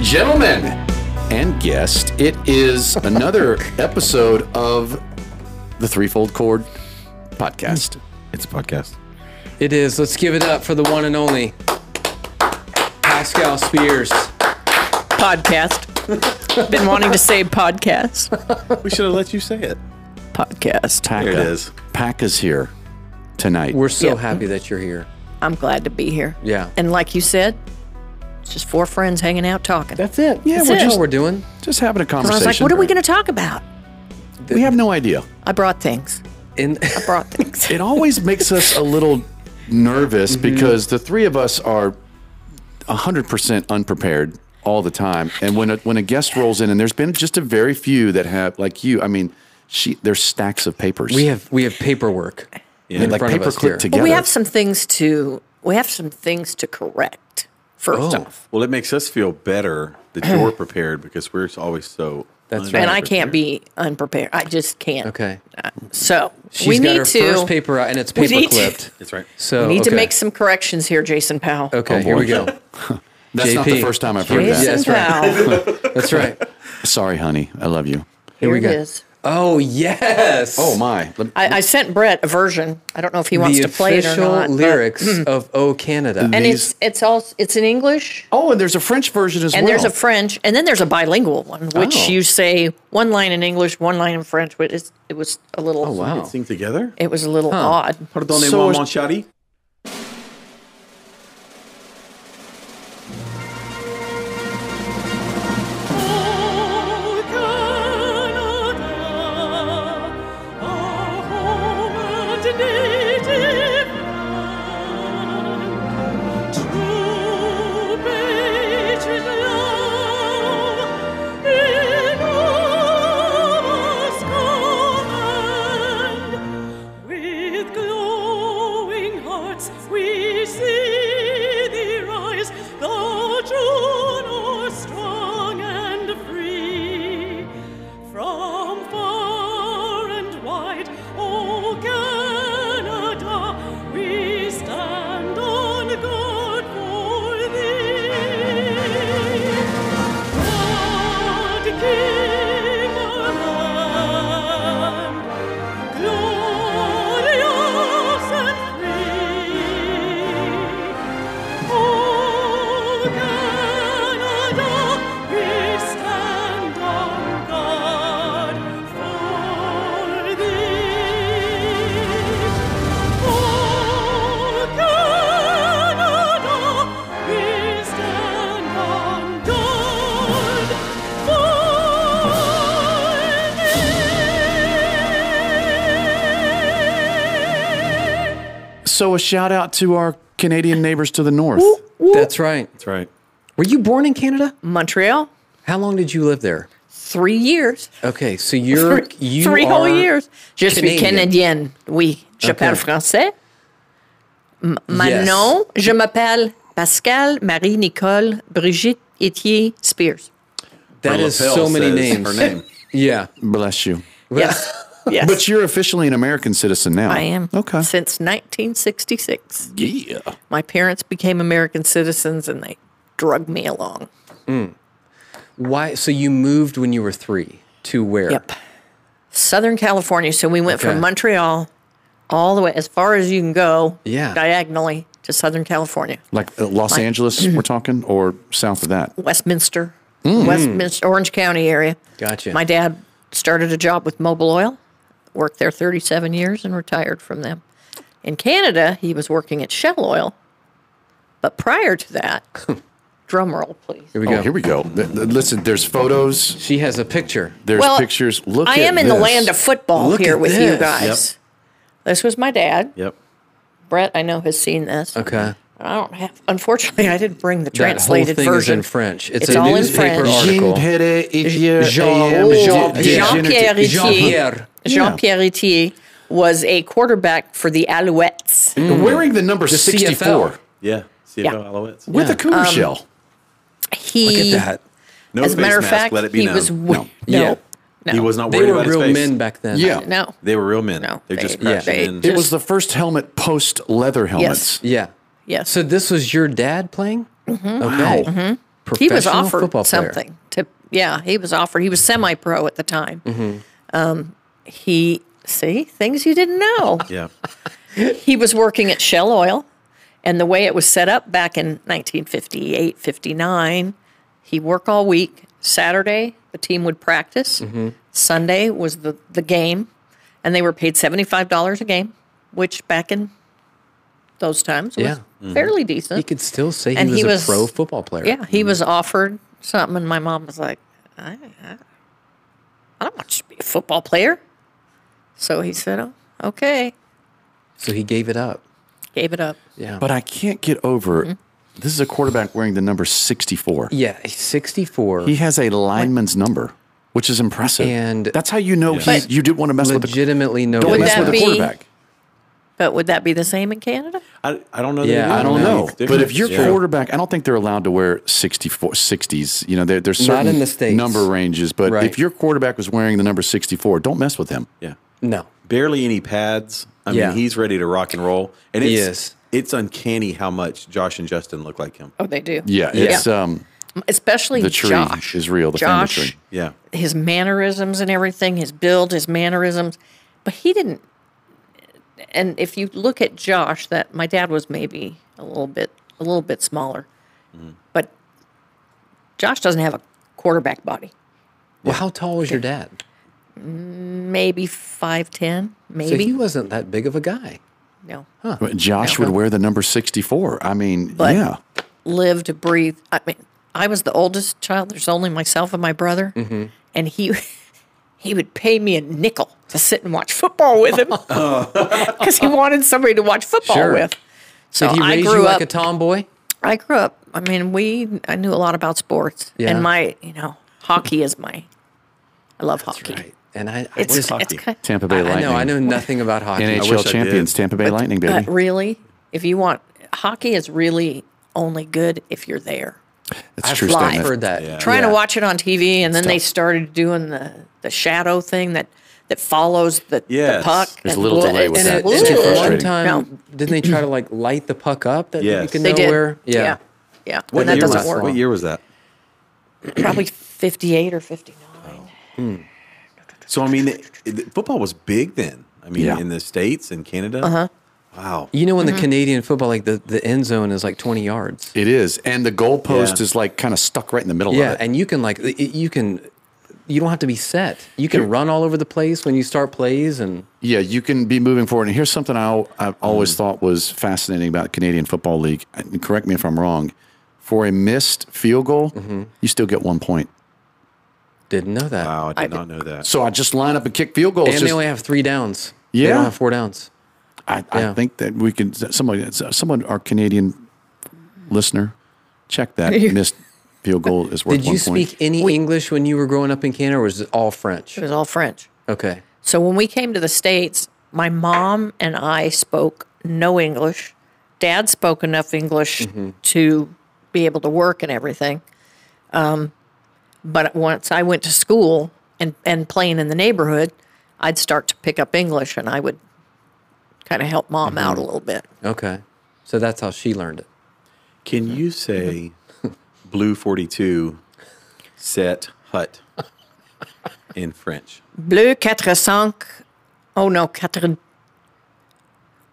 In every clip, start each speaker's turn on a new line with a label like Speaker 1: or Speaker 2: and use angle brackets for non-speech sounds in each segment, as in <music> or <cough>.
Speaker 1: gentlemen and guest, it is another episode of the Threefold Chord podcast.
Speaker 2: It's a podcast.
Speaker 3: It is. Let's give it up for the one and only Pascal Spears.
Speaker 4: podcast. <laughs> Been wanting to say podcast.
Speaker 2: We should have let you say it.
Speaker 4: Podcast.
Speaker 2: There it is.
Speaker 1: Paca's here tonight.
Speaker 3: We're so
Speaker 4: Yep.
Speaker 3: happy that you're here.
Speaker 4: I'm glad to be here.
Speaker 3: Yeah.
Speaker 4: And like you said, it's just four friends hanging out talking.
Speaker 1: That's it. Yeah,
Speaker 4: That's
Speaker 1: we're
Speaker 4: it.
Speaker 3: That's
Speaker 1: just
Speaker 3: what we're doing.
Speaker 1: just having a
Speaker 4: I
Speaker 1: conversation.
Speaker 4: was like, what are we going to talk about?
Speaker 1: We have no idea.
Speaker 4: I brought things.
Speaker 3: In <laughs>
Speaker 4: Brought things.
Speaker 1: It always makes us a little nervous because the three of us are 100% unprepared all the time. And when a, when a guest rolls in and there's been just a very few that have like you, I mean, she there's stacks of papers.
Speaker 3: we have we have paperwork in
Speaker 1: like
Speaker 3: front of
Speaker 1: paper
Speaker 3: us here.
Speaker 1: clipped
Speaker 4: well,
Speaker 1: together.
Speaker 4: we have some things to we have some things to correct. First
Speaker 1: Oh.
Speaker 4: off,
Speaker 2: Well, it makes us feel better that you're prepared because we're always so.
Speaker 3: That's right.
Speaker 4: and I can't be unprepared. I just can't. Uh,
Speaker 3: Okay.
Speaker 4: So
Speaker 3: She's
Speaker 4: we
Speaker 3: got
Speaker 4: need
Speaker 3: her
Speaker 4: to
Speaker 3: first paper out and it's
Speaker 4: we need
Speaker 3: paper
Speaker 4: to-
Speaker 3: clipped.
Speaker 2: That's right.
Speaker 3: So
Speaker 4: we need to
Speaker 3: okay.
Speaker 4: make some corrections here, Jason Powell.
Speaker 3: Okay,
Speaker 1: Oh,
Speaker 3: here we
Speaker 1: boy.
Speaker 3: go.
Speaker 1: That's not
Speaker 3: JP.
Speaker 1: the first time I've heard
Speaker 4: Jason
Speaker 1: that.
Speaker 3: Yeah, that's right. <laughs>
Speaker 4: Powell. Here,
Speaker 3: That's right.
Speaker 1: Sorry, honey. I love you.
Speaker 3: we
Speaker 4: it
Speaker 3: go.
Speaker 4: is.
Speaker 3: Oh yes.
Speaker 1: Oh my! Let-
Speaker 4: I, I sent Brett a version. I don't know if he wants
Speaker 3: the
Speaker 4: to play it or
Speaker 3: official
Speaker 4: not. but- mm.
Speaker 3: lyrics of "O Canada."
Speaker 4: and
Speaker 1: These-
Speaker 4: it's it's all it's in English,
Speaker 1: Oh, and there's a French version as
Speaker 4: and
Speaker 1: well.
Speaker 4: there's
Speaker 3: Oh.
Speaker 4: a French, and then there's a bilingual one, which
Speaker 1: Oh.
Speaker 4: you say one line in English, one line in French. But it's, it was a little,
Speaker 1: Oh
Speaker 2: We can
Speaker 1: wow!
Speaker 2: Sing together.
Speaker 4: it was a little odd.
Speaker 1: So-
Speaker 2: Pardonnez-moi, mon chéri.
Speaker 5: With glowing hearts we see thee rise, thou Juno strong and free. From far and wide, O Canada, we stand on guard for thee. God, King our land, glorious and free. Oh, Canada, we stand on guard for thee. Oh, Canada, we stand on guard for thee.
Speaker 1: So a shout out to our Canadian neighbors to the north.
Speaker 3: That's right.
Speaker 2: That's right.
Speaker 3: Were you born in Canada?
Speaker 4: Mm. Montreal,
Speaker 3: How long did you live there?
Speaker 4: three years, <laughs>
Speaker 3: Okay, so you're
Speaker 4: three,
Speaker 3: you
Speaker 4: three whole
Speaker 3: are-
Speaker 4: years. Je suis
Speaker 3: Canadian.
Speaker 4: canadienne. Oui, je parle français. M- my
Speaker 3: Yes.
Speaker 4: nom, je m'appelle Pascal Marie Nicole Brigitte Etier Spears.
Speaker 3: That
Speaker 2: Her
Speaker 3: is
Speaker 2: lapel
Speaker 3: so many
Speaker 2: says
Speaker 3: names.
Speaker 2: Her name.
Speaker 3: <laughs> Yeah.
Speaker 1: Bless you.
Speaker 4: Yes,
Speaker 3: <laughs>
Speaker 4: yes.
Speaker 1: But you're officially an American citizen now.
Speaker 4: I am.
Speaker 1: Okay.
Speaker 4: Since 1966.
Speaker 1: Yeah.
Speaker 4: My parents became American citizens and they drug me along.
Speaker 3: Why? So you moved when you were three to where?
Speaker 4: Southern California. So we went
Speaker 3: Okay.
Speaker 4: from Montreal all the way as far as you can go
Speaker 3: Yeah.
Speaker 4: diagonally to Southern California.
Speaker 1: Like uh, Los Angeles, we're talking, or south of that.
Speaker 4: Westminster, Westminster, Orange County area.
Speaker 3: Mm. Gotcha.
Speaker 4: My dad started a job with Mobil Oil, worked there 37 years and retired from them. In Canada, he was working at Shell Oil. But prior to
Speaker 3: <laughs>
Speaker 4: that, drum roll, please.
Speaker 3: Here we
Speaker 1: Oh,
Speaker 3: go.
Speaker 1: here we go. Th- th- Listen, there's photos,
Speaker 3: She has a picture.
Speaker 1: there's
Speaker 4: Well,
Speaker 1: pictures. Look, at
Speaker 4: I am in the
Speaker 1: this.
Speaker 4: land of football
Speaker 3: Look
Speaker 4: here
Speaker 3: at
Speaker 4: with you
Speaker 3: this.
Speaker 4: guys. This was my dad.
Speaker 2: <laughs> Yep.
Speaker 4: Brett, I know, has seen this.
Speaker 3: Okay.
Speaker 4: I don't have, unfortunately, I didn't bring the
Speaker 3: that whole
Speaker 4: translated
Speaker 3: thing is
Speaker 4: version.
Speaker 3: in French. It's,
Speaker 4: It's
Speaker 3: a
Speaker 4: all in
Speaker 3: newspaper
Speaker 4: French.
Speaker 3: article.
Speaker 1: Jean-Pierre Etier
Speaker 3: Jean-
Speaker 1: AM
Speaker 3: Jean-
Speaker 1: de-
Speaker 4: Jean-Pierre
Speaker 1: degenerative-
Speaker 4: Etier.
Speaker 3: Jean-Pierre.
Speaker 4: Jean-Pierre Etier was a quarterback for the Alouettes.
Speaker 1: Wearing the number
Speaker 3: CFL.
Speaker 1: 64
Speaker 2: Yeah. CFL
Speaker 4: Yeah.
Speaker 2: Alouettes.
Speaker 1: with a cooler
Speaker 4: Um,
Speaker 1: shell.
Speaker 4: He,
Speaker 3: Look at that.
Speaker 2: No
Speaker 4: as a
Speaker 2: face
Speaker 4: matter of
Speaker 2: mask,
Speaker 4: fact,
Speaker 2: let it be
Speaker 4: he
Speaker 2: known.
Speaker 4: was w- no,
Speaker 3: Yeah.
Speaker 4: no,
Speaker 2: <laughs> He was not
Speaker 3: They
Speaker 2: worried
Speaker 3: were
Speaker 2: about
Speaker 3: real
Speaker 2: his face.
Speaker 3: men back then.
Speaker 1: Yeah.
Speaker 4: no.
Speaker 2: They were real men.
Speaker 4: No,
Speaker 2: They're
Speaker 4: they-
Speaker 2: just
Speaker 4: Yeah.
Speaker 2: crashing
Speaker 3: they-
Speaker 1: <laughs> It
Speaker 2: in.
Speaker 1: was the first helmet post leather helmets.
Speaker 3: Yeah.
Speaker 4: Yes. Mm-hmm.
Speaker 3: So this was your dad playing? Okay.
Speaker 4: he was
Speaker 3: professional
Speaker 4: offered
Speaker 3: football player.
Speaker 4: something to yeah he was offered he was semi-pro at the time um,
Speaker 3: Mm-hmm.
Speaker 4: he see things you didn't know
Speaker 2: Yeah.
Speaker 4: he was working at shell oil and the way it was set up back in 1958 59 he work all week saturday the team would practice
Speaker 3: Mm-hmm.
Speaker 4: sunday was the, the game and they were paid $75 a game which back in those times was
Speaker 3: Yeah.
Speaker 4: fairly decent
Speaker 3: He could still say he
Speaker 4: And
Speaker 3: was,
Speaker 4: he
Speaker 3: a
Speaker 4: was-
Speaker 3: pro football player.
Speaker 4: yeah, he was
Speaker 1: Mm-hmm.
Speaker 4: offered something, and my mom was like, I, I, I don't want you to be a football player. So he said, oh, okay,
Speaker 3: So he gave it up.
Speaker 4: gave it up.
Speaker 3: Yeah.
Speaker 1: But I can't get over this is a quarterback wearing the number 64.
Speaker 3: yeah, he's 64.
Speaker 1: He has a lineman's number, which is impressive.
Speaker 3: And-
Speaker 1: that's how you know
Speaker 2: Yeah.
Speaker 1: he, you didn't want to mess with the
Speaker 3: legitimately no.
Speaker 1: don't
Speaker 4: Would
Speaker 1: mess
Speaker 4: that
Speaker 1: with the
Speaker 4: be-
Speaker 1: quarterback.
Speaker 4: But would that be the same in Canada?
Speaker 2: I, I don't know.
Speaker 3: Yeah,
Speaker 2: that it
Speaker 3: I
Speaker 1: I don't
Speaker 2: is.
Speaker 3: Yeah,
Speaker 1: know.
Speaker 2: it's
Speaker 1: But
Speaker 2: different.
Speaker 1: if your
Speaker 2: Yeah.
Speaker 1: quarterback, I don't think they're allowed to wear 64, 60s. You know, there, there's
Speaker 3: Not
Speaker 1: certain
Speaker 3: in the States.
Speaker 1: number ranges. But
Speaker 3: Right.
Speaker 1: if your quarterback was wearing the number 64, don't mess with him.
Speaker 2: yeah,
Speaker 3: no.
Speaker 2: barely any pads. I
Speaker 3: Yeah.
Speaker 2: mean, he's ready to rock and roll, and
Speaker 3: He
Speaker 2: it's
Speaker 3: is.
Speaker 2: it's uncanny how much Josh and Justin look like him.
Speaker 4: Oh, they do.
Speaker 1: Yeah, it's um,
Speaker 4: Especially
Speaker 1: the tree
Speaker 4: Josh.
Speaker 1: is real. The family
Speaker 4: Josh,
Speaker 1: tree.
Speaker 2: Yeah,
Speaker 4: his mannerisms and everything, his build, his mannerisms. But he didn't. And if you look at Josh, that my dad was maybe a little bit a little bit smaller,
Speaker 1: Mm-hmm.
Speaker 4: but Josh doesn't have a quarterback body.
Speaker 3: Well, how tall was your dad?
Speaker 4: Maybe five ten,
Speaker 3: So
Speaker 4: maybe
Speaker 3: he wasn't that big of a guy.
Speaker 4: no.
Speaker 1: But Josh would wear the number 64. I mean,
Speaker 4: But-
Speaker 1: yeah.
Speaker 4: Live to breathe. I mean, I was the oldest child. There's only myself and my brother,
Speaker 3: Mm-hmm.
Speaker 4: and he <laughs> he would pay me a nickel to sit and watch football
Speaker 3: <laughs>
Speaker 4: with him <laughs> because he wanted somebody to watch football
Speaker 3: Oh. Sure.
Speaker 4: with. So
Speaker 3: Did he
Speaker 4: I
Speaker 3: raise
Speaker 4: grew
Speaker 3: you
Speaker 4: up.
Speaker 3: like a tomboy?
Speaker 4: I grew up. I mean, we. I knew a lot about sports,
Speaker 3: Yeah.
Speaker 4: and my you know hockey is my. I love hockey.
Speaker 3: Right. And I, I
Speaker 4: It's,
Speaker 3: just,
Speaker 4: it's kind
Speaker 1: Tampa Bay
Speaker 3: I
Speaker 1: Lightning.
Speaker 3: know, I know nothing about hockey.
Speaker 2: I wish I
Speaker 1: NHL
Speaker 2: did.
Speaker 1: champions, Tampa Bay Lightning, baby.
Speaker 4: But really, if you want, hockey is really only good if you're there.
Speaker 1: That's a true
Speaker 4: lied.
Speaker 1: statement.
Speaker 3: I've heard that.
Speaker 2: Yeah.
Speaker 4: Trying
Speaker 3: Yeah.
Speaker 4: to watch it on TV, and then they started doing the, the shadow thing that, that follows the,
Speaker 2: Yes.
Speaker 4: the puck.
Speaker 1: There's a
Speaker 4: and-
Speaker 1: little
Speaker 4: well,
Speaker 1: delay with
Speaker 4: it's-
Speaker 3: And
Speaker 1: that.
Speaker 3: it,
Speaker 1: It's
Speaker 4: ooh.
Speaker 1: too
Speaker 3: and at one
Speaker 1: frustrating.
Speaker 3: time, didn't they try to like light the puck up that
Speaker 2: Yes.
Speaker 3: you can
Speaker 4: They
Speaker 3: know
Speaker 4: did.
Speaker 3: where?
Speaker 4: Yeah. Yeah.
Speaker 2: What
Speaker 4: and that
Speaker 2: year
Speaker 4: doesn't
Speaker 2: was,
Speaker 4: work.
Speaker 2: What year was that?
Speaker 4: Probably 58 or 59.
Speaker 2: So I mean, it, it- football was big then. I mean,
Speaker 1: Yeah.
Speaker 2: in the states and Canada. Uh-huh. Wow.
Speaker 3: You know, in
Speaker 4: Mm-hmm.
Speaker 3: the Canadian football, like the, the end zone is like 20 yards.
Speaker 1: It is. And the goalpost
Speaker 2: Yeah.
Speaker 1: is like kind of stuck right in the middle of
Speaker 3: Yeah.
Speaker 1: it.
Speaker 3: And you can like, it- you can, you don't have to be set. You can run all over the place when you start plays and
Speaker 1: Yeah, you can be moving forward. And here's something I, al- I've always thought was fascinating about the Canadian Football League. And correct me if I'm wrong. For a missed field goal,
Speaker 3: Mm-hmm.
Speaker 1: you still get one point.
Speaker 3: didn't know that.
Speaker 2: Wow, I did not know that.
Speaker 1: So I just line up and kick field goals.
Speaker 3: And
Speaker 1: just-
Speaker 3: they only have three downs. They
Speaker 1: Yeah.
Speaker 3: don't have four downs.
Speaker 1: I, I
Speaker 3: yeah.
Speaker 1: think that we can. Someone, someone, our Canadian listener, check
Speaker 3: <laughs>
Speaker 1: that missed field goal is worth
Speaker 3: Did
Speaker 1: one
Speaker 3: you
Speaker 1: point.
Speaker 3: speak any English when you were growing up in Canada or was it all French?
Speaker 4: It was all French.
Speaker 3: Okay.
Speaker 4: So when we came to the States, my mom and I spoke no English. Dad spoke enough English
Speaker 2: Mm-hmm.
Speaker 4: to be able to work and everything. Um, but once I went to school and, and playing in the neighborhood, I'd start to pick up English and I would kind of help mom
Speaker 2: Mm-hmm.
Speaker 4: out a little bit.
Speaker 3: Okay. So that's how she learned it.
Speaker 2: Can you say blue 42 set hut in French?
Speaker 4: Bleu quatre cinq. Oh no, quatre.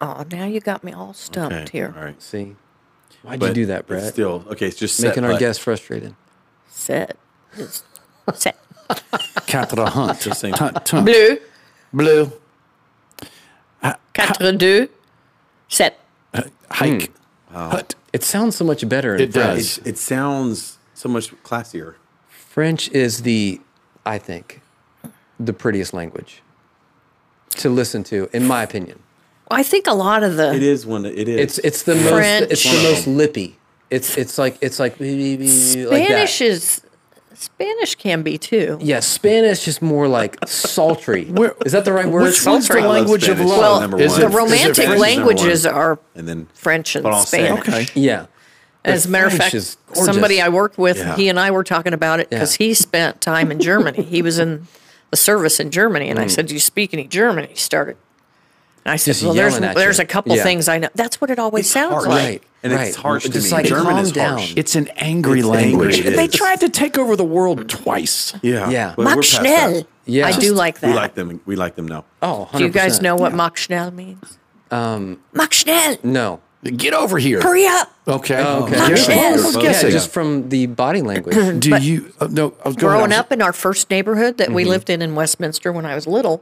Speaker 4: Oh, now you got me all stumped
Speaker 2: Okay,
Speaker 4: here.
Speaker 2: All right.
Speaker 3: See? Why'd
Speaker 2: But
Speaker 3: you do that,
Speaker 2: it's
Speaker 3: Brett?
Speaker 2: Still, okay, it's just set
Speaker 3: Making our
Speaker 2: hut.
Speaker 3: guests frustrated.
Speaker 4: Set. It's- Set.
Speaker 1: Quatre hunt.
Speaker 3: <laughs>
Speaker 2: Just saying.
Speaker 1: Hunt, hunt.
Speaker 4: Bleu.
Speaker 1: Blue
Speaker 4: Quatre, deux, sept.
Speaker 1: hike.
Speaker 3: Hmm.
Speaker 1: Hut.
Speaker 3: It sounds so much better in
Speaker 1: It
Speaker 3: French.
Speaker 1: does.
Speaker 2: It, it sounds so much classier.
Speaker 3: French is the, I think, the prettiest language to listen to, in my opinion.
Speaker 4: I think a lot of
Speaker 2: It
Speaker 4: the
Speaker 2: is one. It is.
Speaker 3: It's it's the most it's the
Speaker 4: French.
Speaker 3: most lippy. It's it's like it's like Spanish like that.
Speaker 4: Spanish is Spanish can be too.
Speaker 3: yeah, Spanish is more like sultry. Is that the right word?
Speaker 1: Which one's the
Speaker 2: I love
Speaker 1: language of
Speaker 2: Spanish.
Speaker 1: love?
Speaker 2: Well,
Speaker 1: number
Speaker 2: Is
Speaker 1: one.
Speaker 2: it-
Speaker 4: the
Speaker 2: is it
Speaker 4: romantic
Speaker 1: French?
Speaker 2: number
Speaker 4: languages
Speaker 2: one?
Speaker 4: are
Speaker 2: and then
Speaker 4: French and
Speaker 2: Francais.
Speaker 4: Spanish.
Speaker 1: Okay.
Speaker 3: Yeah.
Speaker 4: As a matter of
Speaker 3: French
Speaker 4: fact,
Speaker 3: is gorgeous.
Speaker 4: somebody I worked with,
Speaker 2: Yeah.
Speaker 4: he and I were talking about it because
Speaker 3: Yeah.
Speaker 4: he spent time in Germany. he was in the service in Germany, and I said, "Do you speak any German?" He started And I said,
Speaker 3: Mm. Just
Speaker 4: well, there's
Speaker 3: yelling at
Speaker 4: there's
Speaker 3: you.
Speaker 4: a couple
Speaker 3: Yeah.
Speaker 4: things I know. That's what it always sounds
Speaker 2: harsh.
Speaker 4: like.
Speaker 3: Right,
Speaker 2: And
Speaker 3: right.
Speaker 2: it's harsh
Speaker 3: Just
Speaker 2: to me.
Speaker 3: like,
Speaker 2: German
Speaker 3: calm
Speaker 2: is
Speaker 3: down.
Speaker 2: harsh.
Speaker 1: It's an angry
Speaker 2: It's angry,
Speaker 1: language.
Speaker 2: it
Speaker 1: they
Speaker 2: is.
Speaker 1: tried to take over the world twice.
Speaker 2: yeah.
Speaker 3: Yeah.
Speaker 2: but we're
Speaker 4: Mach
Speaker 2: past
Speaker 4: schnell.
Speaker 2: that.
Speaker 3: Yeah.
Speaker 4: I do like that.
Speaker 2: We like them. We like them now.
Speaker 3: Oh, 100%.
Speaker 4: Do you guys know what Mach schnell means? Um, Mach schnell,
Speaker 3: No.
Speaker 1: Get over here.
Speaker 4: hurry up.
Speaker 1: Okay.
Speaker 3: Oh, okay.
Speaker 1: Yeah,
Speaker 4: Yes.
Speaker 1: I was
Speaker 4: Yes.
Speaker 3: Yeah,
Speaker 1: guessing.
Speaker 3: just from the body language.
Speaker 1: Do you? Uh, no, I was going, I
Speaker 4: Growing
Speaker 1: was-
Speaker 4: up in our first neighborhood that we
Speaker 3: Mm-hmm.
Speaker 4: lived in in Westminster when I was little,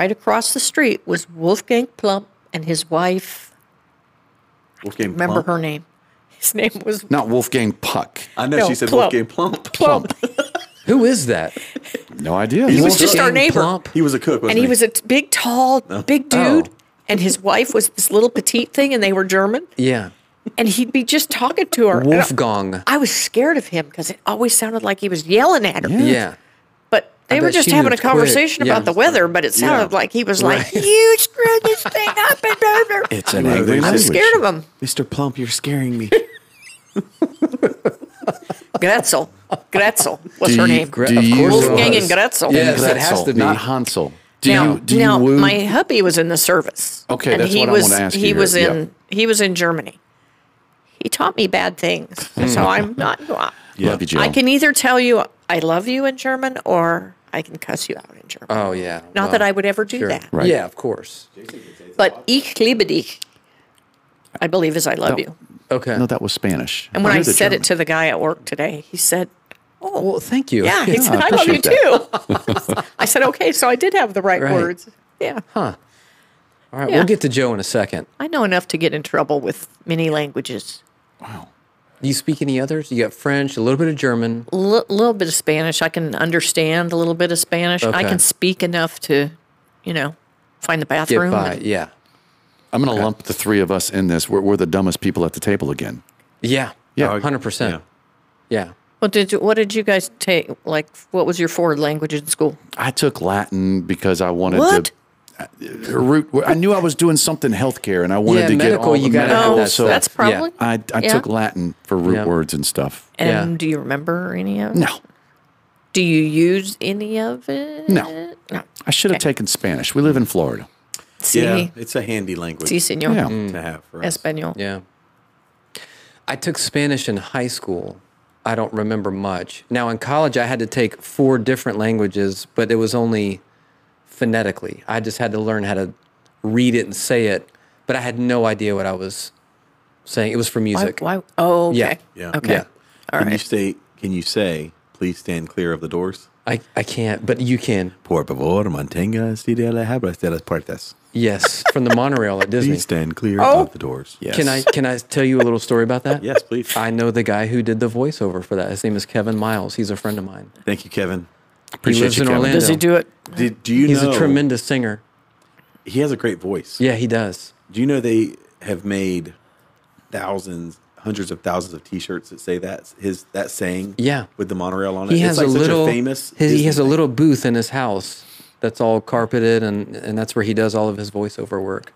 Speaker 4: right across the street was Wolfgang Plump and his wife.
Speaker 2: Wolfgang
Speaker 4: Remember
Speaker 2: Plump.
Speaker 4: her name? His name was
Speaker 1: Not Wolfgang Puck.
Speaker 2: I know
Speaker 4: No,
Speaker 2: she said
Speaker 4: Plump.
Speaker 2: Wolfgang Plump.
Speaker 4: Plump.
Speaker 3: Who is that?
Speaker 1: No idea.
Speaker 2: He was
Speaker 4: It's just our
Speaker 3: Wolfgang
Speaker 4: neighbor.
Speaker 3: Plump?
Speaker 2: He was a cook, wasn't
Speaker 4: and he was a t- big, tall, big dude.
Speaker 3: Oh.
Speaker 4: And his wife was this little petite thing, and they were German.
Speaker 3: Yeah.
Speaker 4: And he'd be just talking to her. and I-
Speaker 3: Wolfgang.
Speaker 4: I was scared of him because it always sounded like he was yelling at her.
Speaker 3: Yeah.
Speaker 4: But they
Speaker 3: I
Speaker 4: were
Speaker 3: bet
Speaker 4: just
Speaker 3: she
Speaker 4: having a
Speaker 3: moved quick.
Speaker 4: conversation
Speaker 3: Yeah.
Speaker 4: about the weather, but it sounded
Speaker 2: Yeah.
Speaker 4: like he was like, "You screwed this thing up," and blah, blah.
Speaker 1: It's an
Speaker 2: Like,
Speaker 1: angry
Speaker 2: I'm
Speaker 4: I'm
Speaker 1: language.
Speaker 4: scared of him.
Speaker 2: Mr. Plump, you're scaring me.
Speaker 4: Gretzel, Gretzel was
Speaker 1: Do
Speaker 4: her
Speaker 1: you-
Speaker 4: name.
Speaker 1: Gre- Do of you- course it
Speaker 4: Wolfgang
Speaker 1: was.
Speaker 4: and Gretzel.
Speaker 3: Yes, it has
Speaker 1: Gretzel,
Speaker 3: to be.
Speaker 1: Not Hansel. Do
Speaker 4: now,
Speaker 1: you? Do
Speaker 4: now
Speaker 1: you woo?
Speaker 4: my hubby was in the service.
Speaker 1: Okay,
Speaker 4: and
Speaker 1: that's
Speaker 4: he
Speaker 1: what I
Speaker 4: was,
Speaker 1: wanna ask you
Speaker 4: He
Speaker 1: here,
Speaker 4: was
Speaker 1: yeah.
Speaker 4: in he was in Germany. He taught me bad things, so
Speaker 1: Hmm.
Speaker 4: I'm not.
Speaker 1: Love you, Jill.
Speaker 4: I can either tell you I love you in German, or I can cuss you out in German.
Speaker 3: Oh, yeah.
Speaker 4: not
Speaker 3: Well,
Speaker 4: that I would ever do
Speaker 3: sure.
Speaker 4: that,
Speaker 1: Right.
Speaker 3: Yeah, of course.
Speaker 4: but ich liebe dich, I believe is I love
Speaker 1: No.
Speaker 4: you.
Speaker 3: Okay.
Speaker 1: No, that was Spanish.
Speaker 4: And when I
Speaker 1: You're the
Speaker 4: said
Speaker 1: German.
Speaker 4: it to the guy at work today, he said, "Oh,
Speaker 3: well, thank <laughs> you.
Speaker 4: yeah, he said,
Speaker 1: I
Speaker 4: I, love you
Speaker 1: appreciate
Speaker 4: too." I said, "Okay, so I did have the right,
Speaker 3: Right.
Speaker 4: words." Yeah,
Speaker 3: All right,
Speaker 4: yeah.
Speaker 3: we'll get to Joe in a second.
Speaker 4: I know enough to get in trouble with many languages.
Speaker 3: Do you speak any others? You got French, a little bit of German.
Speaker 4: A little bit of Spanish, I can understand a little bit of Spanish. I
Speaker 3: Okay.
Speaker 4: can speak enough to, you know, find the
Speaker 3: Get
Speaker 4: bathroom.
Speaker 3: by.
Speaker 4: and-
Speaker 3: Yeah.
Speaker 1: I'm going to lump the three of us in this. We're, we're the dumbest people at the table again.
Speaker 3: Yeah.
Speaker 1: Yeah.
Speaker 3: 100%. Yeah.
Speaker 4: Well, did you, what did you guys take? Like, what was your foreign language in school?
Speaker 1: I took Latin because I wanted
Speaker 4: What?
Speaker 1: to. uh, Root, I knew I was doing something healthcare, and I wanted
Speaker 3: Yeah,
Speaker 1: to
Speaker 3: medical,
Speaker 1: get all
Speaker 3: you
Speaker 1: the
Speaker 3: gotta have
Speaker 1: medical,
Speaker 4: Oh,
Speaker 3: that
Speaker 1: so
Speaker 4: that's
Speaker 3: stuff. Yeah.
Speaker 4: probably.
Speaker 1: I, I
Speaker 4: yeah.
Speaker 1: took Latin for root
Speaker 3: Yeah.
Speaker 1: words and stuff.
Speaker 4: And
Speaker 3: Yeah.
Speaker 4: do you remember any of? it?
Speaker 1: No,
Speaker 4: Do you use any of it?
Speaker 1: No.
Speaker 4: No.
Speaker 1: I should have taken Spanish. We live in Florida.
Speaker 4: See,
Speaker 2: yeah, it's a handy language
Speaker 4: sí, señor.
Speaker 1: Yeah.
Speaker 3: Mm.
Speaker 2: to have for us.
Speaker 4: Espanol.
Speaker 3: Yeah. I took Spanish in high school. I don't remember much. Now in college, I had to take four different languages, but it was only phonetically. I just had to learn how to read it and say it, but I had no idea what I was saying. It was for
Speaker 4: Why,
Speaker 3: music.
Speaker 4: why? Oh, okay.
Speaker 3: Yeah.
Speaker 2: Yeah.
Speaker 4: Okay.
Speaker 3: Yeah.
Speaker 4: All
Speaker 2: can you
Speaker 4: right.
Speaker 2: say? Can you say? Please stand clear of the doors.
Speaker 3: I, I can't, but you can.
Speaker 2: Por favor, mantenga este de la habras de las puertas.
Speaker 3: Yes, from the monorail at Disney.
Speaker 2: <laughs> Please stand clear
Speaker 4: Oh.
Speaker 2: of the doors. Yes.
Speaker 3: Can I can I tell you a little story about that?
Speaker 2: Yes, please.
Speaker 3: I know the guy who did the voiceover for that. His name is Kevin Miles. He's a friend of mine.
Speaker 2: Thank you, Kevin.
Speaker 1: Appreciate
Speaker 3: he lives
Speaker 1: you,
Speaker 3: in
Speaker 1: Kevin.
Speaker 3: Orlando.
Speaker 4: Does he do it?
Speaker 2: Did, do you
Speaker 3: He's
Speaker 2: know?
Speaker 3: a tremendous singer.
Speaker 2: He has a great voice.
Speaker 3: Yeah, he does.
Speaker 2: Do you know they have made thousands, hundreds of thousands of T-shirts that say that his that saying?
Speaker 3: Yeah.
Speaker 2: With the monorail on it.
Speaker 3: He
Speaker 2: It's
Speaker 3: has
Speaker 2: like
Speaker 3: a
Speaker 2: such
Speaker 3: little
Speaker 2: famous.
Speaker 3: his- he
Speaker 2: Disney
Speaker 3: has a
Speaker 2: thing.
Speaker 3: little booth in his house that's all carpeted and and that's where he does all of his voiceover work.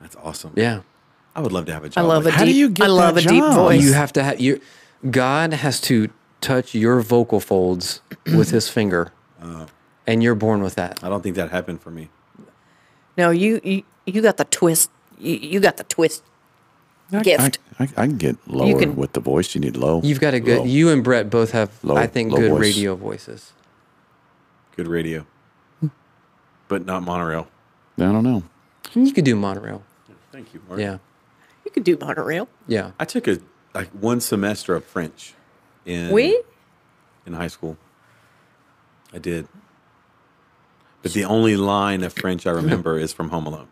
Speaker 2: That's awesome.
Speaker 3: Yeah.
Speaker 2: I would love to have a job.
Speaker 4: I love a
Speaker 2: like
Speaker 1: How do
Speaker 4: deep.
Speaker 1: you get
Speaker 4: I love
Speaker 1: that
Speaker 4: a deep
Speaker 1: job?
Speaker 4: voice.
Speaker 3: You have to have you God has to touch your vocal folds with his finger. And you're born with that.
Speaker 2: that. I don't think that happened for me.
Speaker 4: no, you, you you got the twist. You, you got the twist.
Speaker 1: I,
Speaker 4: Gift.
Speaker 1: I, I can get lower
Speaker 4: can-
Speaker 1: with the voice. You need low.
Speaker 3: You've got a good
Speaker 1: Low.
Speaker 3: you and Brett both have
Speaker 1: Low-
Speaker 3: I think
Speaker 1: low
Speaker 3: good
Speaker 1: voice.
Speaker 3: radio voices.
Speaker 2: Good radio, but not monorail.
Speaker 1: I don't know.
Speaker 3: You could do monorail.
Speaker 2: Thank you, Mark.
Speaker 3: Yeah.
Speaker 4: you could do monorail.
Speaker 3: Yeah.
Speaker 2: I took a like one semester of French in
Speaker 4: We?
Speaker 2: in high school. I did. But the only line of French I remember is from Home Alone,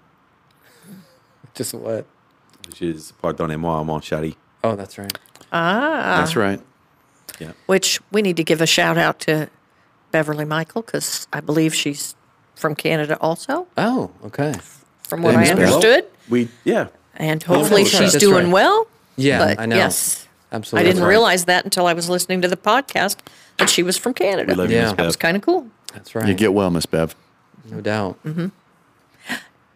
Speaker 3: Just what?
Speaker 2: which is "Pardonnez-moi, mon chéri."
Speaker 3: Oh, that's right.
Speaker 4: Ah.
Speaker 1: That's right.
Speaker 2: Yeah,
Speaker 4: Which we need to give a shout out to Beverly Michael because I believe she's from Canada also,
Speaker 3: Oh, okay.
Speaker 4: from what I
Speaker 1: Thanks, Beverly.
Speaker 4: understood.
Speaker 2: we yeah.
Speaker 4: And hopefully
Speaker 2: that's right.
Speaker 4: she's
Speaker 3: Oh, That's
Speaker 4: doing
Speaker 3: right.
Speaker 4: well.
Speaker 3: Yeah,
Speaker 4: But
Speaker 3: I know.
Speaker 4: Yes. I
Speaker 3: Absolutely.
Speaker 4: didn't
Speaker 3: right.
Speaker 4: realize that until I was listening to the podcast that she was from Canada.
Speaker 2: We love
Speaker 3: Yeah.
Speaker 2: you, Miss
Speaker 3: That
Speaker 4: That was
Speaker 2: Bev.
Speaker 4: kind of cool.
Speaker 3: That's right.
Speaker 1: You get well, Miss Bev.
Speaker 3: no doubt.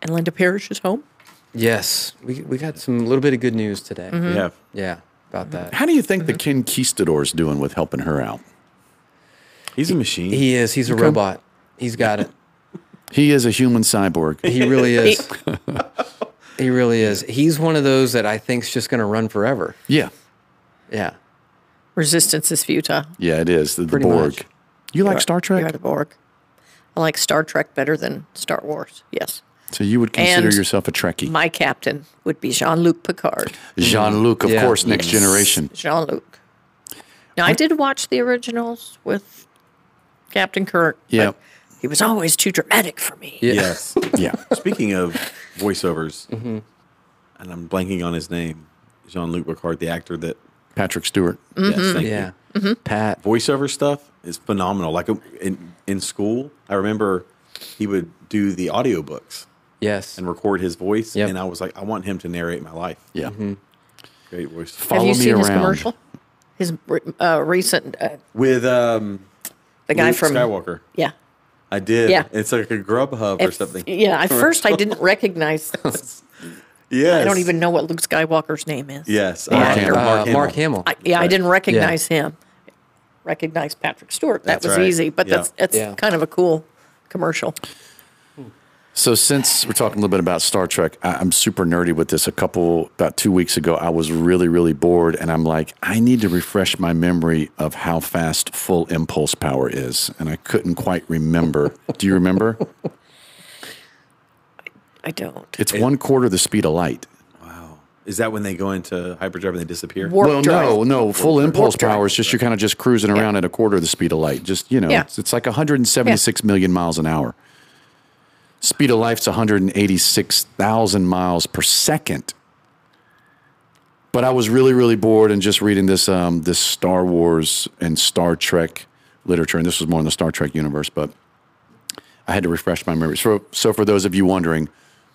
Speaker 4: And Linda Parrish is home.
Speaker 3: Yes, we we got some little bit of good news today.
Speaker 2: We have
Speaker 3: Yeah, about that.
Speaker 1: How do you think the
Speaker 3: Mm-hmm.
Speaker 1: conquistador's doing with helping her out?
Speaker 2: He's a machine.
Speaker 3: He is. He's a robot. He's got it.
Speaker 1: He is a human cyborg.
Speaker 3: He really is. he really is. He's one of those that I think's just going to run forever.
Speaker 1: Yeah.
Speaker 3: Yeah.
Speaker 4: Resistance is futile.
Speaker 1: Yeah, it is. The, the
Speaker 3: Pretty
Speaker 1: Borg.
Speaker 3: much.
Speaker 1: You like Star
Speaker 4: You're at
Speaker 1: Trek?
Speaker 4: a Borg. I like Star Trek better than Star Wars. Yes.
Speaker 1: So you would consider
Speaker 4: And
Speaker 1: yourself a Trekkie.
Speaker 4: My captain would be Jean Luc Picard.
Speaker 1: Jean Luc, of
Speaker 3: Yeah.
Speaker 1: course, Next
Speaker 4: <laughs>
Speaker 1: Generation.
Speaker 4: Jean Luc. Now, I did watch the originals with Captain Kirk. but
Speaker 1: Yeah.
Speaker 4: He was always too dramatic for me.
Speaker 3: Yeah.
Speaker 4: <laughs>
Speaker 2: Yes.
Speaker 1: Yeah.
Speaker 2: Speaking of voiceovers,
Speaker 4: Mm-hmm.
Speaker 2: and I'm blanking on his name, Jean Luc Picard, the actor that.
Speaker 1: Patrick Stewart.
Speaker 4: Mm-hmm.
Speaker 2: Yes, thank
Speaker 3: Yeah.
Speaker 2: you.
Speaker 3: Pat.
Speaker 2: Voiceover stuff is phenomenal. Like uh, in in school, I remember he would do the audiobooks
Speaker 3: Yes.
Speaker 2: and record his voice,
Speaker 3: Yep.
Speaker 2: and I was like, I want him to narrate my life.
Speaker 1: Yeah.
Speaker 2: Great voice
Speaker 4: Have
Speaker 1: Follow
Speaker 4: you
Speaker 1: me
Speaker 4: seen his
Speaker 1: around.
Speaker 4: commercial? His uh, recent, uh,
Speaker 2: with um,
Speaker 4: the guy
Speaker 2: Luke
Speaker 4: from.
Speaker 2: Skywalker.
Speaker 4: Yeah.
Speaker 2: I did.
Speaker 4: Yeah.
Speaker 2: It's like a Grubhub or
Speaker 4: At-
Speaker 2: something.
Speaker 4: Yeah. At first, I didn't recognize.
Speaker 2: Yes.
Speaker 4: I don't even know what Luke Skywalker's name is.
Speaker 2: Yes.
Speaker 4: The
Speaker 2: uh,
Speaker 4: actor.
Speaker 1: Hamill.
Speaker 3: Uh,
Speaker 2: Mark Hamill.
Speaker 3: Mark Hamill.
Speaker 4: I, yeah, I
Speaker 2: Right.
Speaker 4: didn't recognize him. Recognize Patrick Stewart. That
Speaker 2: That's
Speaker 4: was
Speaker 2: right.
Speaker 4: easy, but
Speaker 2: Yeah.
Speaker 4: that's that's
Speaker 3: Yeah.
Speaker 4: kind of a cool commercial.
Speaker 1: So since we're talking a little bit about Star Trek, I, I'm super nerdy with this. A couple about two weeks ago, I was really, really bored, and I'm like, I need to refresh my memory of how fast full impulse power is, and I couldn't quite remember. Do you remember?
Speaker 4: I don't.
Speaker 1: It's one quarter the speed of light.
Speaker 2: Wow. Is that when they go into hyperdrive and they disappear?
Speaker 4: Warp
Speaker 1: well,
Speaker 4: drive.
Speaker 1: no, no. Full impulse
Speaker 4: drive.
Speaker 1: power is just you're kind of just cruising around at a quarter of the speed of light. Just you know,
Speaker 4: Yeah.
Speaker 1: it's, it's like 176 million miles an hour. Speed of light's 186,000 miles per second. But I was really, really bored and just reading this um, this Star Wars and Star Trek literature, and this was more in the Star Trek universe. But I had to refresh my memory. So, so for those of you wondering,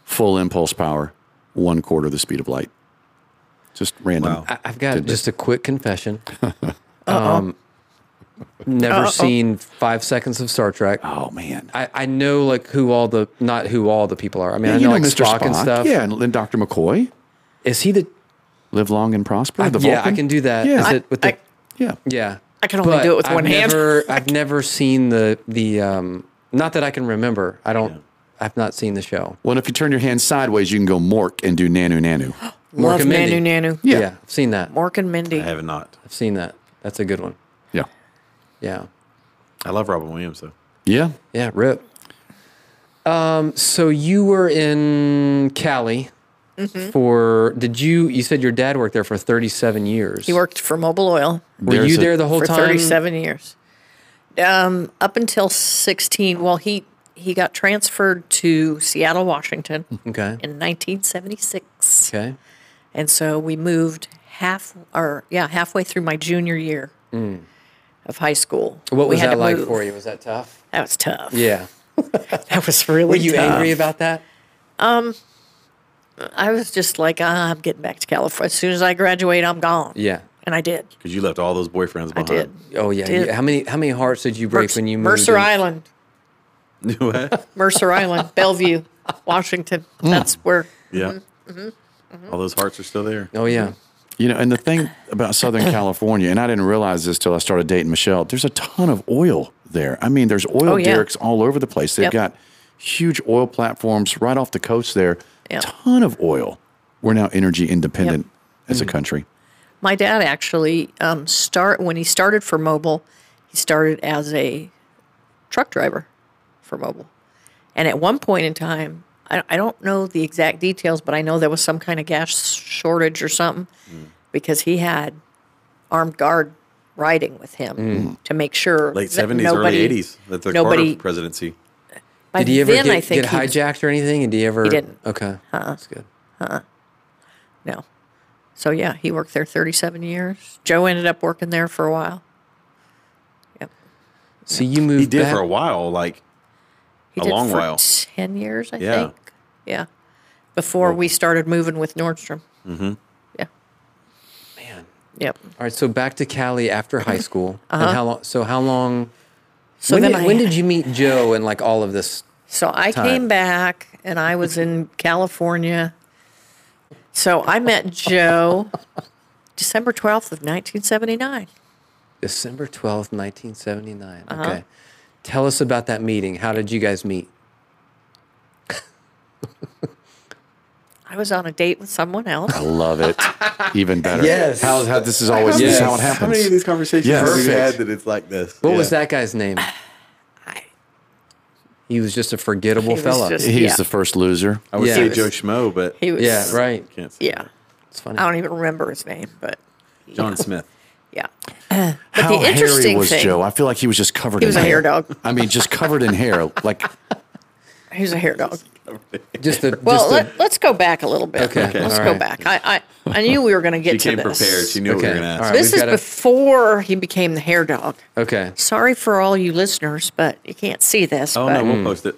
Speaker 1: full impulse power, one quarter the speed of light. Just random.
Speaker 2: Wow.
Speaker 3: I, I've got just a quick confession. um, never seen five seconds of Star Trek.
Speaker 1: Oh man.
Speaker 3: I, I know like who all the not who all the people are. I mean, I
Speaker 1: Yeah,
Speaker 3: know, like Spock, and stuff.
Speaker 1: Yeah, and, and Dr. McCoy.
Speaker 3: Is he the?
Speaker 1: Live long and prosper. the
Speaker 3: yeah,
Speaker 1: Vulcan?
Speaker 3: I can do that.
Speaker 1: Yeah.
Speaker 3: Is it with the?
Speaker 4: I-
Speaker 1: yeah.
Speaker 3: yeah,
Speaker 4: I can only
Speaker 3: But
Speaker 4: do it with
Speaker 3: I've
Speaker 4: one hand.
Speaker 3: never,
Speaker 4: <laughs>
Speaker 3: hand. I've never seen the the um. Not that I can remember. I don't. I've not seen the show.
Speaker 1: Well, and if you turn your hand sideways, you can go mork and do nanu
Speaker 3: <gasps>
Speaker 1: nanu.
Speaker 4: Love
Speaker 3: and
Speaker 4: Nanu
Speaker 3: Mindy.
Speaker 4: Nanu.
Speaker 1: Yeah.
Speaker 3: I've seen that.
Speaker 4: Mork and Mindy.
Speaker 2: I have not.
Speaker 3: I've seen that. That's a good one.
Speaker 1: Yeah.
Speaker 3: Yeah.
Speaker 2: I love Robin Williams though.
Speaker 1: Yeah.
Speaker 3: Yeah, rip. Um, so you were in Cali
Speaker 4: Mm-hmm.
Speaker 3: for did you you said your dad worked there for 37 years.
Speaker 4: He worked for Mobile Oil
Speaker 3: Were
Speaker 1: There's
Speaker 3: you
Speaker 1: a-
Speaker 3: there the whole
Speaker 4: for
Speaker 3: time?
Speaker 4: 37 years. Um, up until 16, well, he he got transferred to Seattle, Washington
Speaker 3: Okay.
Speaker 4: in 1976.
Speaker 3: Okay.
Speaker 4: And so we moved half or yeah, halfway through my junior year of high school.
Speaker 3: Mm. What
Speaker 4: We
Speaker 3: was
Speaker 4: had
Speaker 3: that
Speaker 4: to
Speaker 3: like
Speaker 4: move.
Speaker 3: for you? Was that tough?
Speaker 4: That was tough.
Speaker 3: Yeah.
Speaker 4: That was really
Speaker 3: Were you
Speaker 4: tough.
Speaker 3: angry about that?
Speaker 4: I was just like, ah, I'm getting back to California. As soon as I graduate, I'm gone.
Speaker 3: Yeah.
Speaker 4: And I did.
Speaker 2: Because you left all those boyfriends
Speaker 4: I
Speaker 2: behind.
Speaker 4: did.
Speaker 3: Oh yeah.
Speaker 4: Did-
Speaker 3: You- how many how many hearts did you break
Speaker 4: Merc-
Speaker 3: when you moved?
Speaker 4: Mercer
Speaker 3: in?
Speaker 4: Island.
Speaker 2: <laughs> What?
Speaker 4: Mercer Island, Bellevue, Washington.
Speaker 3: Hmm.
Speaker 4: That's where
Speaker 2: yeah.
Speaker 4: Mm-hmm.
Speaker 2: All those hearts are still there.
Speaker 3: Oh yeah.
Speaker 1: You know, and the thing about Southern
Speaker 3: <coughs>
Speaker 1: California, and I didn't realize this till I started dating Michelle, there's a ton of oil there. I mean, there's oil
Speaker 4: Oh, yeah.
Speaker 1: derricks all over the place. They've
Speaker 4: Yep.
Speaker 1: got huge oil platforms right off the coast there.
Speaker 4: Yep.
Speaker 1: Ton of oil. We're now energy independent as
Speaker 3: Mm.
Speaker 1: a country.
Speaker 4: my dad actually um, start when he started for mobile. He started as a truck driver for mobile, and at one point in time, I, I don't know the exact details, but I know there was some kind of gas shortage or something
Speaker 2: Mm.
Speaker 4: because he had armed guard riding with him to make sure
Speaker 2: Mm. Late
Speaker 4: that
Speaker 2: seventies,
Speaker 4: nobody-
Speaker 2: early eighties. That's the
Speaker 4: nobody-
Speaker 2: Carter presidency.
Speaker 4: By
Speaker 3: Did he ever
Speaker 4: then,
Speaker 3: get,
Speaker 4: I think
Speaker 3: get
Speaker 4: he was-
Speaker 3: hijacked or anything? And did he ever He
Speaker 4: didn't. Uh-uh.
Speaker 3: Okay. That's good.
Speaker 4: No. So yeah, he worked there 37 years. Joe ended up working there for a while.
Speaker 3: So you moved
Speaker 2: He did
Speaker 3: back.
Speaker 2: for a while, like
Speaker 4: He
Speaker 2: A
Speaker 4: did
Speaker 2: long
Speaker 4: for
Speaker 2: while.
Speaker 4: 10 years, I
Speaker 2: Yeah.
Speaker 4: think. Yeah. Before we started moving with Nordstrom. Mm-hmm. Yeah.
Speaker 3: Man.
Speaker 4: Yep.
Speaker 3: All right, so back to Cali after
Speaker 4: <laughs>
Speaker 3: high school. And how long? So how long?
Speaker 4: Uh-huh. So
Speaker 3: when,
Speaker 4: then
Speaker 3: did,
Speaker 4: I-
Speaker 3: when did you meet Joe and like all of this?
Speaker 4: So I
Speaker 3: time.
Speaker 4: came back and I was
Speaker 3: <laughs>
Speaker 4: in California. So I met Joe December 12th of 1979.
Speaker 3: December
Speaker 4: Uh-huh.
Speaker 3: twelfth, nineteen seventy nine. Okay, tell us about that meeting. How did you guys meet?
Speaker 4: I was on a date with someone else.
Speaker 3: <laughs>
Speaker 1: I love it. Even better.
Speaker 3: Yes.
Speaker 1: How, how this is always this is
Speaker 3: Yes.
Speaker 1: how it happens.
Speaker 2: How many of these conversations
Speaker 1: Yes.
Speaker 2: have we
Speaker 1: Perfect.
Speaker 2: had that it's like this?
Speaker 3: What
Speaker 2: Yeah.
Speaker 3: was that guy's
Speaker 4: <sighs>
Speaker 3: name? He was just a forgettable
Speaker 4: He was
Speaker 3: fella.
Speaker 4: just-
Speaker 1: He's
Speaker 4: Yeah.
Speaker 1: the first loser.
Speaker 2: I would
Speaker 3: Yeah.
Speaker 2: say
Speaker 3: He
Speaker 4: was-
Speaker 2: Joe Schmo, but
Speaker 4: He was,
Speaker 3: yeah, right.
Speaker 2: can't say
Speaker 4: Yeah,
Speaker 3: It's funny.
Speaker 4: I don't even remember his name, but
Speaker 2: John Smith.
Speaker 4: yeah,
Speaker 1: How
Speaker 4: the interesting
Speaker 1: hairy was
Speaker 4: thing-
Speaker 1: Joe? I feel like he was just covered
Speaker 4: He
Speaker 1: in
Speaker 4: was a hair dog.
Speaker 1: I mean, just covered in
Speaker 4: <laughs>
Speaker 1: hair. Like,
Speaker 4: he was a hair dog.
Speaker 3: Just the
Speaker 4: Well,
Speaker 3: just the,
Speaker 4: let, us go back a little bit.
Speaker 3: Okay, Okay.
Speaker 4: let's
Speaker 3: all
Speaker 4: go
Speaker 3: right.
Speaker 4: back. I, I I knew we were going to <laughs> get
Speaker 2: She
Speaker 4: to
Speaker 2: came
Speaker 4: this.
Speaker 2: prepared. She knew what we were
Speaker 3: Okay.
Speaker 2: going to ask.
Speaker 3: All right.
Speaker 4: This
Speaker 3: we've
Speaker 4: is
Speaker 3: gotta-
Speaker 4: before he became the hair dog.
Speaker 3: okay.
Speaker 4: Sorry for all you listeners, but you can't see this.
Speaker 2: Oh
Speaker 4: but
Speaker 2: no,
Speaker 1: Mm.
Speaker 2: we'll post it.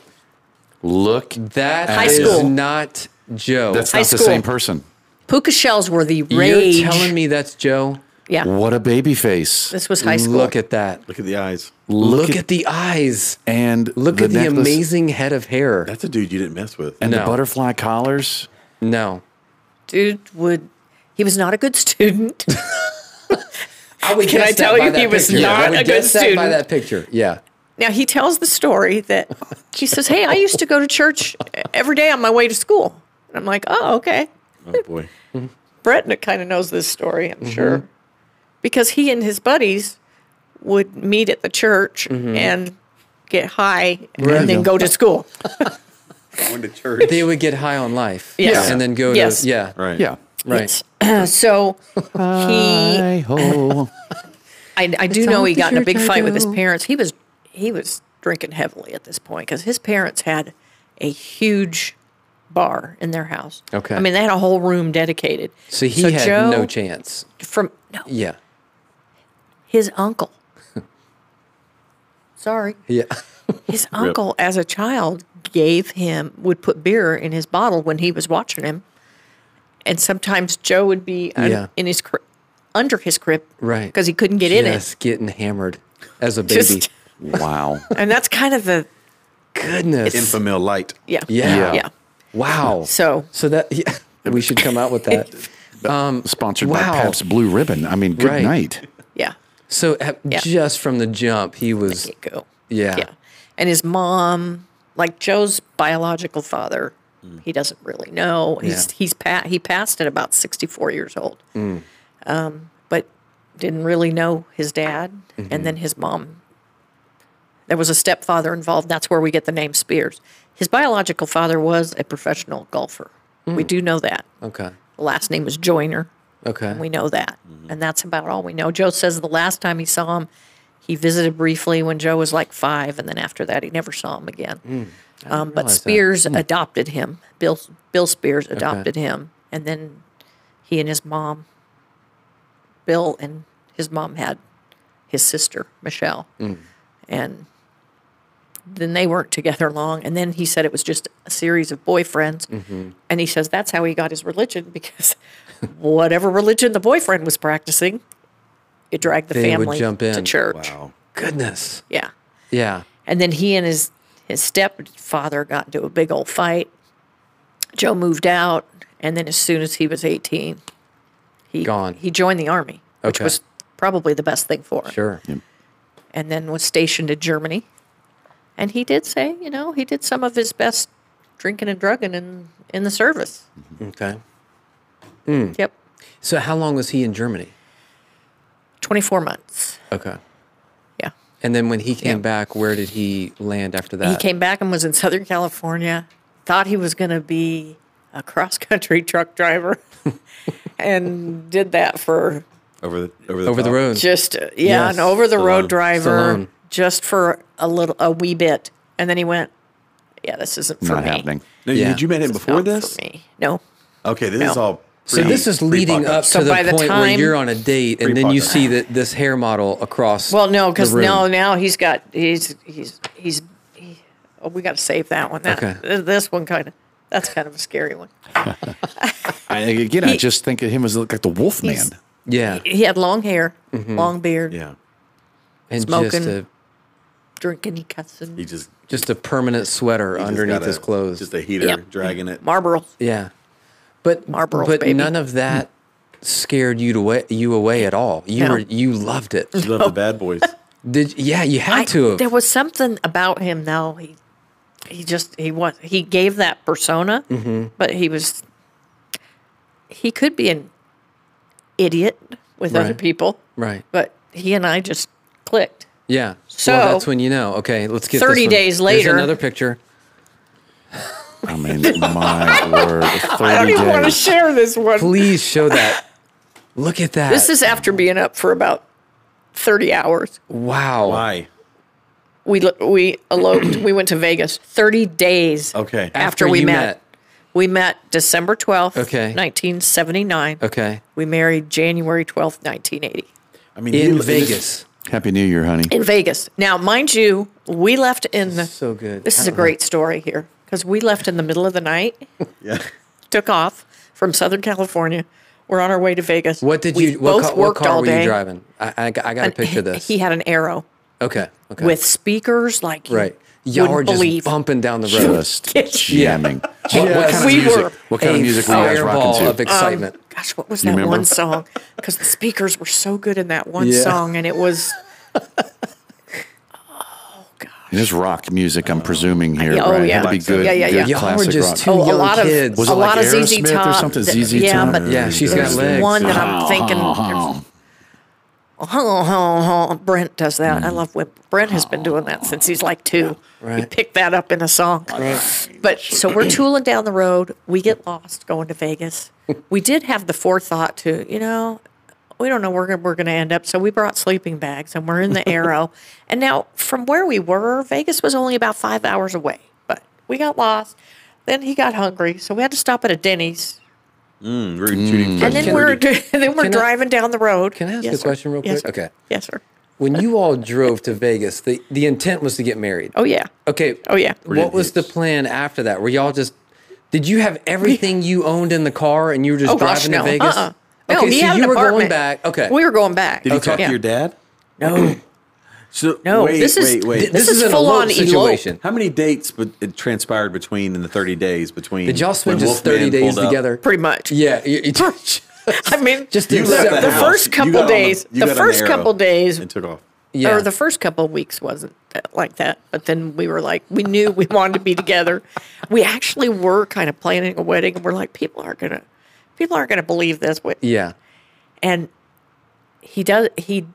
Speaker 1: look,
Speaker 3: That
Speaker 1: High
Speaker 3: is
Speaker 4: school.
Speaker 3: not Joe.
Speaker 1: that's
Speaker 4: High
Speaker 1: not the
Speaker 4: school.
Speaker 1: same person.
Speaker 4: Puka shells were the
Speaker 3: You're
Speaker 4: rage.
Speaker 3: telling me that's Joe?
Speaker 4: Yeah,
Speaker 1: What a baby face.
Speaker 4: this was high school.
Speaker 3: Look at that.
Speaker 2: Look at the eyes.
Speaker 3: Look, at, the eyes.
Speaker 1: and
Speaker 3: Look at the
Speaker 1: necklace
Speaker 3: amazing head of hair.
Speaker 2: That's a dude you didn't mess with.
Speaker 1: and the
Speaker 3: No.
Speaker 1: butterfly collars.
Speaker 3: no.
Speaker 4: dude would. He was not a good
Speaker 3: <laughs>
Speaker 4: student.
Speaker 3: I would
Speaker 4: Can I
Speaker 3: guess that
Speaker 4: tell
Speaker 3: by
Speaker 4: you
Speaker 3: that
Speaker 4: he was
Speaker 3: picture. I
Speaker 4: not
Speaker 3: would
Speaker 4: a good
Speaker 3: guess that by
Speaker 4: student?
Speaker 3: that picture. Yeah.
Speaker 4: Now he tells the story that she says, "Hey, I used to go to church every day on my way to school." And I'm like, "Oh, okay."
Speaker 2: Oh
Speaker 1: <laughs>
Speaker 2: boy.
Speaker 4: Brett kind of knows this story,
Speaker 3: Mm-hmm.
Speaker 4: I'm sure, because he and his buddies would meet at the church
Speaker 3: Mm-hmm.
Speaker 4: and get high and then go to school. <clears throat>
Speaker 2: Going to church.
Speaker 3: They would get high on life.
Speaker 4: Yes.
Speaker 3: And then go
Speaker 4: Yes.
Speaker 3: to yeah.
Speaker 2: Right.
Speaker 1: Yeah.
Speaker 3: Right.
Speaker 4: so
Speaker 3: <laughs>
Speaker 4: he uh,
Speaker 1: Hey ho.
Speaker 4: I, I do know he
Speaker 5: the
Speaker 4: got in a
Speaker 5: church
Speaker 4: big
Speaker 5: I
Speaker 4: fight with his
Speaker 5: go.
Speaker 4: parents. He was he was drinking heavily at this point because his parents had a huge bar in their house.
Speaker 3: Okay.
Speaker 4: I mean they had a whole room dedicated.
Speaker 3: So he had
Speaker 4: Joe
Speaker 3: no chance.
Speaker 4: from no
Speaker 3: Yeah.
Speaker 4: his
Speaker 3: <laughs>
Speaker 4: uncle. Sorry,
Speaker 3: Yeah. <laughs>
Speaker 4: his uncle as a child gave him would put beer in his bottle when he was watching him, and sometimes Joe would be un-
Speaker 3: Yeah.
Speaker 4: in his cri- under his crib
Speaker 3: Right.
Speaker 4: because he couldn't get in it.
Speaker 3: Yes, getting hammered as a baby.
Speaker 4: <laughs> Just
Speaker 1: Wow.
Speaker 4: and that's kind of the
Speaker 3: Goodness.
Speaker 2: Infamil light.
Speaker 4: yeah
Speaker 3: Yeah.
Speaker 4: yeah.
Speaker 3: Wow.
Speaker 4: So
Speaker 3: So that
Speaker 4: <laughs>
Speaker 3: yeah, we should come out with <laughs> that.
Speaker 1: Sponsored
Speaker 3: Wow.
Speaker 1: by Pabst Blue Ribbon. I mean, good
Speaker 3: Right.
Speaker 1: night.
Speaker 4: yeah,
Speaker 3: So uh,
Speaker 4: Yeah.
Speaker 3: just from the jump, he was
Speaker 4: get go.
Speaker 3: Yeah.
Speaker 4: yeah. And his mom, like Joe's biological father, he doesn't really know. He's
Speaker 3: Yeah.
Speaker 4: he's pa- he passed at about sixty four years old, um,
Speaker 3: Mm.
Speaker 4: but didn't really know his dad.
Speaker 3: Mm-hmm.
Speaker 4: And then his mom, there was a stepfather involved. That's where we get the name Spears. His biological father was a professional golfer. We
Speaker 3: Mm.
Speaker 4: do know that.
Speaker 3: okay.
Speaker 4: The last name was Joyner.
Speaker 3: Okay. Mm-hmm.
Speaker 4: We know that. And that's about all we know. Joe says the last time he saw him, he visited briefly when Joe was like five, and then after that, he never saw him again.
Speaker 3: Hmm.
Speaker 4: um, but
Speaker 3: that. Hmm.
Speaker 4: Spears adopted him. Bill, Bill Spears adopted him. And then he and his mom, Bill and his mom had his sister, Michelle.
Speaker 3: Hmm.
Speaker 4: And then they weren't together long. And then he said it was just a series of boyfriends.
Speaker 3: Mm-hmm.
Speaker 4: And he says that's how he got his religion <laughs> because whatever religion the boyfriend was practicing, it dragged the
Speaker 3: They would
Speaker 4: family
Speaker 3: jump
Speaker 4: to
Speaker 3: in.
Speaker 4: church.
Speaker 2: Wow.
Speaker 3: Goodness.
Speaker 4: Yeah.
Speaker 3: Yeah.
Speaker 4: And then he and his, his stepfather got into a big old fight. Joe moved out. And then as soon as he was 18, he,
Speaker 3: Gone. Oh.
Speaker 4: he joined the army, which
Speaker 3: Okay.
Speaker 4: was probably the best thing for him
Speaker 3: Sure.
Speaker 4: and then was stationed in Germany. And he did say, you know, he did some of his best drinking and drugging in, in the service.
Speaker 3: Okay.
Speaker 4: Yep.
Speaker 3: So how long was he in Germany?
Speaker 4: 24 months.
Speaker 3: Okay.
Speaker 4: Yeah.
Speaker 3: And then when he came
Speaker 4: Yeah.
Speaker 3: back, where did he land after that?
Speaker 4: he came back and was in Southern California, thought he was going to be a cross country <laughs> truck driver, and did that for
Speaker 2: Over the over the
Speaker 3: over the
Speaker 2: top.
Speaker 3: road.
Speaker 4: just, uh, yeah,
Speaker 3: Yes,
Speaker 4: an over the road
Speaker 2: Stallone.
Speaker 4: driver
Speaker 3: Stallone.
Speaker 4: just for a little, a wee bit. And then he went, yeah, this isn't for
Speaker 1: Not
Speaker 4: me.
Speaker 1: happening.
Speaker 2: No,
Speaker 3: Yeah.
Speaker 2: Did you met him before
Speaker 4: Not
Speaker 2: this?
Speaker 4: For me. No.
Speaker 2: Okay, this
Speaker 4: No.
Speaker 2: is all.
Speaker 3: so
Speaker 2: pre-
Speaker 3: this is leading
Speaker 2: pre-podcast.
Speaker 3: up to
Speaker 4: So
Speaker 3: the
Speaker 4: by
Speaker 3: point where
Speaker 4: the time-
Speaker 3: you're on a date, and then you
Speaker 2: Pre-podcast.
Speaker 3: see that this hair model across.
Speaker 4: Well, no, because
Speaker 3: the room.
Speaker 4: now now he's got he's he's he's he, oh, we got to save that one. That,
Speaker 3: Okay.
Speaker 4: th- This one kind of that's kind of a scary one.
Speaker 1: I, again, I just think of him as like the wolf man.
Speaker 4: He's-
Speaker 3: Yeah.
Speaker 4: He had long hair,
Speaker 3: Mm-hmm.
Speaker 4: long beard,
Speaker 2: Yeah,
Speaker 3: And just
Speaker 4: smoking.
Speaker 3: a
Speaker 4: drinking, cussing,
Speaker 2: he just he
Speaker 3: just a permanent sweater
Speaker 2: just
Speaker 3: underneath
Speaker 2: got
Speaker 3: his
Speaker 2: a-
Speaker 3: clothes.
Speaker 2: Just a heater
Speaker 4: Yep.
Speaker 2: dragging it.
Speaker 4: Marlboro.
Speaker 3: Yeah, but
Speaker 4: Marlboro,
Speaker 3: but
Speaker 4: baby.
Speaker 3: none of that scared you to wa- you away at all. You
Speaker 4: No.
Speaker 3: were you loved it.
Speaker 2: You
Speaker 4: <laughs>
Speaker 2: love the bad boys.
Speaker 3: Did yeah, you had
Speaker 4: I-
Speaker 3: to have.
Speaker 4: There was something about him though. He he just he was he gave that persona,
Speaker 3: Mm-hmm.
Speaker 4: but he was he could be an idiot with other
Speaker 3: Right.
Speaker 4: people,
Speaker 3: Right.
Speaker 4: but he and I just clicked.
Speaker 3: Yeah.
Speaker 4: So-
Speaker 3: well, that's when you know. Okay, let's get
Speaker 4: 30
Speaker 3: this one.
Speaker 4: days
Speaker 3: Here's
Speaker 4: later-
Speaker 3: another picture.
Speaker 1: I mean,
Speaker 4: <laughs>
Speaker 1: my word.
Speaker 4: I don't
Speaker 1: 30
Speaker 4: even want to
Speaker 1: days.
Speaker 4: share this one.
Speaker 3: Please show that. Look at that.
Speaker 4: This is after being up for about thirty hours.
Speaker 3: wow.
Speaker 2: Why?
Speaker 4: We lo- we eloped. we went to Vegas. Thirty days.
Speaker 2: Okay.
Speaker 4: After, we
Speaker 3: you
Speaker 4: met. we met December twelfth,
Speaker 3: Okay.
Speaker 4: nineteen seventy nine.
Speaker 3: Okay.
Speaker 4: We married January twelfth, nineteen eighty,
Speaker 2: I mean,
Speaker 3: In
Speaker 2: you-
Speaker 3: Vegas.
Speaker 1: Happy New Year, honey.
Speaker 4: in Vegas. Now, mind you, we left in.
Speaker 3: So good.
Speaker 4: This is a great story here because we left in the middle of the night,
Speaker 2: <laughs> Yeah.
Speaker 4: took off from Southern California. We're on our way to Vegas.
Speaker 3: What did
Speaker 4: we
Speaker 3: you? What,
Speaker 4: both
Speaker 3: ca- what
Speaker 4: worked
Speaker 3: car
Speaker 4: all
Speaker 3: were
Speaker 4: day.
Speaker 3: you driving? I, I, got- I got a
Speaker 4: And
Speaker 3: picture of
Speaker 4: he-
Speaker 3: this.
Speaker 4: He had an arrow
Speaker 3: okay. Okay.
Speaker 4: with speakers like you
Speaker 3: right. Y'all were
Speaker 4: wouldn't
Speaker 3: just
Speaker 4: believe.
Speaker 3: bumping down the road.
Speaker 1: Just
Speaker 4: <laughs> Yeah.
Speaker 1: jamming.
Speaker 3: What- what kind of
Speaker 4: We
Speaker 1: music?
Speaker 4: were Um,
Speaker 1: What kind of
Speaker 3: a
Speaker 1: music were you guys
Speaker 3: fireball
Speaker 1: rocking to?
Speaker 3: of excitement.
Speaker 4: Oh, Gosh, what was
Speaker 1: You
Speaker 4: that
Speaker 1: remember?
Speaker 4: one song? Because the speakers were so good in that one
Speaker 3: Yeah.
Speaker 4: song, and
Speaker 3: <laughs>
Speaker 4: it was
Speaker 1: It is rock music, I'm presuming here.
Speaker 4: Yeah, oh,
Speaker 1: right? It
Speaker 4: yeah.
Speaker 1: had to be good.
Speaker 4: Yeah, yeah,
Speaker 1: good
Speaker 4: yeah.
Speaker 3: Y'all were
Speaker 1: Classic
Speaker 3: just
Speaker 1: rock.
Speaker 3: too
Speaker 4: Oh, a
Speaker 3: young
Speaker 4: lot of-
Speaker 3: kids.
Speaker 4: Was it a lot of
Speaker 1: Aerosmith
Speaker 4: ZZ Top
Speaker 1: or something?
Speaker 4: that-
Speaker 1: ZZ
Speaker 4: yeah,
Speaker 1: Top.
Speaker 4: but-
Speaker 3: Yeah, she's got
Speaker 4: there's
Speaker 3: legs.
Speaker 4: one that I'm thinking.
Speaker 1: <laughs>
Speaker 4: there's- <laughs> Brent does that. I love when Brent has been doing that since he's like two. He
Speaker 3: Mm. Oh. Right.
Speaker 4: picked that up in a song. But so we're tooling down the road. We get lost going to Vegas. We did have the forethought to, you know, we don't know where we're going to end up. So we brought sleeping bags and we're in the
Speaker 3: <laughs>
Speaker 4: Arrow. and now from where we were, Vegas was only about five hours away, but we got lost. Then he got hungry. So we had to stop at a Denny's.
Speaker 2: Mm, Rudy, Judy,
Speaker 4: And then
Speaker 2: Judy.
Speaker 4: we're, <laughs> then we're
Speaker 3: Can I-
Speaker 4: driving down the road.
Speaker 3: Can I ask
Speaker 4: Yes,
Speaker 3: a
Speaker 4: sir.
Speaker 3: question real quick?
Speaker 4: Yes, sir.
Speaker 3: Okay.
Speaker 4: Yes, sir.
Speaker 3: When you all drove to Vegas, the, the intent was to get married.
Speaker 4: Oh, yeah.
Speaker 3: Okay.
Speaker 4: Oh, yeah.
Speaker 3: What was the plan after that? Were y'all just? Did you have everything you owned in the car and you were just
Speaker 4: Oh gosh,
Speaker 3: driving
Speaker 4: no.
Speaker 3: to Vegas?
Speaker 4: Uh-uh.
Speaker 3: Okay,
Speaker 4: No, he
Speaker 3: so
Speaker 4: had
Speaker 3: you
Speaker 4: an
Speaker 3: were going
Speaker 4: apartment.
Speaker 3: back. Okay.
Speaker 4: We were going back.
Speaker 2: Did you talk
Speaker 4: Yeah.
Speaker 2: to your dad?
Speaker 4: <clears throat> No,
Speaker 2: So,
Speaker 4: no.
Speaker 2: Wait,
Speaker 4: this is
Speaker 2: wait, wait.
Speaker 4: this, is,
Speaker 3: an
Speaker 4: full
Speaker 3: elope
Speaker 4: on
Speaker 3: situation.
Speaker 2: How many dates but it transpired between in the 30 days between?
Speaker 3: Did y'all spend
Speaker 2: when
Speaker 3: just
Speaker 2: Wolfman
Speaker 3: thirty days
Speaker 2: pulled up?
Speaker 3: together?
Speaker 4: Pretty much.
Speaker 3: Yeah. you- you- <laughs>
Speaker 4: I mean,
Speaker 3: Just
Speaker 4: just
Speaker 3: You
Speaker 4: the,
Speaker 2: You left
Speaker 4: the,
Speaker 2: the house.
Speaker 4: first
Speaker 2: You got
Speaker 4: couple
Speaker 2: on
Speaker 4: days.
Speaker 2: you
Speaker 4: The,
Speaker 2: got on
Speaker 4: first
Speaker 2: Arrow
Speaker 4: couple days,
Speaker 2: And took off.
Speaker 3: yeah.
Speaker 4: or the first couple weeks wasn't that- like that. But then we were like, we knew we <laughs> wanted to be together. We actually were kind of planning a wedding, and we're like, people aren't gonna, people aren't gonna believe this. We-
Speaker 3: yeah.
Speaker 4: and he does he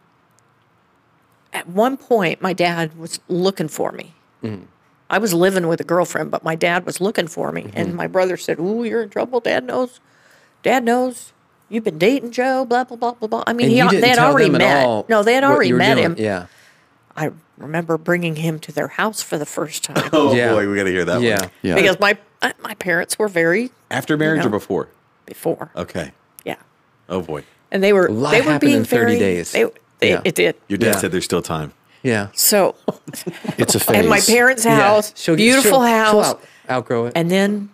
Speaker 4: at one point my dad was looking for me
Speaker 3: Mm-hmm.
Speaker 4: i was living with a girlfriend but my dad was looking for me
Speaker 3: Mm-hmm.
Speaker 4: and my brother said ooh you're in trouble dad knows dad knows you've been dating joe blah blah blah blah blah i mean
Speaker 3: And
Speaker 4: he,
Speaker 3: you didn't
Speaker 4: they had
Speaker 3: tell
Speaker 4: already
Speaker 3: them at
Speaker 4: met
Speaker 3: all
Speaker 4: no they had
Speaker 3: what you
Speaker 4: already
Speaker 3: were
Speaker 4: met
Speaker 3: doing.
Speaker 4: him
Speaker 3: Yeah.
Speaker 4: i remember bringing him to their house for the first time
Speaker 2: Oh
Speaker 3: Yeah.
Speaker 2: boy, we got to hear that.
Speaker 3: <laughs> Yeah.
Speaker 2: One.
Speaker 1: Yeah.
Speaker 4: because my uh, my parents were very
Speaker 2: After marriage
Speaker 4: No.
Speaker 2: or before?
Speaker 4: before
Speaker 2: Okay.
Speaker 4: yeah
Speaker 2: Oh boy,
Speaker 4: and they were
Speaker 3: Uh, lot
Speaker 4: they were
Speaker 3: happened
Speaker 4: being
Speaker 3: in 30
Speaker 4: very,
Speaker 3: days.
Speaker 4: they, they,
Speaker 3: Yeah.
Speaker 4: it did
Speaker 2: your dad
Speaker 3: Yeah.
Speaker 2: said there's still time.
Speaker 3: Yeah.
Speaker 4: so
Speaker 1: It's a phase.
Speaker 4: And my parents'
Speaker 3: Yeah.
Speaker 4: house,
Speaker 3: She'll-
Speaker 4: beautiful
Speaker 3: she'll- she'll
Speaker 4: house.
Speaker 3: out- outgrow it.
Speaker 4: and then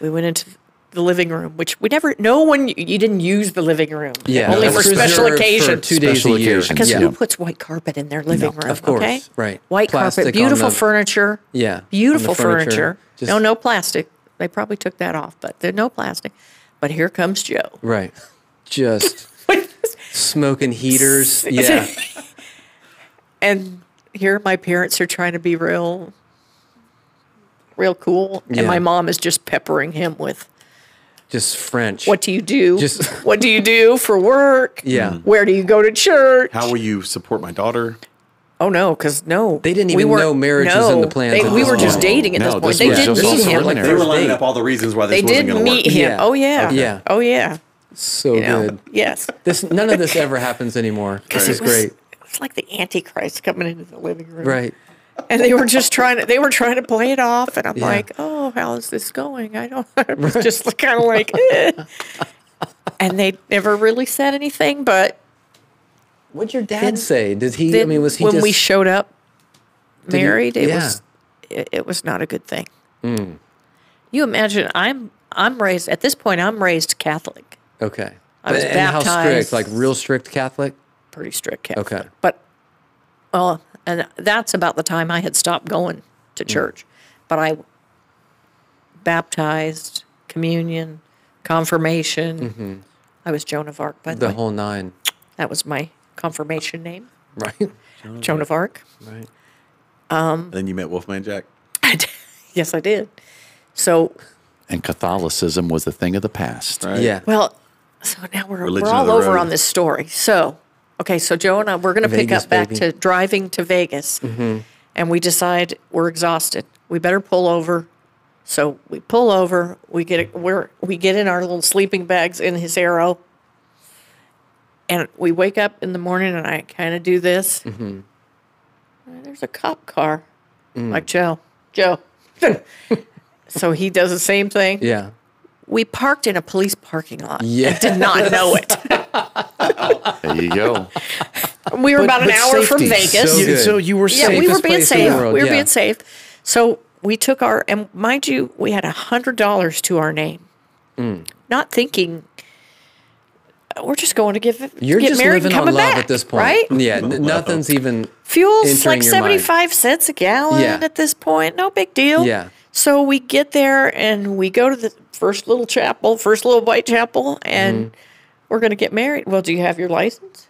Speaker 4: we went into the living room, which we never. No one. You didn't use the living room.
Speaker 3: yeah.
Speaker 4: only
Speaker 3: that's
Speaker 4: for special
Speaker 3: reserved for
Speaker 4: occasions.
Speaker 3: two days
Speaker 1: Special
Speaker 3: a year.
Speaker 1: occasions,
Speaker 4: because
Speaker 1: yeah.
Speaker 4: who puts white carpet in their living room?
Speaker 3: of course,
Speaker 4: okay?
Speaker 3: right.
Speaker 4: White
Speaker 3: Plastic on
Speaker 4: carpet, beautiful
Speaker 3: the-
Speaker 4: furniture.
Speaker 3: Yeah, on the
Speaker 4: beautiful
Speaker 3: furniture,
Speaker 4: furniture.
Speaker 3: just-
Speaker 4: no, no plastic. They probably took that off, but there's no plastic. But here comes Joe.
Speaker 3: Right.
Speaker 4: <laughs>
Speaker 3: Just smoking heaters. Yeah.
Speaker 4: and here my parents are trying to be real real cool and
Speaker 3: Yeah.
Speaker 4: my mom is just peppering him with
Speaker 3: Just French.
Speaker 4: what do you do
Speaker 3: Just- <laughs>
Speaker 4: what do you do for work
Speaker 3: Yeah.
Speaker 4: where do you go to church
Speaker 2: How will you support my daughter?
Speaker 4: oh no because no
Speaker 3: They didn't
Speaker 4: we
Speaker 3: even
Speaker 4: weren't-
Speaker 3: know marriage was in the plans
Speaker 4: they-
Speaker 3: at
Speaker 4: we
Speaker 3: this
Speaker 4: were just
Speaker 3: point.
Speaker 4: dating at
Speaker 1: No,
Speaker 4: this point
Speaker 1: this
Speaker 4: they
Speaker 1: was
Speaker 4: did
Speaker 1: just
Speaker 4: meet
Speaker 1: also
Speaker 4: him
Speaker 1: preliminary.
Speaker 2: They were
Speaker 3: First
Speaker 2: lining
Speaker 3: date.
Speaker 2: up all the reasons why this
Speaker 4: they
Speaker 2: wasn't
Speaker 4: did
Speaker 2: going to work.
Speaker 4: meet him
Speaker 3: Yeah.
Speaker 4: oh yeah
Speaker 3: Yeah.
Speaker 4: oh yeah
Speaker 3: so
Speaker 4: you know,
Speaker 3: good.
Speaker 4: yes
Speaker 3: This none of this ever happens
Speaker 4: <laughs>
Speaker 3: anymore. This is
Speaker 4: It was-
Speaker 3: great.
Speaker 4: it's like the antichrist coming into the living room
Speaker 3: Right.
Speaker 4: <laughs> and they were just trying to they were trying to play it off and i'm
Speaker 3: Yeah.
Speaker 4: like oh how is this going i don't <laughs> i was just kind of like eh. and they never really said anything but
Speaker 3: What'd your dad say? Did he? I
Speaker 4: then
Speaker 3: mean, was he
Speaker 4: when
Speaker 3: just?
Speaker 4: we showed up
Speaker 3: he-
Speaker 4: married it
Speaker 3: yeah. Mm.
Speaker 4: was it, it was not a good thing you imagine i'm i'm raised at this point i'm raised catholic
Speaker 3: okay.
Speaker 4: I was
Speaker 3: and how strict?
Speaker 4: baptized.
Speaker 3: Like real strict Catholic?
Speaker 4: pretty strict catholic
Speaker 3: Okay.
Speaker 4: but well and that's about the time i had stopped going to
Speaker 3: Mm.
Speaker 4: church but i baptized, communion, confirmation. I was Joan of Arc, by the,
Speaker 3: Mm-hmm. The
Speaker 4: way.
Speaker 3: whole nine. <laughs>
Speaker 4: that was my confirmation name,
Speaker 3: Right.
Speaker 4: Joan of Arc. <laughs>
Speaker 3: Right.
Speaker 2: And then you met Wolfman Jack.
Speaker 4: Yes, I did. So,
Speaker 1: And Catholicism was a thing of the past.
Speaker 2: Right.
Speaker 3: Yeah.
Speaker 4: well, so now we're,
Speaker 2: Religion
Speaker 4: we're
Speaker 2: of
Speaker 4: all
Speaker 2: the
Speaker 4: over
Speaker 2: road.
Speaker 4: on this story. So, okay, so Joe and I, we're going to pick
Speaker 3: Vegas,
Speaker 4: up back
Speaker 3: baby.
Speaker 4: to driving to Vegas.
Speaker 2: Mm-hmm.
Speaker 4: And we decide we're exhausted. We better pull over. So we pull over. We get we're, we get in our little sleeping bags in his arrow, and we wake up in the morning. And I kind of do this.
Speaker 2: Mm-hmm.
Speaker 4: Uh, There's a cop car.
Speaker 2: Mm.
Speaker 4: Like Joe, Joe. <laughs> so he does the same thing
Speaker 3: yeah.
Speaker 4: we parked in a police parking lot.
Speaker 3: Yeah.
Speaker 4: I did not know it.
Speaker 1: There you
Speaker 4: <laughs>
Speaker 1: go.
Speaker 4: We were about an
Speaker 3: but
Speaker 4: hour from
Speaker 3: safety,
Speaker 4: Vegas.
Speaker 3: so
Speaker 1: You-
Speaker 3: good.
Speaker 1: so you were
Speaker 4: yeah,
Speaker 1: safe.
Speaker 4: we were
Speaker 3: Safest
Speaker 4: being
Speaker 3: place in the
Speaker 4: safe.
Speaker 3: world,
Speaker 4: we were
Speaker 3: yeah.
Speaker 4: being safe. So we took our and mind you, we had a hundred dollars to our name,
Speaker 3: Mm.
Speaker 4: not thinking "Oh, we're just going to give
Speaker 3: <laughs> You're
Speaker 4: get
Speaker 3: just
Speaker 4: married
Speaker 3: living
Speaker 4: and
Speaker 3: on
Speaker 4: coming
Speaker 3: love
Speaker 4: back,
Speaker 3: at this point.
Speaker 4: right?
Speaker 3: Yeah. n- nothing's even.
Speaker 4: Fuel's
Speaker 3: entering
Speaker 4: like
Speaker 3: your mind.
Speaker 4: 75 cents a gallon
Speaker 3: Yeah.
Speaker 4: at this point. No big deal.
Speaker 3: Yeah.
Speaker 4: So we get there and we go to the first little chapel, first little white chapel, and
Speaker 3: Mm-hmm.
Speaker 4: we're going to get married. Well, do you have your license?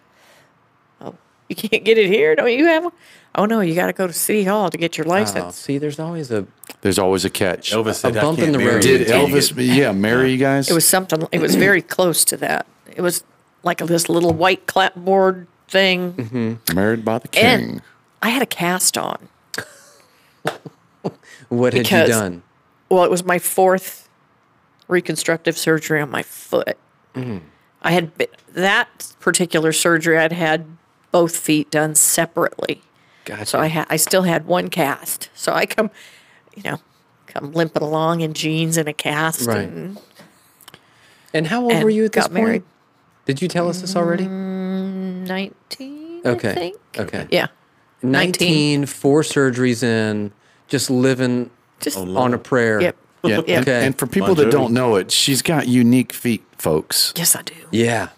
Speaker 4: Oh, you can't get it here. Don't you have one? Oh, no, you got to go to City Hall to get your
Speaker 3: Oh,
Speaker 4: license.
Speaker 3: see, there's always a.
Speaker 1: There's always a catch.
Speaker 2: Elvis said,
Speaker 3: A
Speaker 2: I
Speaker 3: bump
Speaker 2: can't
Speaker 3: in the
Speaker 2: marry
Speaker 3: road.
Speaker 2: you
Speaker 1: Did
Speaker 2: until you
Speaker 1: Elvis,
Speaker 2: get-
Speaker 1: yeah, marry you guys?
Speaker 4: It was something, it was
Speaker 3: <clears throat>
Speaker 4: very close to that. It was like this little white clapboard thing.
Speaker 3: Mm-hmm.
Speaker 1: married by the king.
Speaker 4: <laughs> And I had a cast on.
Speaker 3: What had you
Speaker 4: Because-
Speaker 3: done?
Speaker 4: well, it was my fourth reconstructive surgery on my foot.
Speaker 3: Mm-hmm.
Speaker 4: I had been, that particular surgery. I'd had both feet done separately,
Speaker 3: Gotcha.
Speaker 4: so I ha- I still had one cast. So I come, you know, come limping along in jeans and a cast.
Speaker 3: Right.
Speaker 4: And,
Speaker 3: and how old
Speaker 4: and
Speaker 3: were you at this
Speaker 4: got
Speaker 3: point?
Speaker 4: married.
Speaker 3: Did you tell us this already?
Speaker 4: Nineteen.
Speaker 3: Okay.
Speaker 4: I think.
Speaker 3: Okay.
Speaker 4: Yeah.
Speaker 3: 19, four surgeries in, just living
Speaker 2: Oh,
Speaker 4: Just
Speaker 3: on a prayer.
Speaker 4: yep.
Speaker 1: Yeah,
Speaker 4: Yeah.
Speaker 1: And,
Speaker 3: Okay.
Speaker 1: and for people that don't
Speaker 2: Longevity.
Speaker 1: know it, she's got unique feet, folks.
Speaker 4: <laughs> Yes, I do.
Speaker 3: Yeah.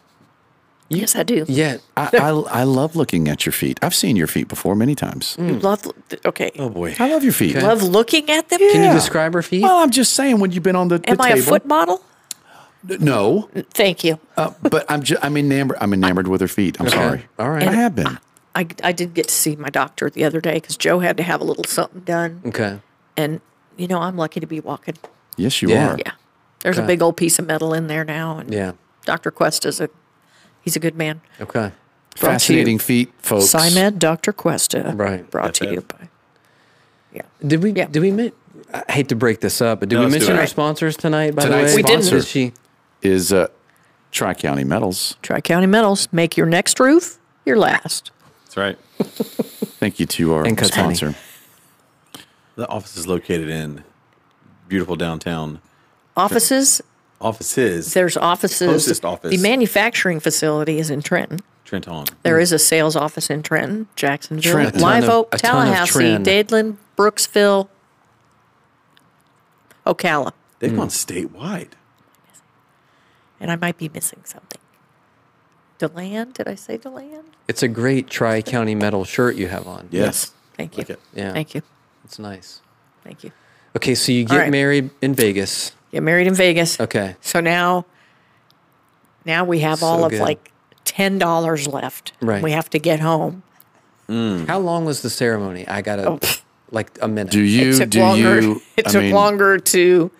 Speaker 4: Yes, I do.
Speaker 3: Yeah.
Speaker 1: I, I, I love looking at your feet. I've seen your feet before many times.
Speaker 4: You love. Okay.
Speaker 2: Oh boy.
Speaker 1: I love your feet.
Speaker 4: Love looking at them.
Speaker 3: Can
Speaker 1: Yeah.
Speaker 3: you describe her feet?
Speaker 2: Oh.
Speaker 1: Well, I'm just saying when you've been on the, the
Speaker 4: Am I a
Speaker 1: table-
Speaker 4: foot model?
Speaker 1: No,
Speaker 4: Thank you.
Speaker 1: uh, but I'm ju- I'm enamored. I'm enamored with her feet. I'm sorry.
Speaker 3: All right.
Speaker 1: I have been.
Speaker 4: I, I did get to see my doctor the other day because Joe had to have a little something done.
Speaker 3: Okay.
Speaker 4: And, you know, I'm lucky to be walking.
Speaker 1: Yes, you
Speaker 3: Yeah.
Speaker 1: are.
Speaker 4: Yeah. There's a
Speaker 3: Okay.
Speaker 4: big old piece of metal in there now. And
Speaker 3: Yeah.
Speaker 4: Dr. Quest is a, he's a good man.
Speaker 3: Okay.
Speaker 4: Brought to you.
Speaker 1: Fascinating feet, folks.
Speaker 4: SciMed, Dr. Questa.
Speaker 3: Right.
Speaker 4: uh, Brought to
Speaker 2: FF.
Speaker 4: you by. Yeah.
Speaker 3: Did we?
Speaker 4: Yeah.
Speaker 3: Did we? men- I hate to break this up, but did
Speaker 2: No,
Speaker 3: we
Speaker 2: let's do
Speaker 3: mention
Speaker 2: it.
Speaker 3: our sponsors tonight? By
Speaker 1: Tonight's
Speaker 3: the way,
Speaker 4: We didn't.
Speaker 1: sponsor.
Speaker 3: Did she?
Speaker 1: is uh, Tri County Metals.
Speaker 4: Tri County Metals, make your next roof your last.
Speaker 2: That's right.
Speaker 1: Thank you to our
Speaker 3: And Cook County.
Speaker 1: sponsor.
Speaker 2: The office is located in beautiful downtown.
Speaker 4: Offices,
Speaker 2: Offices
Speaker 4: there's offices.
Speaker 2: Closest office.
Speaker 4: The manufacturing facility is in Trenton.
Speaker 2: Trenton.
Speaker 4: There is a sales office in Trenton, Jacksonville,
Speaker 1: Trenton.
Speaker 4: Live
Speaker 3: Mm. A ton of-
Speaker 4: Oak,
Speaker 3: a ton of
Speaker 4: Tallahassee,
Speaker 3: Trenton.
Speaker 4: Dadeland, Brooksville, Ocala.
Speaker 2: They've gone statewide.
Speaker 4: And I might be missing something. Deland? Did I say Deland?
Speaker 3: It's a great Tri County metal shirt you have on.
Speaker 2: Yes.
Speaker 4: Thank you.
Speaker 2: Like it.
Speaker 3: Yeah.
Speaker 4: Thank you.
Speaker 3: It's nice.
Speaker 4: Thank you.
Speaker 3: Okay, so you get
Speaker 4: right.
Speaker 3: married in Vegas.
Speaker 4: Get married in Vegas.
Speaker 3: Okay.
Speaker 4: So now, now we have all
Speaker 3: So
Speaker 4: of
Speaker 3: good.
Speaker 4: like ten dollars left.
Speaker 3: Right.
Speaker 4: We have to get home.
Speaker 3: How long was the ceremony? I got
Speaker 4: Oh,
Speaker 3: to
Speaker 4: pff.
Speaker 3: like a minute.
Speaker 1: Do you?
Speaker 4: it took
Speaker 1: do
Speaker 4: longer.
Speaker 1: you?
Speaker 4: <laughs> it
Speaker 1: I
Speaker 4: took
Speaker 1: mean,
Speaker 4: longer to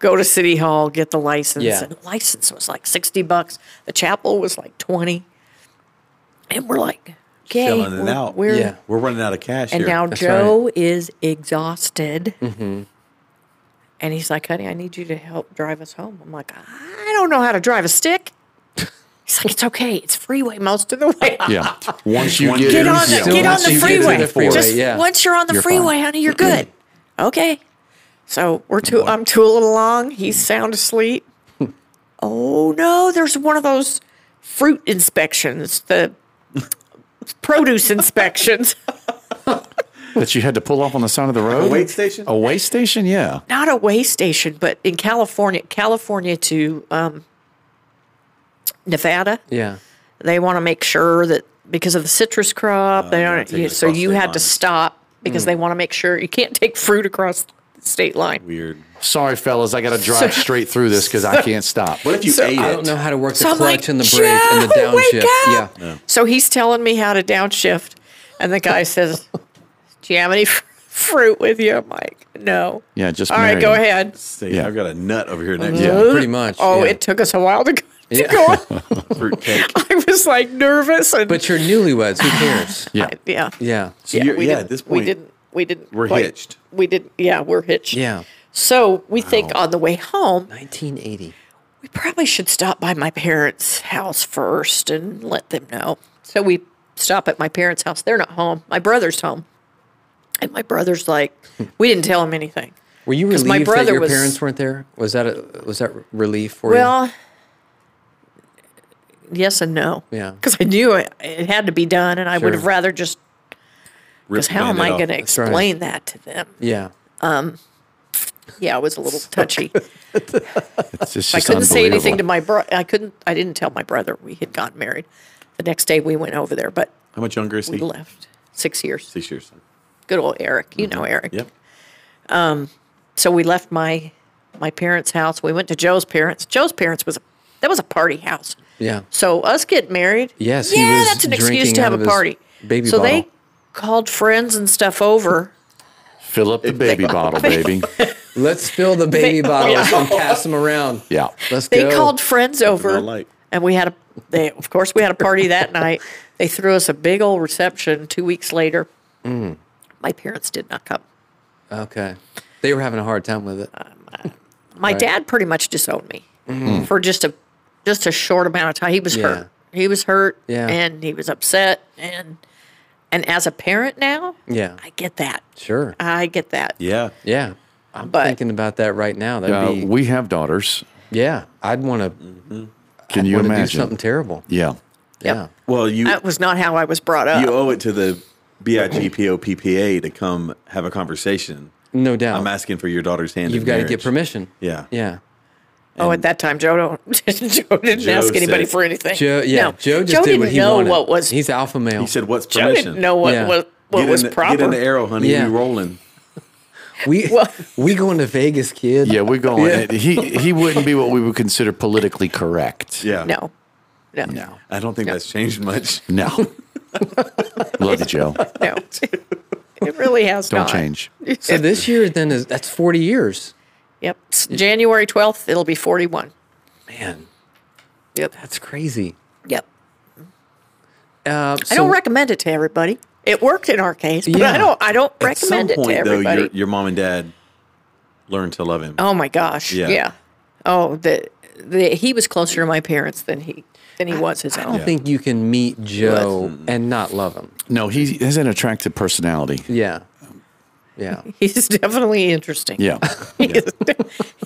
Speaker 4: go to City Hall get the license.
Speaker 3: Yeah.
Speaker 4: And the license was like sixty bucks. The chapel was like twenty. And we're like, okay,
Speaker 2: Filling it
Speaker 4: we're,
Speaker 2: out.
Speaker 4: we're-
Speaker 3: Yeah.
Speaker 2: We're running out of cash
Speaker 4: and
Speaker 2: here.
Speaker 4: now
Speaker 3: That's
Speaker 4: Joe is exhausted.
Speaker 1: Mm-hmm.
Speaker 4: And he's like, honey, I need you to help drive us home. I'm like, I don't know how to drive
Speaker 1: <laughs>
Speaker 4: a stick. He's like, it's okay. It's freeway most of the way.
Speaker 1: Yeah. Once you
Speaker 2: Once
Speaker 1: get,
Speaker 2: you
Speaker 4: Get on
Speaker 2: Yeah.
Speaker 4: the,
Speaker 2: So
Speaker 4: get on
Speaker 2: once
Speaker 4: the
Speaker 2: you get to
Speaker 4: freeway.
Speaker 2: the freeway,
Speaker 4: Just
Speaker 3: yeah.
Speaker 4: once you're on the
Speaker 1: You're
Speaker 4: freeway,
Speaker 1: fine.
Speaker 4: honey, you're good. okay. So we're too, I'm tooling along. He's
Speaker 2: <laughs>
Speaker 4: sound asleep. oh no, there's one of those fruit inspections, the <laughs> produce inspections.
Speaker 2: <laughs>
Speaker 1: that you had to pull off on the side of the road.
Speaker 2: a wait station?
Speaker 1: A weigh station. Yeah.
Speaker 4: not a way station, but in California, California to um, Nevada,
Speaker 3: Yeah.
Speaker 4: they want to make sure that because of the citrus crop, they
Speaker 2: yeah,
Speaker 4: don't.
Speaker 2: take it
Speaker 4: You, so
Speaker 2: across
Speaker 4: you
Speaker 2: state
Speaker 4: had to
Speaker 2: lines.
Speaker 4: stop because they want to make sure you can't take fruit across the state line.
Speaker 2: Weird.
Speaker 1: Sorry, fellas, I got to drive straight through this because I can't stop.
Speaker 2: What if you ate
Speaker 3: I
Speaker 2: it?
Speaker 3: don't know how to work the
Speaker 4: So I'm
Speaker 3: clutch
Speaker 4: like,
Speaker 3: and the brake and the
Speaker 4: "Joe, wake
Speaker 3: downshift. Yeah.
Speaker 4: up!" So he's telling me how to downshift, and the guy says, "Do you have any fr- fruit with you. I'm like, no.
Speaker 1: Yeah, just
Speaker 4: All right,
Speaker 1: marry
Speaker 4: go
Speaker 1: him.
Speaker 4: ahead.
Speaker 2: Say,
Speaker 1: Yeah.
Speaker 2: I've got a nut over here next
Speaker 1: Yeah.
Speaker 2: to
Speaker 3: pretty much,
Speaker 4: Oh,
Speaker 3: yeah.
Speaker 4: it took us a while to, go, to
Speaker 3: Yeah.
Speaker 4: go on.
Speaker 2: the fruit cake.
Speaker 4: I was like nervous. And,
Speaker 3: But you're newlyweds. Who cares?
Speaker 1: <laughs> Yeah.
Speaker 4: yeah.
Speaker 3: Yeah.
Speaker 2: So you're,
Speaker 4: we
Speaker 2: yeah,
Speaker 4: didn't-
Speaker 2: at this
Speaker 4: We
Speaker 2: point,
Speaker 4: didn't. We didn't.
Speaker 2: we're
Speaker 4: quite-
Speaker 2: hitched.
Speaker 4: We didn't. Yeah, we're hitched.
Speaker 3: Yeah.
Speaker 4: So we think on the way home,
Speaker 3: 1980.
Speaker 4: we probably should stop by my parents' house first and let them know. So we stop at my parents' house. They're not home. My brother's home. And my brother's like, we didn't tell him anything.
Speaker 3: Were you
Speaker 4: 'Cause
Speaker 3: relieved
Speaker 4: my
Speaker 3: that
Speaker 4: brother
Speaker 3: your
Speaker 4: was-
Speaker 3: parents weren't there? Was that a, was that relief for
Speaker 4: Well, yes and no.
Speaker 3: Yeah.
Speaker 4: Because I knew it, it had to be done, and I would
Speaker 3: Sure.
Speaker 4: have rather just, because
Speaker 2: Rip
Speaker 4: how am
Speaker 2: band-aid
Speaker 4: I
Speaker 2: off.
Speaker 4: going to
Speaker 3: right.
Speaker 4: explain that to them?
Speaker 3: you? Yeah.
Speaker 4: Yeah, it was a
Speaker 3: <laughs>
Speaker 4: little touchy.
Speaker 1: It's just,
Speaker 4: I
Speaker 1: just
Speaker 4: couldn't say anything to
Speaker 1: unbelievable.
Speaker 4: my brother. I couldn't, I didn't tell my brother we had gotten married. The next day we went over there, but
Speaker 2: How much younger is
Speaker 4: we
Speaker 2: he?
Speaker 4: left six years.
Speaker 2: Six years.
Speaker 4: good old Eric. You
Speaker 3: Mm-hmm.
Speaker 4: know Eric.
Speaker 2: Yep.
Speaker 4: So we left my my parents' house. We went to Joe's parents. Joe's parents was a, that was a party house.
Speaker 3: Yeah.
Speaker 4: So us getting married.
Speaker 3: Yes, he
Speaker 4: Yeah,
Speaker 3: was
Speaker 4: that's an excuse
Speaker 3: drinking
Speaker 4: to
Speaker 3: out
Speaker 4: have
Speaker 3: of
Speaker 4: a
Speaker 3: his
Speaker 4: party.
Speaker 3: baby
Speaker 4: so they
Speaker 3: bottle.
Speaker 4: called friends and stuff over.
Speaker 1: Fill up the
Speaker 4: <laughs>
Speaker 1: baby bottle, baby.
Speaker 3: Let's fill the baby bottles and pass them around.
Speaker 1: Yeah.
Speaker 3: Let's
Speaker 4: They
Speaker 3: go.
Speaker 4: called friends
Speaker 2: I
Speaker 4: over,
Speaker 2: like.
Speaker 4: and we had a. They of course we had a
Speaker 3: <laughs>
Speaker 4: party that night. They threw us a big old reception two weeks later.
Speaker 3: Mm.
Speaker 4: My parents did not come.
Speaker 3: Okay. They were having a hard time with it.
Speaker 4: Uh, my dad pretty much disowned me for just a just a short amount of time. He was
Speaker 3: Mm-hmm. Yeah.
Speaker 4: hurt. He was hurt,
Speaker 3: Yeah.
Speaker 4: and he was upset. And and as a parent now,
Speaker 3: Yeah.
Speaker 4: I get that.
Speaker 3: Sure.
Speaker 4: I get that.
Speaker 2: Yeah.
Speaker 3: Yeah. I'm
Speaker 4: But-
Speaker 3: thinking about that right now. That'd
Speaker 1: Uh,
Speaker 3: be
Speaker 1: we have daughters.
Speaker 3: yeah. I'd want to.
Speaker 1: Can you
Speaker 3: want to
Speaker 1: imagine?
Speaker 3: do something terrible?
Speaker 1: Yeah.
Speaker 3: Yeah.
Speaker 2: Well, you
Speaker 4: That was not how I was brought up.
Speaker 2: you owe it to the BIGPOPPA to come have a conversation.
Speaker 3: No doubt.
Speaker 2: I'm asking for your daughter's hand.
Speaker 3: You've
Speaker 2: got to
Speaker 3: get permission.
Speaker 2: Yeah.
Speaker 3: Yeah.
Speaker 4: oh, at that time, Joe don't <laughs> Joe didn't
Speaker 2: Joe
Speaker 4: ask anybody
Speaker 2: said-
Speaker 4: for anything.
Speaker 3: Joe. Yeah.
Speaker 4: no.
Speaker 3: Joe just did
Speaker 4: didn't
Speaker 3: what he
Speaker 4: know
Speaker 3: wanted.
Speaker 4: what was
Speaker 3: He's alpha male.
Speaker 2: He said, "What's
Speaker 4: Joe
Speaker 2: permission?"
Speaker 4: didn't know what
Speaker 3: Yeah.
Speaker 4: what, what
Speaker 2: Get
Speaker 4: was
Speaker 2: in the,
Speaker 4: proper.
Speaker 2: Get in the arrow, honey.
Speaker 3: Yeah.
Speaker 2: You rolling?
Speaker 4: <laughs>
Speaker 3: we we going to Vegas, kid.
Speaker 1: Yeah, we're going.
Speaker 3: Yeah.
Speaker 1: He he wouldn't be what we would consider politically correct.
Speaker 2: Yeah.
Speaker 4: no, no, no,
Speaker 1: No.
Speaker 2: I don't think that's changed much.
Speaker 3: <laughs>
Speaker 1: No. Love you, Joe.
Speaker 4: it really has
Speaker 1: Don't
Speaker 4: not.
Speaker 1: change.
Speaker 3: So this year then is that's 40 years.
Speaker 4: Yep, S- January twelfth, it'll be forty-one.
Speaker 3: Man,
Speaker 4: Yep,
Speaker 3: that's crazy.
Speaker 4: yep.
Speaker 3: Uh,
Speaker 4: I
Speaker 3: so-
Speaker 4: don't recommend it to everybody. It worked in our case, but
Speaker 3: Yeah.
Speaker 4: I don't. I don't
Speaker 2: At some
Speaker 4: <laughs> recommend it to
Speaker 2: point, though,
Speaker 4: everybody.
Speaker 2: your, your mom and dad learned to love him.
Speaker 4: oh my gosh!
Speaker 2: Yeah.
Speaker 4: Yeah. Oh, the, the he was closer to my parents than he than he was his
Speaker 3: I
Speaker 4: own.
Speaker 3: don't think you can meet Joe and not love him.
Speaker 1: No, he has an attractive personality.
Speaker 3: Yeah.
Speaker 4: <laughs>
Speaker 3: Yeah.
Speaker 4: <laughs> He's definitely interesting.
Speaker 1: Yeah.
Speaker 4: <laughs> He, is,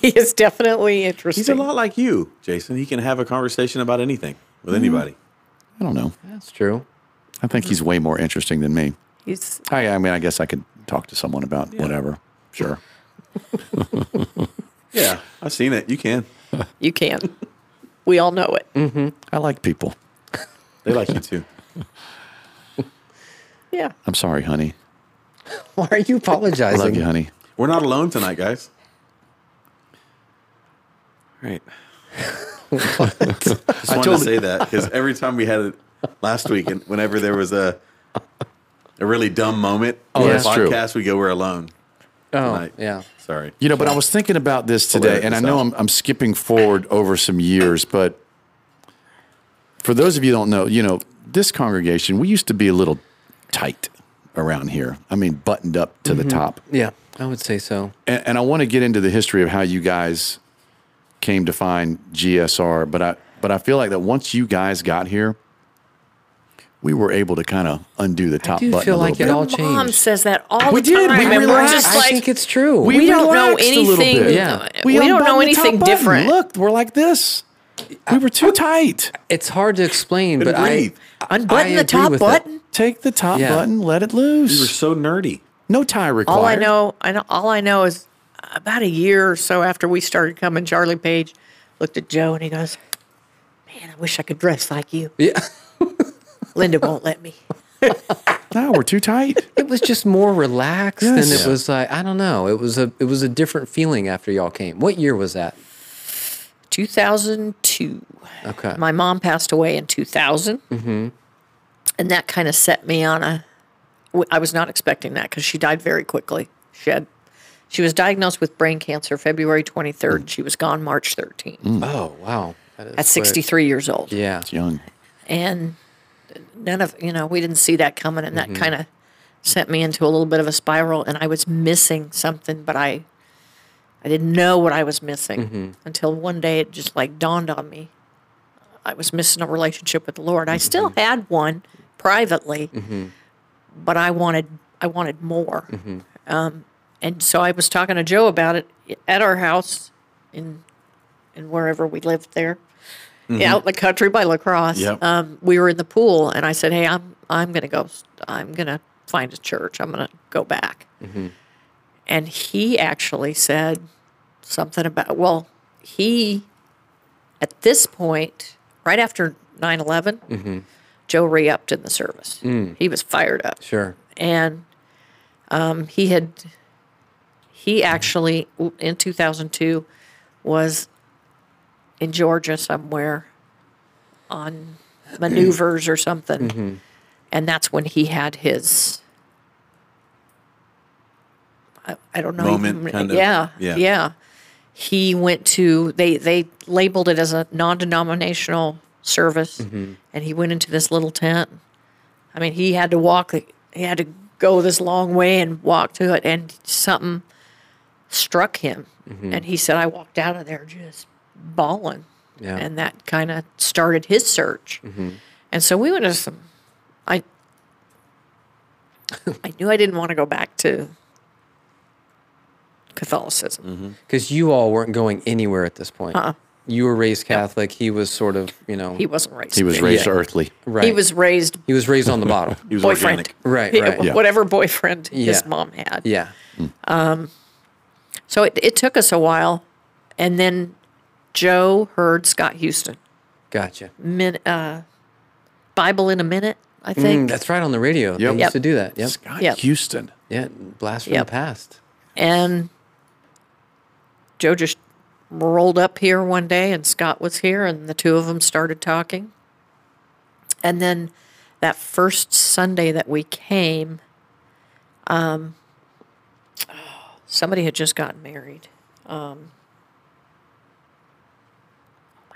Speaker 4: he is definitely interesting.
Speaker 2: He's a lot like you, Jason. He can have a conversation about anything with
Speaker 4: Mm-hmm.
Speaker 2: anybody.
Speaker 1: I don't know.
Speaker 3: That's true.
Speaker 1: I think he's way more interesting than me.
Speaker 4: He's
Speaker 1: I, I mean, I guess I could talk to someone about whatever. Sure.
Speaker 2: Yeah, I've seen it. You can.
Speaker 4: you can. We all know it.
Speaker 1: I like people.
Speaker 2: They like you too.
Speaker 4: Yeah.
Speaker 1: I'm sorry, honey.
Speaker 3: Why are you
Speaker 1: I
Speaker 3: apologizing?
Speaker 1: love you, honey.
Speaker 2: We're not alone tonight, guys.
Speaker 3: <laughs>
Speaker 2: Right. Just wanted to say that because every time we had it last week, and whenever there was a a really dumb moment on
Speaker 3: Oh, that's
Speaker 2: the
Speaker 1: true.
Speaker 2: podcast, we go, "We're alone."
Speaker 3: Oh,
Speaker 2: tonight.
Speaker 3: yeah.
Speaker 2: Sorry.
Speaker 1: You know, but I was thinking about this today,
Speaker 2: edit
Speaker 1: and I
Speaker 2: this
Speaker 1: know
Speaker 2: out.
Speaker 1: I'm, I'm skipping forward over some years, but for those of you who don't know, you know, this congregation, we used to be a little tight around here. I mean, buttoned up to the top.
Speaker 3: Yeah. I would say so.
Speaker 1: And, and I want to get into the history of how you guys came to find GSR, but I but I feel like that once you guys got here, we were able to kind of undo the top
Speaker 3: do
Speaker 1: button.
Speaker 3: feel
Speaker 1: a
Speaker 3: like
Speaker 1: little
Speaker 3: it
Speaker 1: bit.
Speaker 3: all
Speaker 4: Mom
Speaker 3: changed.
Speaker 4: says that all
Speaker 1: We
Speaker 4: the
Speaker 1: did.
Speaker 4: time.
Speaker 1: We
Speaker 4: and we're
Speaker 1: relaxed.
Speaker 4: just
Speaker 3: I
Speaker 4: like
Speaker 3: think it's true.
Speaker 4: we, don't know
Speaker 1: relaxed a little
Speaker 4: anything.
Speaker 1: bit.
Speaker 3: Yeah.
Speaker 4: We, don't know
Speaker 1: unbuttoned the top
Speaker 4: anything
Speaker 1: button.
Speaker 4: different.
Speaker 1: Look, we're like this. We were too tight.
Speaker 3: it's hard to explain, but I,
Speaker 2: breathe.
Speaker 3: I
Speaker 4: Unbutton the
Speaker 3: agree
Speaker 4: top
Speaker 3: with it.
Speaker 4: button.
Speaker 1: Take the top
Speaker 3: Yeah.
Speaker 1: button, let it
Speaker 2: You're
Speaker 1: loose.
Speaker 2: so nerdy.
Speaker 1: No tie required.
Speaker 4: All I know, I know, all I know is about a year or so after we started coming, Charlie Page looked at Joe and he goes, "Man, I wish I could dress like you."
Speaker 3: Yeah.
Speaker 4: Linda won't let <laughs> me.
Speaker 1: No, we're too <laughs> tight.
Speaker 3: It was just more relaxed, and
Speaker 1: Yes.
Speaker 3: it was like I don't know. It was a it was a different feeling after y'all came. What year was that?
Speaker 4: 2002.
Speaker 3: Okay.
Speaker 4: My mom passed away in 2000, mm-hmm. and that kind of set me on a w- I was not expecting that because she died very quickly. She had, she was diagnosed with brain cancer February 23rd. She was gone March 13th
Speaker 3: Oh wow. That is quick.
Speaker 4: at 63 years old.
Speaker 3: Yeah.
Speaker 1: It's young.
Speaker 4: And none of, you know, we didn't see that coming. And that kind of sent me into a little bit of a spiral. And I was missing something, but I, I didn't know what I was missing until one day it just like dawned on me. I was missing a relationship with the Lord. I still had one privately, but I wanted I wanted more. Um, and so I was talking to Joe about it at our house in in wherever we lived there, out in the country by lacrosse.
Speaker 1: Yep.
Speaker 4: Um, we were in the pool, and I said, "Hey, I'm I'm gonna go. I'm gonna find a church. I'm gonna go back." And he actually said something about well, he at this point, right after 9 11, Joe re upped in the service. He was fired up.
Speaker 3: Sure.
Speaker 4: And um, he had, he actually, in 2002, was in Georgia somewhere on maneuvers or something. And that's when he had his. I, I don't know.
Speaker 2: Moment,
Speaker 4: even-
Speaker 2: kind of.
Speaker 4: Yeah,
Speaker 2: Yeah.
Speaker 4: yeah. Yeah. He went to they they labeled it as a non-denominational service and he went into this little tent. I mean, he had to walk he had to go this long way and walk to it and something struck him. And he said I walked out of there just bawling.
Speaker 3: Yeah.
Speaker 4: And that kind of started his search. And so we went to some I I knew I didn't want to go back to Catholicism.
Speaker 3: Because you all weren't going anywhere at this point.
Speaker 4: Uh-uh.
Speaker 3: You were raised Catholic. He was sort of, you know,
Speaker 4: He wasn't raised.
Speaker 1: He was
Speaker 4: big.
Speaker 1: raised
Speaker 3: Yeah.
Speaker 1: earthly.
Speaker 3: right.
Speaker 4: He was raised
Speaker 3: he was raised on
Speaker 4: <laughs>
Speaker 3: the bottom.
Speaker 2: He was
Speaker 4: boyfriend.
Speaker 2: organic.
Speaker 3: Right,
Speaker 4: Yeah,
Speaker 3: right.
Speaker 1: Yeah.
Speaker 4: Whatever boyfriend his
Speaker 3: Yeah.
Speaker 4: mom had.
Speaker 3: yeah.
Speaker 4: So it, it took us a while, and then Joe heard Scott Houston,
Speaker 3: Gotcha.
Speaker 4: min, uh, Bible in a minute, I think.
Speaker 3: Mm, that's right on the radio. They
Speaker 1: Yep.
Speaker 3: used to do that. Yep.
Speaker 1: Scott
Speaker 4: Yep.
Speaker 1: Houston.
Speaker 3: Yeah. Blast from
Speaker 4: Yep.
Speaker 3: the past.
Speaker 4: And Joe just rolled up here one day, and Scott was here, and the two of them started talking. And then that first Sunday that we came, um, somebody had just gotten married.
Speaker 1: I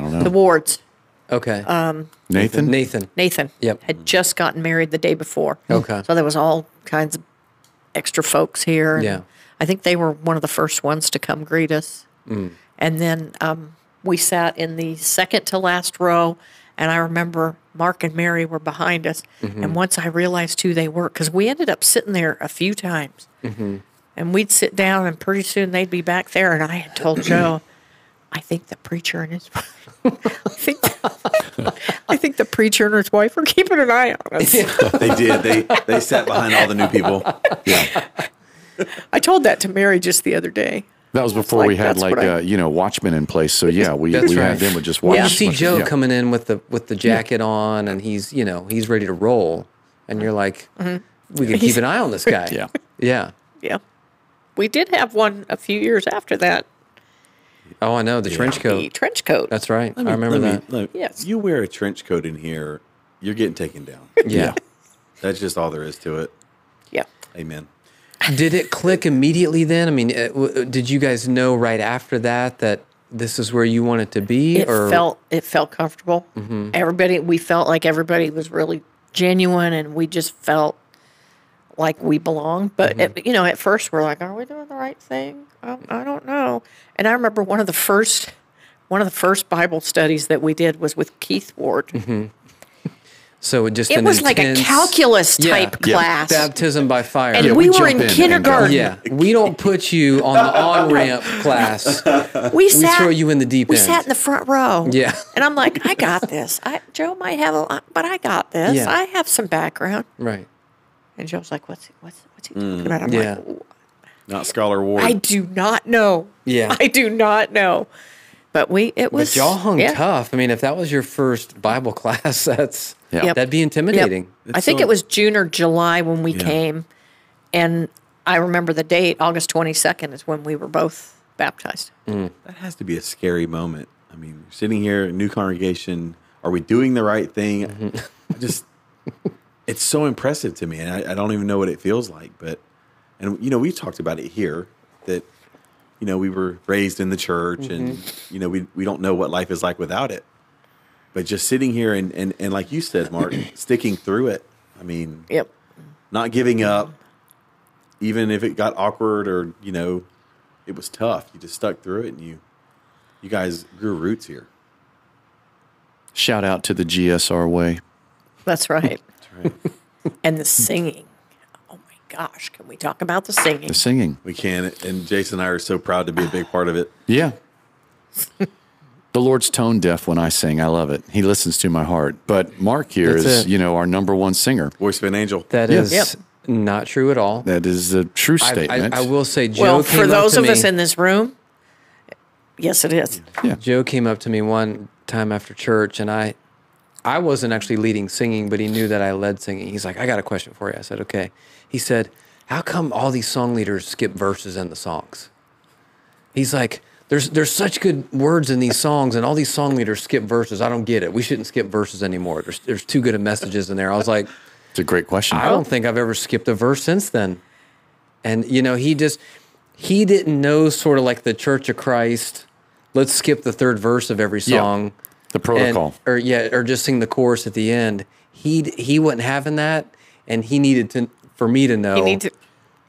Speaker 1: don't
Speaker 4: The
Speaker 3: Hmm.
Speaker 1: know.
Speaker 4: Wards,
Speaker 3: Okay.
Speaker 4: Um,
Speaker 1: Nathan?
Speaker 3: Nathan.
Speaker 4: Nathan,
Speaker 3: Yep.
Speaker 4: had just gotten married the day before.
Speaker 3: Okay.
Speaker 4: So there was all kinds of extra folks here. and
Speaker 3: Yeah.
Speaker 4: I think they were one of the first ones to come greet us. And then um, we sat in the second to last row. And I remember Mark and Mary were behind us. And once I realized who they were, because we ended up sitting there a few times. And we'd sit down, and pretty soon they'd be back there. And I had told Joe, I think the preacher and his wife, <laughs> I, think, I think <laughs> the preacher and his wife are keeping an eye on us.
Speaker 2: They did. They they sat behind all the new people. Yeah.
Speaker 4: I told that to Mary just the other day.
Speaker 1: That was before
Speaker 4: like-
Speaker 1: we had
Speaker 4: that's
Speaker 1: like
Speaker 4: what I-
Speaker 1: uh, you know watchmen in place. So yeah, we,
Speaker 3: That's
Speaker 1: we
Speaker 3: right.
Speaker 1: had them with just
Speaker 3: Well,
Speaker 1: watch.
Speaker 3: you see
Speaker 1: watch-
Speaker 3: Joe
Speaker 1: yeah.
Speaker 3: coming in with the with the jacket on, and he's you know he's ready to roll, and you're like,
Speaker 4: Mm-hmm.
Speaker 3: we can keep an eye on this guy.
Speaker 1: <laughs> Yeah.
Speaker 3: Yeah.
Speaker 4: Yeah. We did have one a few years after that,
Speaker 3: Oh, I know the trench
Speaker 4: the
Speaker 3: coat.
Speaker 4: trench coat.
Speaker 3: That's right. I remember
Speaker 2: Let me-
Speaker 3: that.
Speaker 2: look,
Speaker 4: Yes.
Speaker 2: You wear a trench coat in here, you're getting taken down.
Speaker 3: yeah.
Speaker 2: That's just all there is to it.
Speaker 4: yeah.
Speaker 2: Amen.
Speaker 3: Did it click immediately then? I mean, uh, w- uh, did you guys know right after that that this is where you wanted to be?
Speaker 4: It
Speaker 3: or
Speaker 4: felt it felt comfortable. Everybody we felt like everybody was really genuine and we just felt like we belonged. But at- you know, at first we're like, are we doing the right thing? I, I don't know. And I remember one of the first one of the first Bible studies that we did was with Keith Ward.
Speaker 3: so? It just
Speaker 4: It
Speaker 3: an
Speaker 4: was like a
Speaker 3: intense
Speaker 4: calculus type
Speaker 1: Yeah.
Speaker 4: class.
Speaker 3: baptism by fire.
Speaker 4: and
Speaker 1: Yeah,
Speaker 4: we,
Speaker 1: we
Speaker 4: were
Speaker 1: jump
Speaker 4: in
Speaker 1: in and
Speaker 4: kindergarten.
Speaker 3: yeah, we don't put you on the on
Speaker 4: <laughs>
Speaker 3: ramp class.
Speaker 4: We sat.
Speaker 3: throw you in the deep
Speaker 4: We
Speaker 3: end.
Speaker 4: sat in the front row.
Speaker 3: Yeah.
Speaker 4: And I'm like, I got this. I, Joe might have a lot, but I got this.
Speaker 3: Yeah.
Speaker 4: I have some background.
Speaker 3: Right.
Speaker 4: And Joe's like, what's what's what's he talking about? I'm
Speaker 3: Mm, Yeah.
Speaker 4: like,
Speaker 2: Not Scholar Ward.
Speaker 4: I do not know.
Speaker 3: Yeah.
Speaker 4: I do not know. But we, it was.
Speaker 3: But y'all hung
Speaker 4: yeah.
Speaker 3: tough. I mean, if that was your first Bible <laughs> class, that's
Speaker 1: Yeah. Yep.
Speaker 3: that'd be intimidating.
Speaker 4: I think
Speaker 2: so-
Speaker 4: it was June or July when we
Speaker 2: Yeah.
Speaker 4: came, and I remember the date. August 22nd is when we were both baptized.
Speaker 3: Mm.
Speaker 2: That has to be a scary moment. I mean, you're sitting here, new congregation. Are we doing the right thing? I just it's so impressive to me, and I, I don't even know what it feels like. But and you know, we talked about it here that you know we were raised in the church, and you know we we don't know what life is like without it. But just sitting here and and and like you said, Mark, <clears throat> sticking through it. I mean,
Speaker 4: Yep.
Speaker 2: not giving up, even if it got awkward or you know, it was tough. You just stuck through it, and you you guys grew roots here.
Speaker 1: Shout out to the GSR way.
Speaker 4: That's right.
Speaker 2: That's right.
Speaker 4: <laughs> and the singing. Oh my gosh, can we talk about the singing?
Speaker 1: The singing.
Speaker 2: We can, and Jason and I are so proud to be a big part of it.
Speaker 3: <laughs>
Speaker 1: Yeah. the Lord's tone deaf when I sing. I love it. He listens to my heart. But Mark here is,
Speaker 3: That's it.
Speaker 1: you know, our number one singer.
Speaker 2: Voice of an angel.
Speaker 3: That
Speaker 1: Yeah.
Speaker 3: is not true at all.
Speaker 1: That is a true
Speaker 3: I, I,
Speaker 1: statement.
Speaker 3: I will say, Joe
Speaker 4: well,
Speaker 3: came
Speaker 4: for
Speaker 3: up
Speaker 4: those
Speaker 3: to
Speaker 4: of
Speaker 3: me,
Speaker 4: us in this room, yes, it is.
Speaker 3: Joe came up to me one time after church, and I, I wasn't actually leading singing, but he knew that I led singing. He's like, "I got a question for you." I said, "Okay." He said, "How come all these song leaders skip verses in the songs?" He's like, "There's there's such good words in these songs, and all these song leaders skip verses. I don't get it. We shouldn't skip verses anymore. There's there's too good of messages in there." I was like.
Speaker 1: It's a great question.
Speaker 3: I don't think I've ever skipped a verse since then. And you know, he just he didn't know sort of like the Church of Christ. Let's skip the third verse of every
Speaker 1: Yeah.
Speaker 3: song,
Speaker 1: the
Speaker 3: and,
Speaker 1: protocol.
Speaker 3: or yeah, or just sing the chorus at the end. He d- he wasn't having that, and he needed to for me to know
Speaker 4: You need to.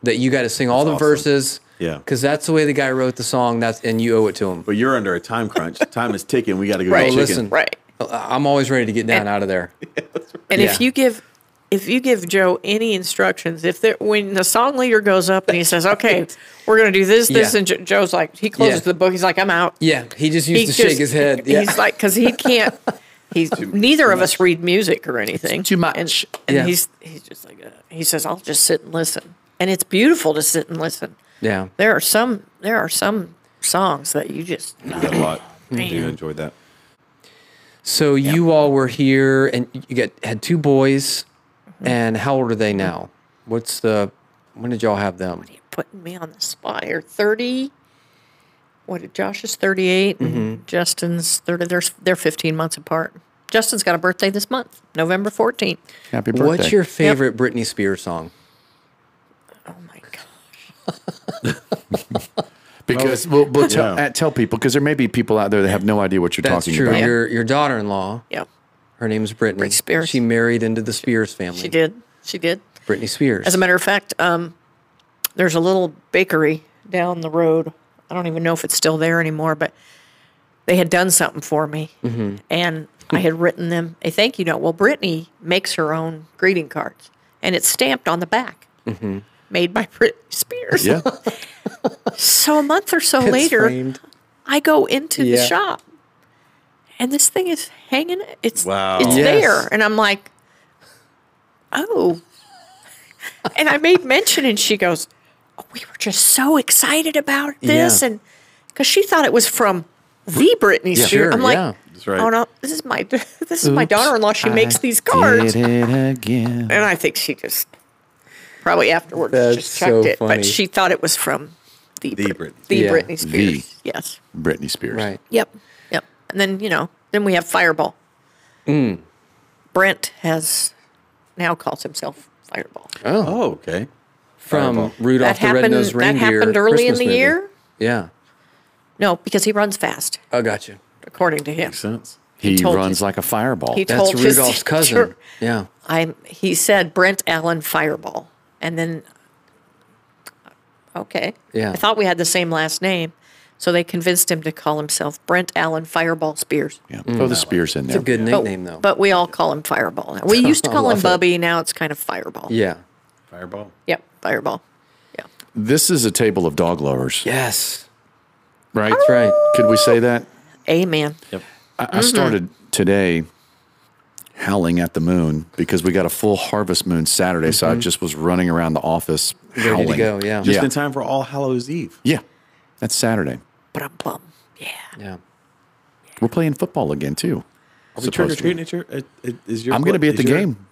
Speaker 3: that you got to sing all the
Speaker 2: awesome.
Speaker 3: verses.
Speaker 2: Yeah.
Speaker 3: because that's the way the guy wrote the song. That's and you owe it to him.
Speaker 2: But you're under a time crunch. time is ticking. We got to go
Speaker 4: Right.
Speaker 2: get
Speaker 4: Oh,
Speaker 2: chicken.
Speaker 3: listen.
Speaker 4: Right.
Speaker 3: I- I'm always ready to get down
Speaker 4: And-
Speaker 3: out of there.
Speaker 4: And
Speaker 3: Yeah.
Speaker 4: if you give if you give Joe any instructions, if there, when the song leader goes up and he says,
Speaker 3: <laughs>
Speaker 4: "Okay, we're going to do this, this,"
Speaker 3: Yeah.
Speaker 4: and jo- Joe's like, he closes
Speaker 3: Yeah.
Speaker 4: the book. He's like, "I'm out."
Speaker 3: Yeah, he just used
Speaker 4: He
Speaker 3: to
Speaker 4: just-
Speaker 3: shake his head. Yeah.
Speaker 4: He's like, because
Speaker 3: <laughs>
Speaker 4: he can't. He's neither of us read music or anything.
Speaker 1: too much.
Speaker 4: And, and
Speaker 3: Yeah.
Speaker 4: he's he's just like uh, he says, "I'll just sit and listen," and it's beautiful to sit and listen.
Speaker 3: yeah.
Speaker 4: There are some there are some songs that you just
Speaker 2: Do that a lot. I do
Speaker 4: Man.
Speaker 2: enjoy that.
Speaker 3: So you all were here, and you got had two boys,
Speaker 4: Mm-hmm.
Speaker 3: and how old are they now? What's the when did y'all have them?
Speaker 4: putting me on the spot here. Thirty. What? did- Josh is 38 and Justin's thirty. They're they're fifteen months apart. Justin's got a birthday this month, November fourteenth.
Speaker 1: Happy birthday.
Speaker 3: What's your favorite Britney Spears song?
Speaker 4: Oh my god!
Speaker 1: Because we'll, we'll tell,
Speaker 2: Yeah.
Speaker 1: uh, tell people because there may be people out there that have no idea what you're
Speaker 3: That's
Speaker 1: talking
Speaker 3: true.
Speaker 1: about.
Speaker 3: Your your daughter-in-law,
Speaker 4: Yeah,
Speaker 3: her name's Britney.
Speaker 4: Britney Spears.
Speaker 3: She married into the Spears family.
Speaker 4: she did. She did.
Speaker 3: Britney Spears.
Speaker 4: As a matter of fact, um, there's a little bakery down the road. I don't even know if it's still there anymore, but they had done something for me, and I had written them a thank you note. Well, Brittany makes her own greeting cards, and it's stamped on the back, made by Britney Spears.
Speaker 1: Yeah.
Speaker 4: So a month or so
Speaker 3: It's
Speaker 4: later,
Speaker 3: framed.
Speaker 4: I go into the
Speaker 3: Yeah.
Speaker 4: shop, and this thing is hanging. It's
Speaker 2: Wow.
Speaker 4: it's
Speaker 3: Yes.
Speaker 4: there, and I'm like, oh. <laughs> and I made mention, and she goes, oh, "We were just so excited about this,"
Speaker 3: Yeah.
Speaker 4: and because she thought it was from the Britney Spears.
Speaker 3: Sure,
Speaker 4: I'm like,
Speaker 3: yeah.
Speaker 2: That's right.
Speaker 4: oh no, this is my <laughs> this is my
Speaker 3: Oops,
Speaker 4: daughter-in-law. She makes
Speaker 3: I
Speaker 4: these cards,
Speaker 1: Did it again.
Speaker 4: and I think she just probably afterwards
Speaker 3: That's
Speaker 4: just checked
Speaker 3: so
Speaker 4: it,
Speaker 3: funny.
Speaker 4: but she thought it was from the
Speaker 2: The
Speaker 4: Brit-
Speaker 2: Britney.
Speaker 4: the
Speaker 3: Yeah.
Speaker 4: Britney
Speaker 1: The.
Speaker 4: Spears. Yes.
Speaker 1: Britney Spears.
Speaker 3: right.
Speaker 4: Yep. Yep. And then, you know, then we have Fireball.
Speaker 3: Mm.
Speaker 4: Brent has now calls himself Fireball.
Speaker 2: Oh, okay.
Speaker 3: From Rudolph
Speaker 4: that
Speaker 3: the
Speaker 4: happened
Speaker 3: Red-Nosed
Speaker 4: that
Speaker 3: Reindeer.
Speaker 4: happened early
Speaker 3: Christmas
Speaker 4: in the
Speaker 3: movie.
Speaker 4: year?
Speaker 3: Yeah.
Speaker 4: No, because he runs fast,
Speaker 3: I got you.
Speaker 4: according to him.
Speaker 2: Makes sense.
Speaker 1: He,
Speaker 4: told
Speaker 1: runs
Speaker 4: you.
Speaker 1: like a fireball.
Speaker 4: He
Speaker 3: That's
Speaker 4: told his <laughs>
Speaker 3: Rudolph's
Speaker 4: teacher-
Speaker 3: cousin. Yeah.
Speaker 4: I'm he said Brent Allen Fireball. And then okay.
Speaker 3: Yeah.
Speaker 4: I thought we had the same last name. So they convinced him to call himself Brent Allen Fireball Spears.
Speaker 1: yeah. Throw the spears in there.
Speaker 3: It's a good
Speaker 4: But,
Speaker 3: nickname though.
Speaker 4: Oh, but we all call him Fireball now. We used to
Speaker 3: <laughs> I
Speaker 4: call him
Speaker 3: love it.
Speaker 4: Bubby, now it's kind of Fireball.
Speaker 3: yeah.
Speaker 2: Fireball.
Speaker 4: Yep, Fireball. Yeah.
Speaker 1: this is a table of dog lovers,
Speaker 3: Yes.
Speaker 1: right?
Speaker 3: That's right.
Speaker 1: Could we say that?
Speaker 4: Amen.
Speaker 1: I, I started today howling at the moon because we got a full harvest moon Saturday. So I just was running around the office
Speaker 3: to
Speaker 1: howling.
Speaker 3: go, yeah.
Speaker 2: Just
Speaker 1: yeah.
Speaker 2: in time for All Hallows Eve.
Speaker 1: Yeah. That's Saturday.
Speaker 4: Brum bum. Yeah.
Speaker 3: Yeah.
Speaker 1: We're playing football again, too.
Speaker 2: Are we
Speaker 1: supposed
Speaker 2: trick or
Speaker 1: to.
Speaker 2: treating at your? At, at, is your
Speaker 1: I'm going to be at
Speaker 2: is
Speaker 1: the
Speaker 2: your-
Speaker 1: game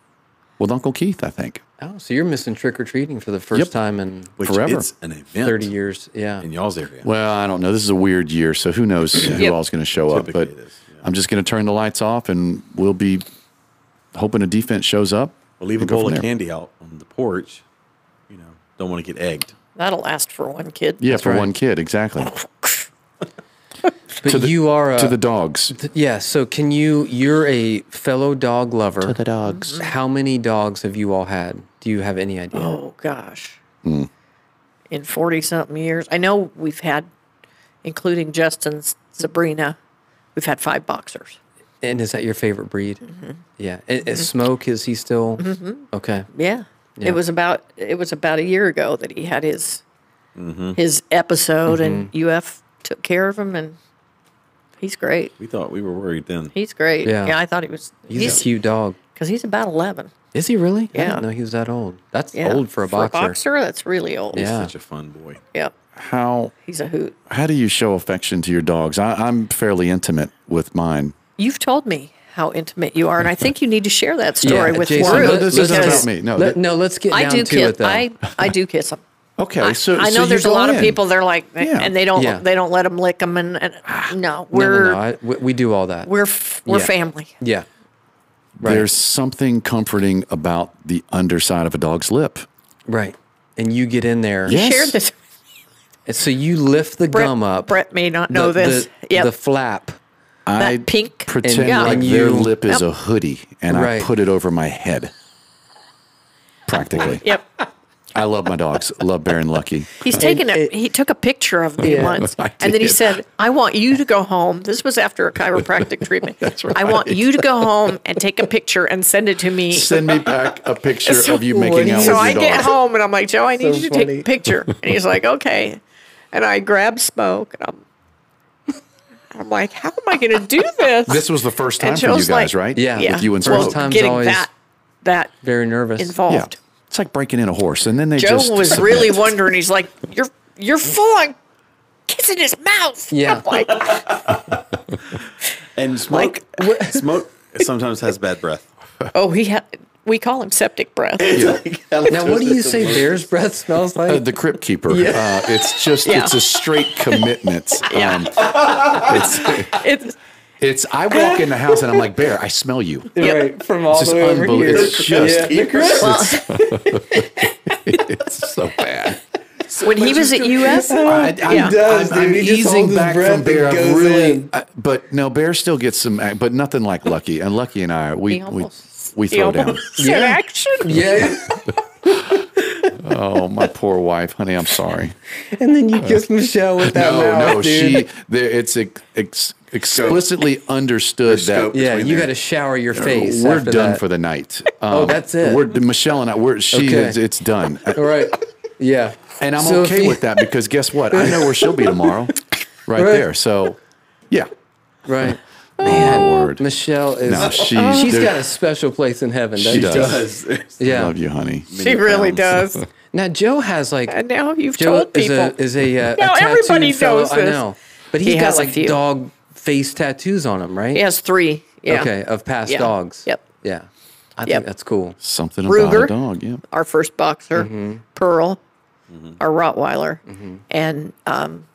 Speaker 1: with Uncle Keith, I think.
Speaker 3: Oh, so you're missing trick or treating for the first
Speaker 1: Yep.
Speaker 3: time in
Speaker 2: Which
Speaker 1: forever.
Speaker 2: It's an event.
Speaker 3: 30 years. Yeah.
Speaker 2: in y'all's area.
Speaker 1: Well, I don't know. This is a weird year, so who knows who
Speaker 4: Yep.
Speaker 1: all's going to show up.
Speaker 2: Typically
Speaker 1: But
Speaker 2: it is, yeah.
Speaker 1: I'm just going to turn the lights off, and we'll be hoping a defense shows up.
Speaker 2: But leave a
Speaker 1: And go
Speaker 2: bowl
Speaker 1: from
Speaker 2: of
Speaker 1: there.
Speaker 2: candy out on the porch. You know, don't want to get egged.
Speaker 4: That'll last for one kid.
Speaker 1: Yeah, for
Speaker 3: right.
Speaker 1: one kid,
Speaker 2: Uh,
Speaker 1: exactly.
Speaker 3: But
Speaker 1: the-
Speaker 3: you are a,
Speaker 1: to the dogs.
Speaker 3: yeah. So can you? You're a fellow dog lover. Mm-hmm.
Speaker 1: dogs.
Speaker 3: How many dogs have you all had? Do you have any idea?
Speaker 4: Oh gosh.
Speaker 3: Hmm.
Speaker 4: In forty something years, I know we've had, including Justin's Sabrina, we've had five boxers.
Speaker 3: And is that your favorite breed?
Speaker 4: Mm-hmm.
Speaker 3: Yeah. And, and Smoke is he still? Okay.
Speaker 4: Yeah.
Speaker 3: Yeah.
Speaker 4: It was about it was about a year ago that he had his
Speaker 3: Mm-hmm.
Speaker 4: his episode and UF took care of him and he's great.
Speaker 2: We thought we were worried then.
Speaker 4: He's great.
Speaker 3: Yeah.
Speaker 4: I thought he was
Speaker 3: He's, a cute dog.
Speaker 4: cuz he's about 11.
Speaker 3: Is he really? I
Speaker 4: Yeah.
Speaker 3: didn't know he was that old. That's
Speaker 4: Yeah.
Speaker 3: old for a boxer.
Speaker 4: that's really old.
Speaker 3: Yeah.
Speaker 2: Such a fun boy.
Speaker 4: Yeah.
Speaker 1: How
Speaker 4: He's a hoot.
Speaker 1: how do you show affection to your dogs? I, I'm fairly intimate with mine.
Speaker 4: You've told me how intimate you are and I think you need to share that story with
Speaker 3: Jason,
Speaker 4: Warren
Speaker 1: let- this isn't
Speaker 4: because
Speaker 1: about me. No,
Speaker 3: let-
Speaker 1: that-
Speaker 3: no. Let's get
Speaker 4: I
Speaker 3: down
Speaker 4: do
Speaker 3: to
Speaker 4: kiss
Speaker 3: it though.
Speaker 4: I I do kiss
Speaker 3: <laughs>
Speaker 4: him.
Speaker 1: Okay,
Speaker 4: I,
Speaker 1: so
Speaker 4: I
Speaker 1: so
Speaker 4: know
Speaker 1: you
Speaker 4: there's a
Speaker 1: go
Speaker 4: lot
Speaker 1: in.
Speaker 4: of people they're like
Speaker 1: Yeah.
Speaker 4: and they don't
Speaker 3: Yeah. Ah,
Speaker 4: they don't let him lick them and, and no,
Speaker 3: No, no,
Speaker 4: we're
Speaker 3: no, I- we, we do all that.
Speaker 4: we're f- we're
Speaker 3: Yeah.
Speaker 4: family.
Speaker 3: yeah. Right.
Speaker 1: There's something comforting about the underside of a dog's lip.
Speaker 3: right. And you get in there.
Speaker 1: Yeah. Yes.
Speaker 4: Shared this.
Speaker 3: And so you lift the
Speaker 4: Brett,
Speaker 3: gum up.
Speaker 4: Brett may not
Speaker 3: the-
Speaker 4: know this.
Speaker 3: The,
Speaker 4: yep.
Speaker 3: the flap.
Speaker 1: I
Speaker 4: pink
Speaker 1: pretend
Speaker 4: and- Yeah.
Speaker 1: like
Speaker 3: and
Speaker 1: their
Speaker 3: you-
Speaker 1: lip is a hoodie, and
Speaker 3: Right.
Speaker 1: I put it over my head.
Speaker 4: <laughs>
Speaker 1: Practically,
Speaker 4: yep.
Speaker 1: I love my dogs. Love Baron
Speaker 4: <laughs>
Speaker 1: Lucky.
Speaker 4: He's taken a he took a picture of me
Speaker 3: Yeah.
Speaker 4: once,
Speaker 1: I
Speaker 4: and then he
Speaker 1: did.
Speaker 4: said, "I want you to go home." This was after
Speaker 1: <laughs>
Speaker 4: a chiropractic treatment. That's right. I want you to go home and take a picture and send it to me.
Speaker 1: Send me back a picture
Speaker 4: So-
Speaker 1: of you making out with
Speaker 4: so
Speaker 1: your
Speaker 4: I
Speaker 1: dog.
Speaker 4: get home and I'm like, Joe, I need
Speaker 3: So
Speaker 4: you to take
Speaker 3: funny.
Speaker 4: a picture. And he's like, okay. And I grab smoke and I'm, I'm like, how am I going to do this?
Speaker 1: This was the first time
Speaker 4: And
Speaker 1: for you
Speaker 4: Joe's
Speaker 1: guys,
Speaker 4: like-
Speaker 1: right?
Speaker 3: Yeah.
Speaker 1: with you and
Speaker 3: First
Speaker 1: Smoke.
Speaker 3: time. time's
Speaker 4: getting
Speaker 3: always
Speaker 4: that that
Speaker 3: Very nervous.
Speaker 1: Yeah,
Speaker 4: involved.
Speaker 1: it's like breaking in a horse, and then they
Speaker 4: Joe
Speaker 1: just
Speaker 4: <laughs>
Speaker 1: <laughs>
Speaker 4: was
Speaker 1: submit.
Speaker 4: really wondering. He's like, you're you're full on kissing his mouth.
Speaker 3: Yeah.
Speaker 4: I'm like,
Speaker 2: And smoke, <laughs> smoke sometimes has bad
Speaker 4: <laughs>
Speaker 2: breath.
Speaker 4: oh, he had. We call him septic breath.
Speaker 3: Now, what do
Speaker 2: <laughs>
Speaker 3: you say bear's breath smells
Speaker 1: Uh,
Speaker 3: like?
Speaker 1: the Crypt Keeper. Uh, it's just
Speaker 4: <laughs> Yeah.
Speaker 1: it's a straight commitment. Um, it's,
Speaker 4: It's
Speaker 1: it's I walk in the house and I'm like Bear, I smell you.
Speaker 4: Yep.
Speaker 3: from all
Speaker 1: It's just unbelievable. It's just it's so bad.
Speaker 4: when he was at US.
Speaker 1: I, I, am
Speaker 6: does, dude. He just holds his breath and goes in.
Speaker 1: I- but no, Bear still gets some, act- but nothing like Lucky. And Lucky and I, we
Speaker 4: He almost-
Speaker 1: we, we
Speaker 4: He
Speaker 1: throw
Speaker 4: almost
Speaker 1: down.
Speaker 4: said
Speaker 3: Yeah.
Speaker 4: action.
Speaker 3: <laughs> Yeah.
Speaker 1: Oh, my poor wife, honey,
Speaker 6: <laughs>
Speaker 1: I'm sorry.
Speaker 6: And then you kiss Michelle with that
Speaker 1: No,
Speaker 6: mouth,
Speaker 1: no,
Speaker 6: dude.
Speaker 1: she. There, it's ex, ex, explicitly understood that.
Speaker 2: scope.
Speaker 3: Yeah.
Speaker 2: Between
Speaker 3: You
Speaker 2: there.
Speaker 3: got to shower your face.
Speaker 1: We're
Speaker 3: after
Speaker 1: done
Speaker 3: that.
Speaker 1: for the night.
Speaker 3: <laughs> Oh,
Speaker 1: Um,
Speaker 3: that's it.
Speaker 1: We're Michelle and I. We're she.
Speaker 3: Okay.
Speaker 1: Is, it's done.
Speaker 3: <laughs> All right. Yeah.
Speaker 1: And I'm
Speaker 3: So if
Speaker 1: okay
Speaker 3: you-
Speaker 1: with that because guess what? I know where she'll
Speaker 3: <laughs>
Speaker 1: be tomorrow, right, there. So, yeah.
Speaker 3: Right.
Speaker 1: Man, oh, word.
Speaker 3: Michelle is.
Speaker 1: No,
Speaker 3: she's
Speaker 1: she- there-
Speaker 3: got a special place in heaven. doesn't
Speaker 1: She does.
Speaker 3: Yeah.
Speaker 1: Love you, honey.
Speaker 4: She really
Speaker 2: pounds.
Speaker 4: does.
Speaker 3: Now Joe has like
Speaker 4: And now you've
Speaker 3: Joe
Speaker 4: told
Speaker 3: is
Speaker 4: people.
Speaker 3: a is a, uh, a
Speaker 4: Now
Speaker 3: tattooed
Speaker 4: everybody
Speaker 3: fellow.
Speaker 4: knows
Speaker 3: I
Speaker 4: this.
Speaker 3: know, but
Speaker 4: He
Speaker 3: he's got
Speaker 4: has a
Speaker 3: like
Speaker 4: few.
Speaker 3: dog face tattoos on him, right?
Speaker 4: he has three. Yeah.
Speaker 3: Okay, of past
Speaker 4: Yeah.
Speaker 3: dogs.
Speaker 4: Yep.
Speaker 3: Yeah, I
Speaker 4: Yep.
Speaker 3: think that's cool.
Speaker 1: Something about
Speaker 4: Ruger.
Speaker 1: a dog. Yeah.
Speaker 4: Our first boxer, Pearl, our Rottweiler, and um,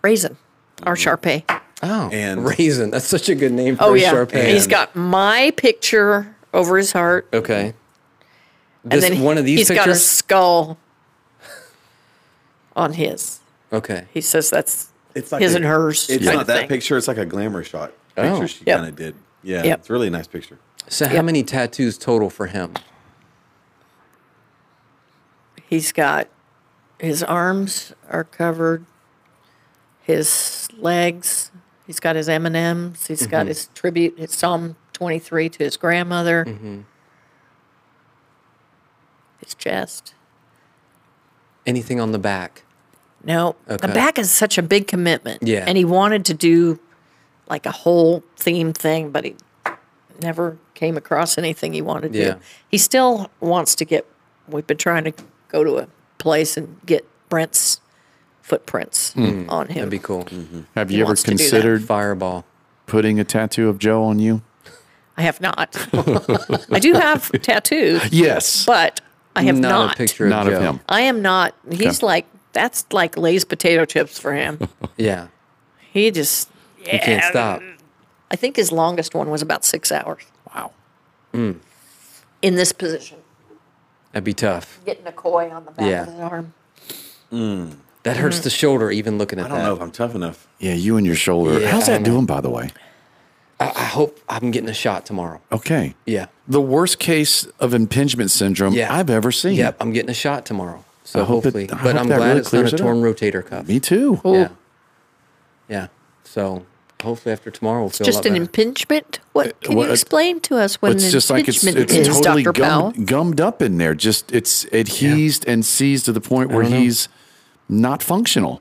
Speaker 4: Raisin, our Shar Pei.
Speaker 3: Oh,
Speaker 2: And-
Speaker 3: raisin. That's such a good name for
Speaker 4: Oh
Speaker 3: a
Speaker 4: yeah,
Speaker 3: Shar Pei.
Speaker 4: he's got my picture over his heart,
Speaker 3: okay.
Speaker 4: and
Speaker 3: This
Speaker 4: then
Speaker 3: one of these
Speaker 4: he's got a
Speaker 3: pictures.
Speaker 4: skull on his.
Speaker 3: okay.
Speaker 4: He says that's
Speaker 2: It's
Speaker 4: his
Speaker 2: a-
Speaker 4: and hers.
Speaker 2: It's
Speaker 4: type
Speaker 2: not that
Speaker 4: thing.
Speaker 2: picture. It's like a glamour shot
Speaker 3: Oh.
Speaker 2: picture she
Speaker 4: Yep.
Speaker 2: kind of did. Yeah,
Speaker 4: Yep.
Speaker 2: it's a really nice picture.
Speaker 3: So how
Speaker 4: Yep.
Speaker 3: many tattoos total for him?
Speaker 4: He's got his arms are covered, his legs. He's got his M and M's. He's
Speaker 3: Mm-hmm.
Speaker 4: got his tribute, his Psalm twenty three to his grandmother.
Speaker 3: Mm-hmm.
Speaker 4: His chest.
Speaker 3: Anything on the back?
Speaker 4: No,
Speaker 3: Okay.
Speaker 4: the back is such a big commitment.
Speaker 3: Yeah.
Speaker 4: and he wanted to do like a whole theme thing, but he never came across anything he wanted to.
Speaker 3: Yeah.
Speaker 4: do. He still wants to get. We've been trying to go to a place and get Brent's footprints on him.
Speaker 3: Hmm. That'd be cool.
Speaker 1: Have you ever
Speaker 4: wants to do that.
Speaker 1: considered
Speaker 3: Fireball.
Speaker 1: putting a tattoo of Joe on you?
Speaker 4: I have not. <laughs> I do have tattoos,
Speaker 1: Yes.
Speaker 4: but I have
Speaker 3: not,
Speaker 4: not.
Speaker 3: a picture
Speaker 1: not
Speaker 3: of,
Speaker 1: of
Speaker 3: Joe.
Speaker 1: him.
Speaker 4: I am not. He's like that's like Lay's potato chips
Speaker 3: <laughs>
Speaker 4: for him.
Speaker 3: Yeah,
Speaker 4: He just.
Speaker 3: he can't
Speaker 4: Yeah.
Speaker 3: stop.
Speaker 1: Hmm.
Speaker 4: I think his longest one was about six hours.
Speaker 1: Wow.
Speaker 4: in this position,
Speaker 3: That'd be tough.
Speaker 4: getting a koi on the back
Speaker 3: Yeah.
Speaker 4: of the arm.
Speaker 3: That hurts
Speaker 4: Mm-hmm.
Speaker 3: the shoulder even looking at
Speaker 2: I don't
Speaker 3: that.
Speaker 2: know if I'm tough enough.
Speaker 1: Yeah, you and your shoulder.
Speaker 3: Yeah,
Speaker 1: How's
Speaker 3: I
Speaker 1: that
Speaker 3: know.
Speaker 1: doing, by the way?
Speaker 3: I, I hope I'm getting a shot tomorrow.
Speaker 1: Okay.
Speaker 3: Yeah.
Speaker 1: The worst case of impingement syndrome
Speaker 3: Yeah.
Speaker 1: I've ever seen.
Speaker 3: Yep. I'm getting a shot tomorrow. So
Speaker 1: I hope it-
Speaker 3: hopefully,
Speaker 1: I
Speaker 3: but
Speaker 1: hope
Speaker 3: I'm
Speaker 1: that
Speaker 3: glad
Speaker 1: really
Speaker 3: it's not
Speaker 1: clears
Speaker 3: a
Speaker 1: it up.
Speaker 3: torn rotator cuff.
Speaker 1: Me too.
Speaker 3: Yeah. Yeah. So hopefully after tomorrow we'll feel a
Speaker 4: Just
Speaker 3: lot
Speaker 4: an
Speaker 3: better.
Speaker 4: impingement. What can
Speaker 1: Uh, what-
Speaker 4: you explain to us what
Speaker 1: It's
Speaker 4: an
Speaker 1: just like it's
Speaker 4: impingement
Speaker 1: it's
Speaker 4: is,
Speaker 1: totally
Speaker 4: Dr. Powell?
Speaker 1: gummed, gummed up in there. Just it's adhesed and seized to the point where
Speaker 3: don't know.
Speaker 1: he's not functional,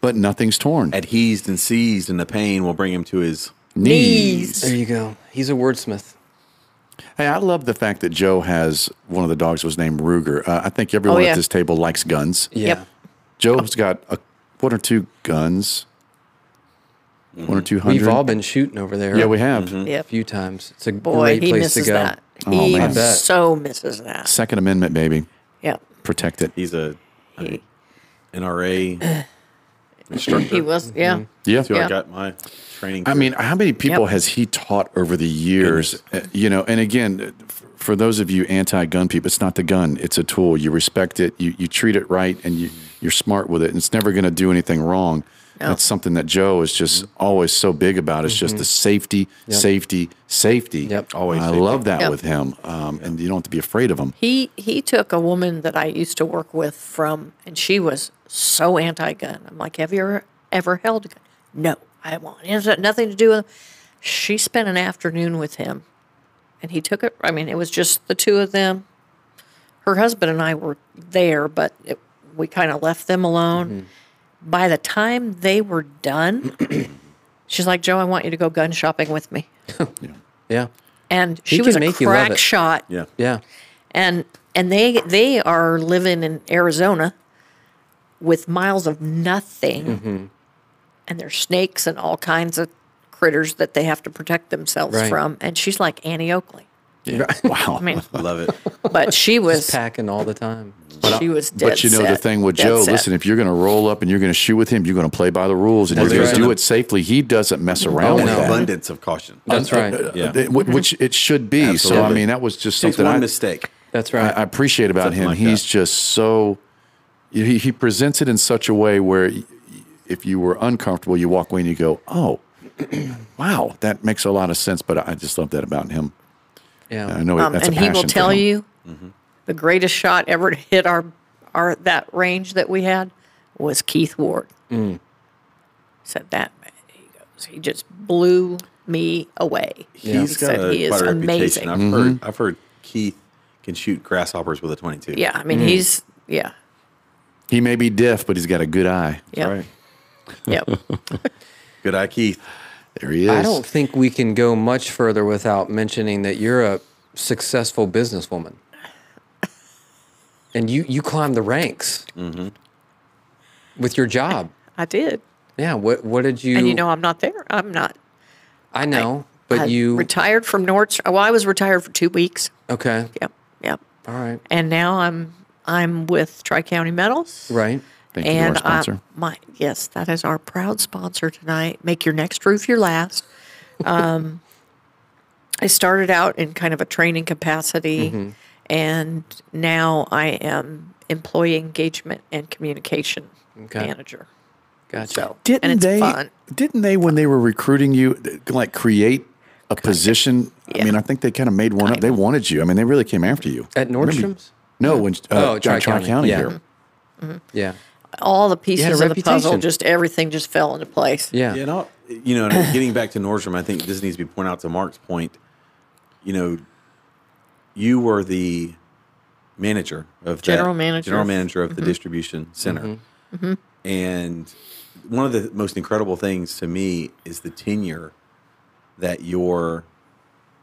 Speaker 1: but nothing's torn.
Speaker 2: Adhesed and seized, and the pain will bring him to his.
Speaker 1: knees.
Speaker 3: there you go. He's a wordsmith.
Speaker 1: Hey, I love the fact that Joe has one of the dogs was named Ruger. Uh, I think everyone
Speaker 4: Oh, yeah.
Speaker 1: at this table likes guns.
Speaker 3: Yeah.
Speaker 4: Yep.
Speaker 1: Joe's got a, one or two guns, one or two hundred.
Speaker 3: We've all been Mm-hmm. shooting over there.
Speaker 1: yeah, we have.
Speaker 3: a
Speaker 4: Yep.
Speaker 3: few times. It's a
Speaker 4: Boy,
Speaker 3: great
Speaker 4: he
Speaker 3: place to
Speaker 4: misses
Speaker 3: go.
Speaker 4: that.
Speaker 1: Oh,
Speaker 4: he
Speaker 1: man. I
Speaker 3: bet.
Speaker 4: so misses that.
Speaker 1: Second Amendment, baby,
Speaker 4: Yep.
Speaker 1: protect it.
Speaker 2: He's a a
Speaker 4: <clears throat>
Speaker 2: NRA instructor.
Speaker 4: He was, yeah.
Speaker 1: Yeah,
Speaker 2: That's who
Speaker 4: Yeah.
Speaker 2: I got my training.
Speaker 1: I
Speaker 2: through.
Speaker 1: mean, how many people
Speaker 4: Yep.
Speaker 1: has he taught over the years? Uh, You know, and again, uh, f- for those of you anti-gun people, it's not the gun; it's a tool. You respect it, you you treat it right, and you you're smart with it, and it's never going to do anything wrong. That's something that Joe is just
Speaker 4: Mm-hmm.
Speaker 1: always so big about. It's just the safety, safety, safety.
Speaker 3: Yep.
Speaker 1: always.
Speaker 2: Always
Speaker 1: I
Speaker 2: safety.
Speaker 1: love that
Speaker 4: Yep.
Speaker 1: with him, um, and you don't have to be afraid of
Speaker 4: <laughs>
Speaker 1: him.
Speaker 4: He he took a woman that I used to work with from, and she was so anti-gun. I'm like, have you ever, ever held a gun? No, I won't. It has nothing to do with. She spent an afternoon with him, and he took it. I mean, it was just the two of them. Her husband and I were there, but it, we kind of left them alone.
Speaker 3: Mm-hmm.
Speaker 4: By the time they were
Speaker 3: <clears throat>
Speaker 4: done, she's like, Joe, I want you to go gun shopping with me.
Speaker 3: Yeah.
Speaker 4: And she
Speaker 3: can
Speaker 4: was a
Speaker 3: make you love
Speaker 4: crack
Speaker 3: it.
Speaker 4: shot
Speaker 2: yeah.
Speaker 3: Yeah.
Speaker 4: and and they they are living in Arizona with miles of nothing, and there's snakes and all kinds of critters that they have to protect themselves
Speaker 3: Right.
Speaker 4: from. And she's like Annie Oakley.
Speaker 1: Yeah. Wow.
Speaker 4: I mean,
Speaker 1: <laughs>
Speaker 2: Love it.
Speaker 4: but she was
Speaker 3: Packing all the time.
Speaker 4: she was dead
Speaker 1: But you know the
Speaker 4: set,
Speaker 1: thing with
Speaker 4: dead
Speaker 1: Joe,
Speaker 4: set.
Speaker 1: listen, if you're going to roll up and you're going to shoot with him, you're going to play by the rules and
Speaker 2: That's
Speaker 1: you're going
Speaker 2: right.
Speaker 1: to do it safely. He doesn't mess around with
Speaker 2: An
Speaker 1: that.
Speaker 2: abundance of caution.
Speaker 3: That's right.
Speaker 2: Yeah.
Speaker 1: It- Uh, wh- which it should be. So I
Speaker 2: Absolutely.
Speaker 1: mean, that was just
Speaker 2: Takes
Speaker 1: something
Speaker 2: one
Speaker 1: I,
Speaker 2: mistake.
Speaker 3: That's
Speaker 1: I
Speaker 3: right.
Speaker 1: I appreciate about
Speaker 2: Something
Speaker 1: him.
Speaker 2: like
Speaker 1: He's
Speaker 2: that.
Speaker 1: just so he, he presents it in such a way where y- if you were uncomfortable, you walk away and you go, "Oh, <clears throat> wow, that makes a lot of sense." But I just love that about him. I
Speaker 3: yeah.
Speaker 1: know
Speaker 4: Um,
Speaker 1: that's
Speaker 4: and
Speaker 1: a
Speaker 4: he will
Speaker 1: passion for
Speaker 4: tell
Speaker 1: him.
Speaker 4: you
Speaker 2: Mm-hmm.
Speaker 4: the greatest shot ever to hit our our that range that we had was Keith Ward.
Speaker 1: Mm.
Speaker 4: Said that he goes, he just blew me away.
Speaker 2: He's
Speaker 4: He
Speaker 2: got
Speaker 4: said
Speaker 2: a,
Speaker 4: he is
Speaker 2: quite a
Speaker 4: amazing. Mm-hmm.
Speaker 2: reputation. I've heard. I've heard Keith can shoot grasshoppers with a twenty-two.
Speaker 4: Yeah, I mean
Speaker 1: Mm.
Speaker 4: he's yeah,
Speaker 1: He may be deaf, but he's got a good eye.
Speaker 4: yeah,
Speaker 2: Right.
Speaker 4: yeah.
Speaker 2: Good eye, Keith.
Speaker 1: There he is.
Speaker 3: I don't think we can go much further without mentioning that you're a successful businesswoman. And you you climbed the ranks
Speaker 1: Mm-hmm.
Speaker 3: with your job.
Speaker 1: <laughs>
Speaker 4: I did,
Speaker 3: Yeah. What what did you
Speaker 4: and you know I'm not there. I'm not.
Speaker 3: I know, but
Speaker 4: I
Speaker 3: you
Speaker 4: retired from Nordstrom. Well, I was retired for two weeks.
Speaker 3: Okay.
Speaker 4: Yep, yep.
Speaker 3: All right.
Speaker 4: And now I'm I'm with Tri County Metals.
Speaker 3: Right.
Speaker 1: Thank you to
Speaker 4: and um,
Speaker 1: our sponsor.
Speaker 4: I, my yes, that is our proud sponsor tonight. Make your next roof your last. Um, <laughs> I started out in kind of a training capacity, and now I am employee engagement and communication
Speaker 3: Okay.
Speaker 4: manager.
Speaker 3: Gotcha.
Speaker 1: Didn't
Speaker 4: and it's
Speaker 1: they?
Speaker 4: fun.
Speaker 1: Didn't they when they were recruiting you th- like create a position? I
Speaker 4: Yeah.
Speaker 1: mean, I think they kind of made one up. They wanted you. I mean, they really came after you
Speaker 3: At
Speaker 1: I remember-
Speaker 3: Nordstrom's?
Speaker 1: No, when uh,
Speaker 3: Oh,
Speaker 1: Tri
Speaker 3: Tri-County,
Speaker 1: County
Speaker 3: yeah.
Speaker 1: here.
Speaker 3: Yeah.
Speaker 4: All the pieces of the puzzle,
Speaker 3: reputation.
Speaker 4: just everything, just fell into place.
Speaker 3: Yeah.
Speaker 2: Yeah, and I'll, you know, and getting back to Nordstrom, I think this needs to be pointed out to Mark's point. You know, you were the manager of that-
Speaker 4: General manager. Mm-hmm.
Speaker 2: general manager of the distribution center, Mm-hmm. and one of the most incredible things to me is the tenure that your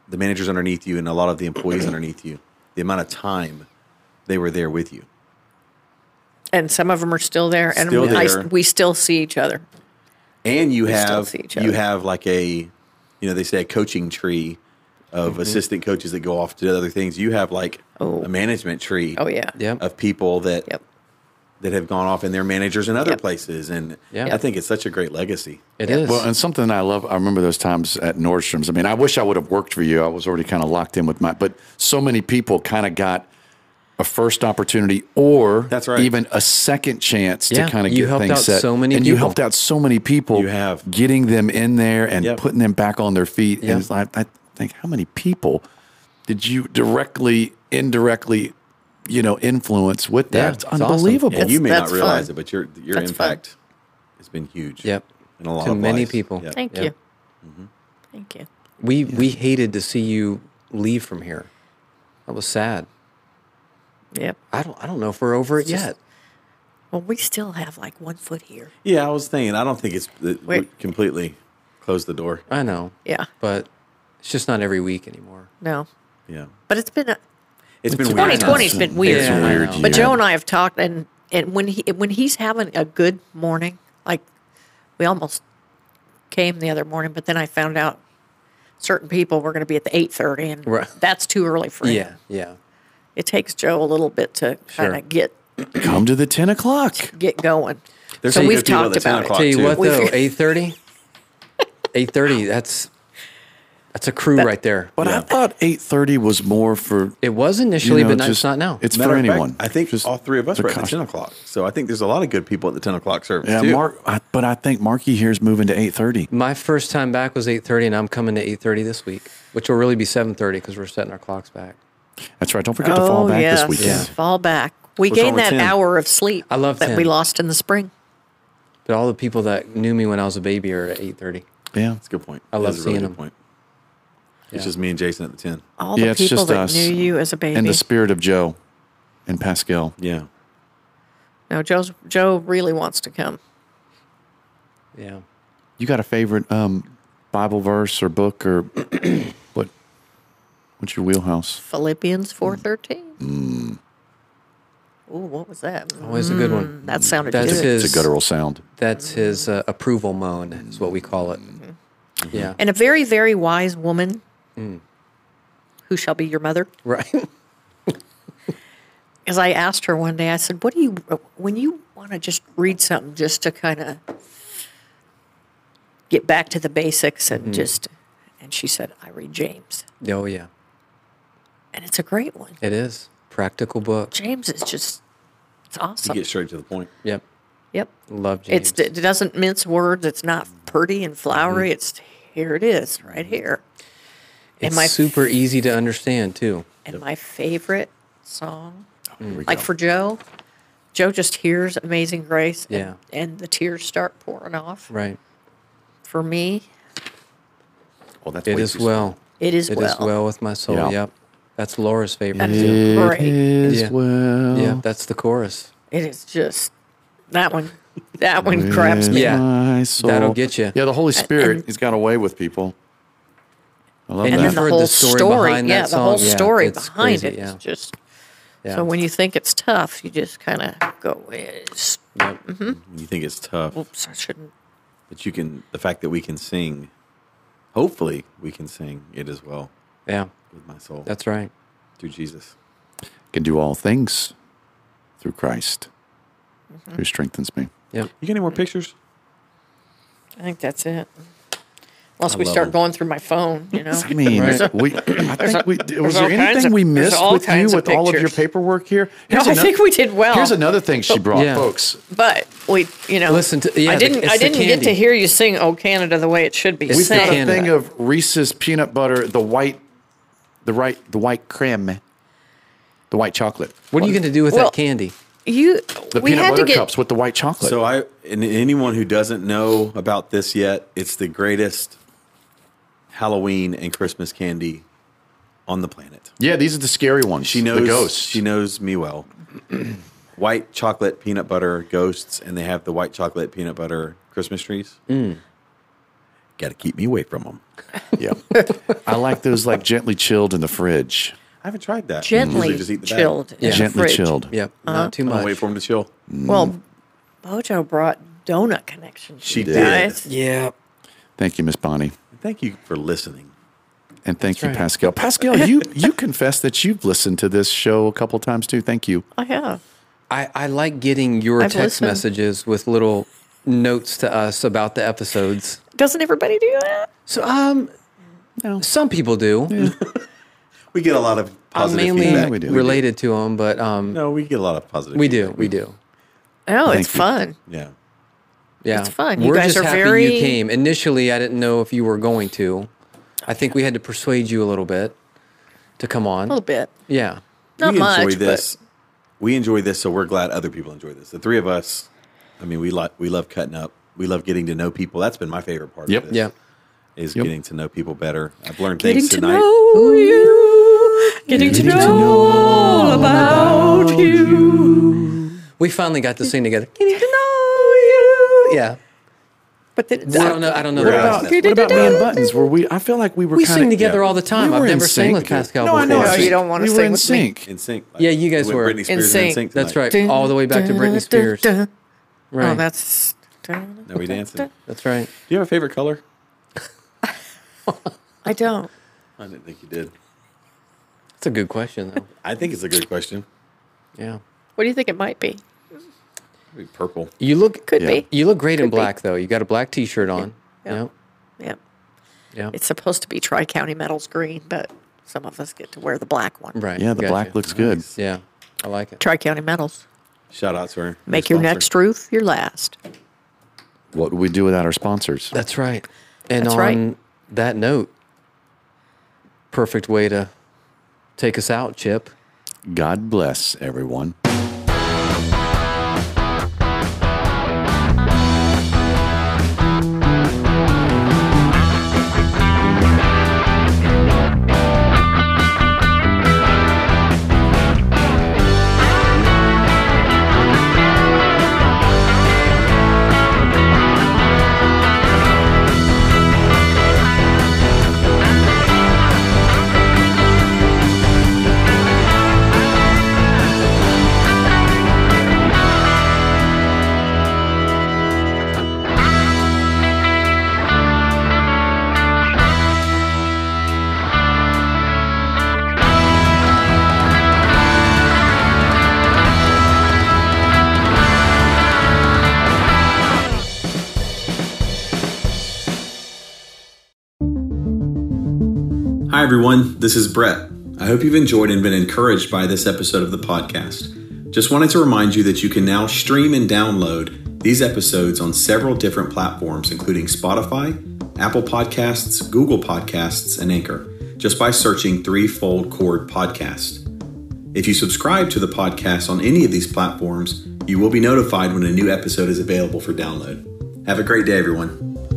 Speaker 2: the managers underneath you and a lot of the employees underneath you, the amount of time they were there with you.
Speaker 4: And some of them are still there, and
Speaker 2: Still
Speaker 4: I-
Speaker 2: there.
Speaker 4: we still see each other.
Speaker 2: and you
Speaker 4: still
Speaker 2: have
Speaker 4: see each
Speaker 2: you
Speaker 4: other.
Speaker 2: have like a you know they say a coaching tree of
Speaker 3: Mm-hmm.
Speaker 2: assistant coaches that go off to do other things you have like
Speaker 4: Oh.
Speaker 2: a management tree
Speaker 1: Uh,
Speaker 4: Oh yeah,
Speaker 3: Yep.
Speaker 2: of people that
Speaker 4: Yep.
Speaker 2: that have gone off in their managers in other
Speaker 4: Yep.
Speaker 2: places. And
Speaker 3: Yeah.
Speaker 2: I think it's such a great legacy.
Speaker 3: It is.
Speaker 1: Well, uh, and something I love, I remember those times at Nordstrom's. I mean, I wish I would have worked for you. I was already kind of locked in with my, but so many people kind of got a first opportunity or
Speaker 2: That's right.
Speaker 1: even a second chance
Speaker 3: Yeah,
Speaker 1: to kind of
Speaker 3: you
Speaker 1: get
Speaker 3: helped
Speaker 1: things
Speaker 3: out
Speaker 1: set.
Speaker 3: so many
Speaker 1: and you
Speaker 3: people.
Speaker 1: helped out so many people.
Speaker 2: You have.
Speaker 1: Getting them in there and
Speaker 2: Yep.
Speaker 1: putting them back on their feet.
Speaker 3: Yeah.
Speaker 1: And it's like, I think, how many people did you directly, indirectly, you know, influence with that?
Speaker 3: Yeah,
Speaker 1: it's
Speaker 3: it's awesome.
Speaker 1: unbelievable.
Speaker 2: And you may
Speaker 4: that's
Speaker 2: not realize
Speaker 4: fun.
Speaker 2: it, but your your
Speaker 4: That's fun.
Speaker 2: impact has been huge.
Speaker 3: Yep.
Speaker 2: In a lot
Speaker 3: To
Speaker 2: of
Speaker 3: many
Speaker 2: lives.
Speaker 3: people.
Speaker 2: Yep.
Speaker 4: Thank
Speaker 3: Yeah.
Speaker 4: you. Thank you.
Speaker 3: we we hated to see you leave from here. That was sad.
Speaker 4: Yep.
Speaker 3: I don't I don't know if we're over it
Speaker 4: just-
Speaker 3: yet.
Speaker 4: Well, we still have like one foot here.
Speaker 2: Yeah, I was thinking. I don't think it's that we
Speaker 4: Wait.
Speaker 2: completely closed the door.
Speaker 3: I know.
Speaker 4: Yeah.
Speaker 3: But it's just not every week anymore.
Speaker 4: No.
Speaker 2: Yeah,
Speaker 4: But it's been a,
Speaker 2: it's been weird.
Speaker 4: 2020's been weird.
Speaker 1: It's a
Speaker 3: Yeah, I
Speaker 1: weird
Speaker 3: know.
Speaker 1: year.
Speaker 4: But Joe and I have talked, and and when he when he's having a good morning, like we almost came the other morning, but then I found out certain people were going to be at the eight thirty, and
Speaker 3: Right.
Speaker 4: that's too early for him.
Speaker 3: Yeah. Yeah.
Speaker 4: It takes Joe a little bit to kind
Speaker 3: Sure.
Speaker 4: of get
Speaker 1: Come to the 10 o'clock.
Speaker 4: get going.
Speaker 2: There's
Speaker 4: so
Speaker 2: some
Speaker 4: we've
Speaker 2: good people at
Speaker 4: talked
Speaker 2: the 10
Speaker 4: about
Speaker 2: o'clock.
Speaker 4: it.
Speaker 3: Tell you
Speaker 2: too.
Speaker 3: what
Speaker 1: <laughs>
Speaker 4: We-
Speaker 3: though, eight thirty. Eight thirty. That's that's a crew right there.
Speaker 1: But I
Speaker 2: Yeah.
Speaker 1: thought eight thirty was more for
Speaker 3: It was
Speaker 1: you
Speaker 3: initially,
Speaker 1: know,
Speaker 3: but now
Speaker 1: just-
Speaker 3: it's not now.
Speaker 1: It's
Speaker 2: Matter
Speaker 1: for
Speaker 2: of fact,
Speaker 1: anyone.
Speaker 2: I think
Speaker 1: Just
Speaker 2: all three of us
Speaker 1: the
Speaker 2: were at the
Speaker 1: cost-
Speaker 2: ten o'clock. So I think there's a lot of good people at the ten o'clock service.
Speaker 1: Yeah,
Speaker 2: too.
Speaker 1: Mark. I, but I think Marky here is moving to eight thirty.
Speaker 3: My first time back was eight thirty, and I'm coming to eight thirty this week, which will really be seven thirty because we're setting our clocks back.
Speaker 1: That's right. Don't forget to fall
Speaker 4: Oh
Speaker 1: back
Speaker 4: yes,
Speaker 1: this weekend.
Speaker 4: fall back. We
Speaker 2: What's wrong
Speaker 4: gained
Speaker 2: with
Speaker 4: that
Speaker 2: 10?
Speaker 4: hour of sleep
Speaker 3: I love
Speaker 4: that we
Speaker 3: 10.
Speaker 4: lost in the spring.
Speaker 3: But all the people that knew me when I was a baby are at eight thirty.
Speaker 1: Yeah.
Speaker 2: That's a good point.
Speaker 3: I love
Speaker 2: That's a
Speaker 3: seeing
Speaker 2: good
Speaker 3: them.
Speaker 2: point. It's
Speaker 3: Yeah.
Speaker 2: just me and Jason at the ten.
Speaker 4: All
Speaker 1: yeah,
Speaker 4: the
Speaker 1: it's
Speaker 4: people
Speaker 1: just
Speaker 4: that
Speaker 1: us.
Speaker 4: knew you as a baby.
Speaker 1: And the spirit of Joe and Pascal.
Speaker 2: Yeah,
Speaker 4: no, Joe's, Joe really wants to come.
Speaker 3: Yeah.
Speaker 1: You got a favorite um, Bible verse or book or <clears throat> what? What's your wheelhouse?
Speaker 4: Philippians four
Speaker 3: Mm.
Speaker 4: thirteen. Ooh, what was that?
Speaker 3: Always a good one.
Speaker 4: That sounded
Speaker 3: Mm. That's
Speaker 4: good.
Speaker 3: his.
Speaker 1: It's a guttural sound.
Speaker 3: That's his uh, approval moan, is what we call it.
Speaker 1: Mm-hmm.
Speaker 3: Yeah.
Speaker 4: Mm-hmm. And a very, very wise woman,
Speaker 3: Mm.
Speaker 4: who shall be your mother.
Speaker 3: right. <laughs>
Speaker 4: As I asked her one day, I said, "What do you when you want to just read something just to kind of get back to the basics
Speaker 3: Mm.
Speaker 4: and just?" And she said, "I read James,
Speaker 3: oh yeah,
Speaker 4: and it's a great one.
Speaker 3: it is practical book.
Speaker 4: James is just it's
Speaker 2: you
Speaker 4: awesome.
Speaker 2: get straight to the point.
Speaker 3: Yep.
Speaker 4: yep,
Speaker 3: Love James.
Speaker 4: it's it doesn't mince words. It's not pretty and
Speaker 3: Mm-hmm.
Speaker 4: flowery. It's here it is right here."
Speaker 3: It's
Speaker 4: my-
Speaker 3: super easy to understand too.
Speaker 4: And my favorite song,
Speaker 1: Here we
Speaker 4: like
Speaker 1: go.
Speaker 4: for Joe, Joe just hears Amazing Grace and,
Speaker 3: Yeah.
Speaker 4: and the tears start pouring off.
Speaker 3: Right.
Speaker 4: For me,
Speaker 2: Oh, that's
Speaker 3: It
Speaker 2: way
Speaker 3: is
Speaker 2: too soon.
Speaker 3: well.
Speaker 4: it is
Speaker 3: It is
Speaker 4: well.
Speaker 3: well with my soul.
Speaker 1: Yeah.
Speaker 3: Yep. That's Laura's favorite.
Speaker 4: That
Speaker 3: too.
Speaker 4: is
Speaker 1: It
Speaker 4: great.
Speaker 1: is
Speaker 3: Yeah.
Speaker 1: well.
Speaker 3: Yeah, that's the chorus.
Speaker 4: It is just that one. That one grabs
Speaker 1: with
Speaker 4: me.
Speaker 3: Yeah.
Speaker 1: my soul.
Speaker 3: That'll get ya.
Speaker 1: Yeah, the Holy Spirit. he's got a way with people. I love
Speaker 3: And
Speaker 1: that.
Speaker 4: And then the
Speaker 3: heard the
Speaker 4: whole
Speaker 3: story behind
Speaker 4: yeah,
Speaker 3: that
Speaker 4: the whole
Speaker 3: song. Yeah,
Speaker 4: story
Speaker 3: it's
Speaker 4: behind
Speaker 3: crazy,
Speaker 4: it is
Speaker 3: yeah.
Speaker 4: just.
Speaker 3: Yeah.
Speaker 4: So when you think it's tough, you just kind of go, "It's-
Speaker 3: Yep.
Speaker 4: Mm-hmm.
Speaker 2: You think it's tough,
Speaker 4: "Oops, I shouldn't."
Speaker 2: but you can. The fact that we can sing, hopefully, we can sing it as well
Speaker 3: Yeah.
Speaker 2: with my soul
Speaker 3: That's right.
Speaker 2: through Jesus.
Speaker 1: can do all things through Christ
Speaker 4: Mm-hmm.
Speaker 1: who strengthens me.
Speaker 3: Yep.
Speaker 2: You get any more pictures?
Speaker 4: I think that's it. Unless
Speaker 2: I
Speaker 4: we
Speaker 2: love
Speaker 4: start
Speaker 2: them.
Speaker 4: going through my phone, you know.
Speaker 1: I mean,
Speaker 3: Right.
Speaker 1: we, I think we, was
Speaker 4: all
Speaker 1: there
Speaker 4: kinds
Speaker 1: anything
Speaker 4: of-
Speaker 1: we
Speaker 4: there's
Speaker 1: missed
Speaker 4: all
Speaker 1: with you
Speaker 4: kinds of
Speaker 1: with all of your
Speaker 4: pictures.
Speaker 1: paperwork here?
Speaker 4: No,
Speaker 1: Here's
Speaker 4: I
Speaker 1: ano-
Speaker 4: think we did well.
Speaker 1: Here's another thing she brought,
Speaker 3: Yeah.
Speaker 1: folks.
Speaker 4: But we, you know,
Speaker 3: Listen to- yeah,
Speaker 4: I
Speaker 3: the-
Speaker 4: didn't.
Speaker 3: it's
Speaker 4: I
Speaker 3: the
Speaker 4: didn't get to
Speaker 3: candy.
Speaker 4: hear you sing "Oh Canada" the way it should be
Speaker 3: It's the
Speaker 1: We've got
Speaker 4: sang.
Speaker 1: a
Speaker 3: Canada.
Speaker 1: thing of Reese's peanut butter, the white, the right, the white creme, the white chocolate,
Speaker 3: What are you going to do with
Speaker 4: Well-
Speaker 3: that candy?
Speaker 4: You,
Speaker 1: the
Speaker 4: we
Speaker 1: peanut
Speaker 4: had
Speaker 1: butter
Speaker 4: to get.
Speaker 1: cups with the white chocolate.
Speaker 2: So I and anyone who doesn't know about this yet, it's the greatest Halloween and Christmas candy on the planet.
Speaker 1: yeah, these are the scary ones.
Speaker 2: She knows
Speaker 1: the ghosts.
Speaker 2: She knows me well. <clears throat> white chocolate peanut butter ghosts, and they have the white chocolate peanut butter Christmas trees.
Speaker 1: Mm.
Speaker 2: Got to keep me away from them.
Speaker 1: yeah, I like those like gently chilled in the fridge.
Speaker 2: I haven't tried that.
Speaker 4: Gently
Speaker 2: Usually just eat the bag.
Speaker 4: chilled. in the
Speaker 1: gently
Speaker 4: fridge.
Speaker 1: chilled. Mm.
Speaker 3: Yep.
Speaker 4: Uh-huh.
Speaker 3: Not too
Speaker 2: Don't
Speaker 3: much.
Speaker 2: wait for them to chill.
Speaker 4: Well, Bojo brought donut connections.
Speaker 2: She
Speaker 4: you
Speaker 2: did.
Speaker 4: guys.
Speaker 3: yeah.
Speaker 1: Thank you, Miss Bonnie.
Speaker 2: Thank you for listening.
Speaker 1: And thank you,
Speaker 3: right.
Speaker 1: Pascal.
Speaker 4: Oh,
Speaker 1: Pascal, you you confess that you've listened to this show a couple times too. Thank you.
Speaker 4: I have.
Speaker 3: I, I like getting your
Speaker 4: I've
Speaker 3: text
Speaker 4: listened.
Speaker 3: messages with little notes to us about the episodes.
Speaker 4: Doesn't everybody do that?
Speaker 3: So um, some people do.
Speaker 2: We get a lot of
Speaker 3: I'm
Speaker 2: positive
Speaker 3: mainly
Speaker 2: feedback.
Speaker 1: we do.
Speaker 3: related to them, but um,
Speaker 2: No, we get a lot of positive.
Speaker 3: we do,
Speaker 2: feedback.
Speaker 3: we do.
Speaker 4: Oh,
Speaker 1: Thank
Speaker 4: it's
Speaker 1: you.
Speaker 4: fun.
Speaker 2: Yeah.
Speaker 3: Yeah,
Speaker 4: It's fun. You
Speaker 3: We're
Speaker 4: guys
Speaker 3: just
Speaker 4: are
Speaker 3: happy
Speaker 4: very-
Speaker 3: you came. Initially, I didn't know if you were going to. I think we had to persuade you a little bit to come on.
Speaker 4: A little bit.
Speaker 3: yeah,
Speaker 4: Not
Speaker 2: we
Speaker 4: much,
Speaker 2: enjoy this. We enjoy this, so we're glad other people enjoy this. The three of us, I mean, we like we love cutting up. We love getting to know people. That's been my favorite part.
Speaker 1: Yep.
Speaker 2: of this,
Speaker 3: yeah.
Speaker 2: is getting to know people better. I've learned
Speaker 4: but getting
Speaker 2: things
Speaker 4: to
Speaker 2: tonight.
Speaker 4: know you. Getting to know all about you.
Speaker 3: We finally got to sing
Speaker 4: <laughs>
Speaker 3: together.
Speaker 4: Getting to know you.
Speaker 3: Yeah,
Speaker 4: But then,
Speaker 3: I don't know. I don't know.
Speaker 2: We're
Speaker 3: the
Speaker 2: out.
Speaker 3: rest.
Speaker 1: About, what about me and Buttons? Were we? I feel like we were.
Speaker 3: We
Speaker 1: kinda-
Speaker 3: sing together
Speaker 2: yeah.
Speaker 3: all the time.
Speaker 1: We
Speaker 3: I've
Speaker 1: were in
Speaker 3: never sang with
Speaker 1: sync.
Speaker 3: Pascal
Speaker 2: No, I know.
Speaker 3: before.
Speaker 2: No,
Speaker 4: you don't wanna
Speaker 1: we were
Speaker 4: sing
Speaker 1: in
Speaker 4: with me.
Speaker 1: sync.
Speaker 2: in sync. like,
Speaker 3: Yeah, you guys
Speaker 2: when
Speaker 3: were.
Speaker 2: Britney Spears was in
Speaker 4: sync.
Speaker 2: sync.
Speaker 3: That's
Speaker 2: tonight.
Speaker 3: right. All the way back to Britney Spears.
Speaker 4: Dun,
Speaker 3: Right.
Speaker 4: Oh, that's.
Speaker 2: Now we dancing. Do
Speaker 3: That's right.
Speaker 2: you have a favorite color?
Speaker 4: I don't.
Speaker 2: I didn't think you did.
Speaker 3: That's a good question, though.
Speaker 2: I think it's a good question.
Speaker 4: <laughs>
Speaker 3: Yeah.
Speaker 4: What do you think it might be?
Speaker 2: Maybe purple.
Speaker 3: You look
Speaker 4: Could
Speaker 1: Yeah.
Speaker 4: be.
Speaker 3: you look great in
Speaker 4: Could be.
Speaker 3: black though. You got a black T-shirt on.
Speaker 4: Yeah.
Speaker 3: Yeah.
Speaker 4: Yeah.
Speaker 3: Yeah.
Speaker 4: It's supposed to be Tri County Metals green, but some of us get to wear the black one.
Speaker 3: Right.
Speaker 1: Yeah, the
Speaker 3: Gotcha.
Speaker 1: black looks good.
Speaker 3: Yeah, I like it.
Speaker 4: Tri County Metals.
Speaker 2: Shout out to her.
Speaker 4: Make your
Speaker 2: sponsor.
Speaker 4: next truth your last.
Speaker 1: What would we do without our sponsors?
Speaker 3: That's right. And
Speaker 4: That's
Speaker 3: on
Speaker 4: right.
Speaker 3: that note, perfect way to take us out, Chip.
Speaker 1: God bless everyone.
Speaker 2: Hi, everyone. This is Brett. I hope you've enjoyed and been encouraged by this episode of the podcast. Just wanted to remind you that you can now stream and download these episodes on several different platforms, including Spotify, Apple Podcasts, Google Podcasts, and Anchor, just by searching Threefold Chord Podcast. If you subscribe to the podcast on any of these platforms, you will be notified when a new episode is available for download. Have a great day, everyone.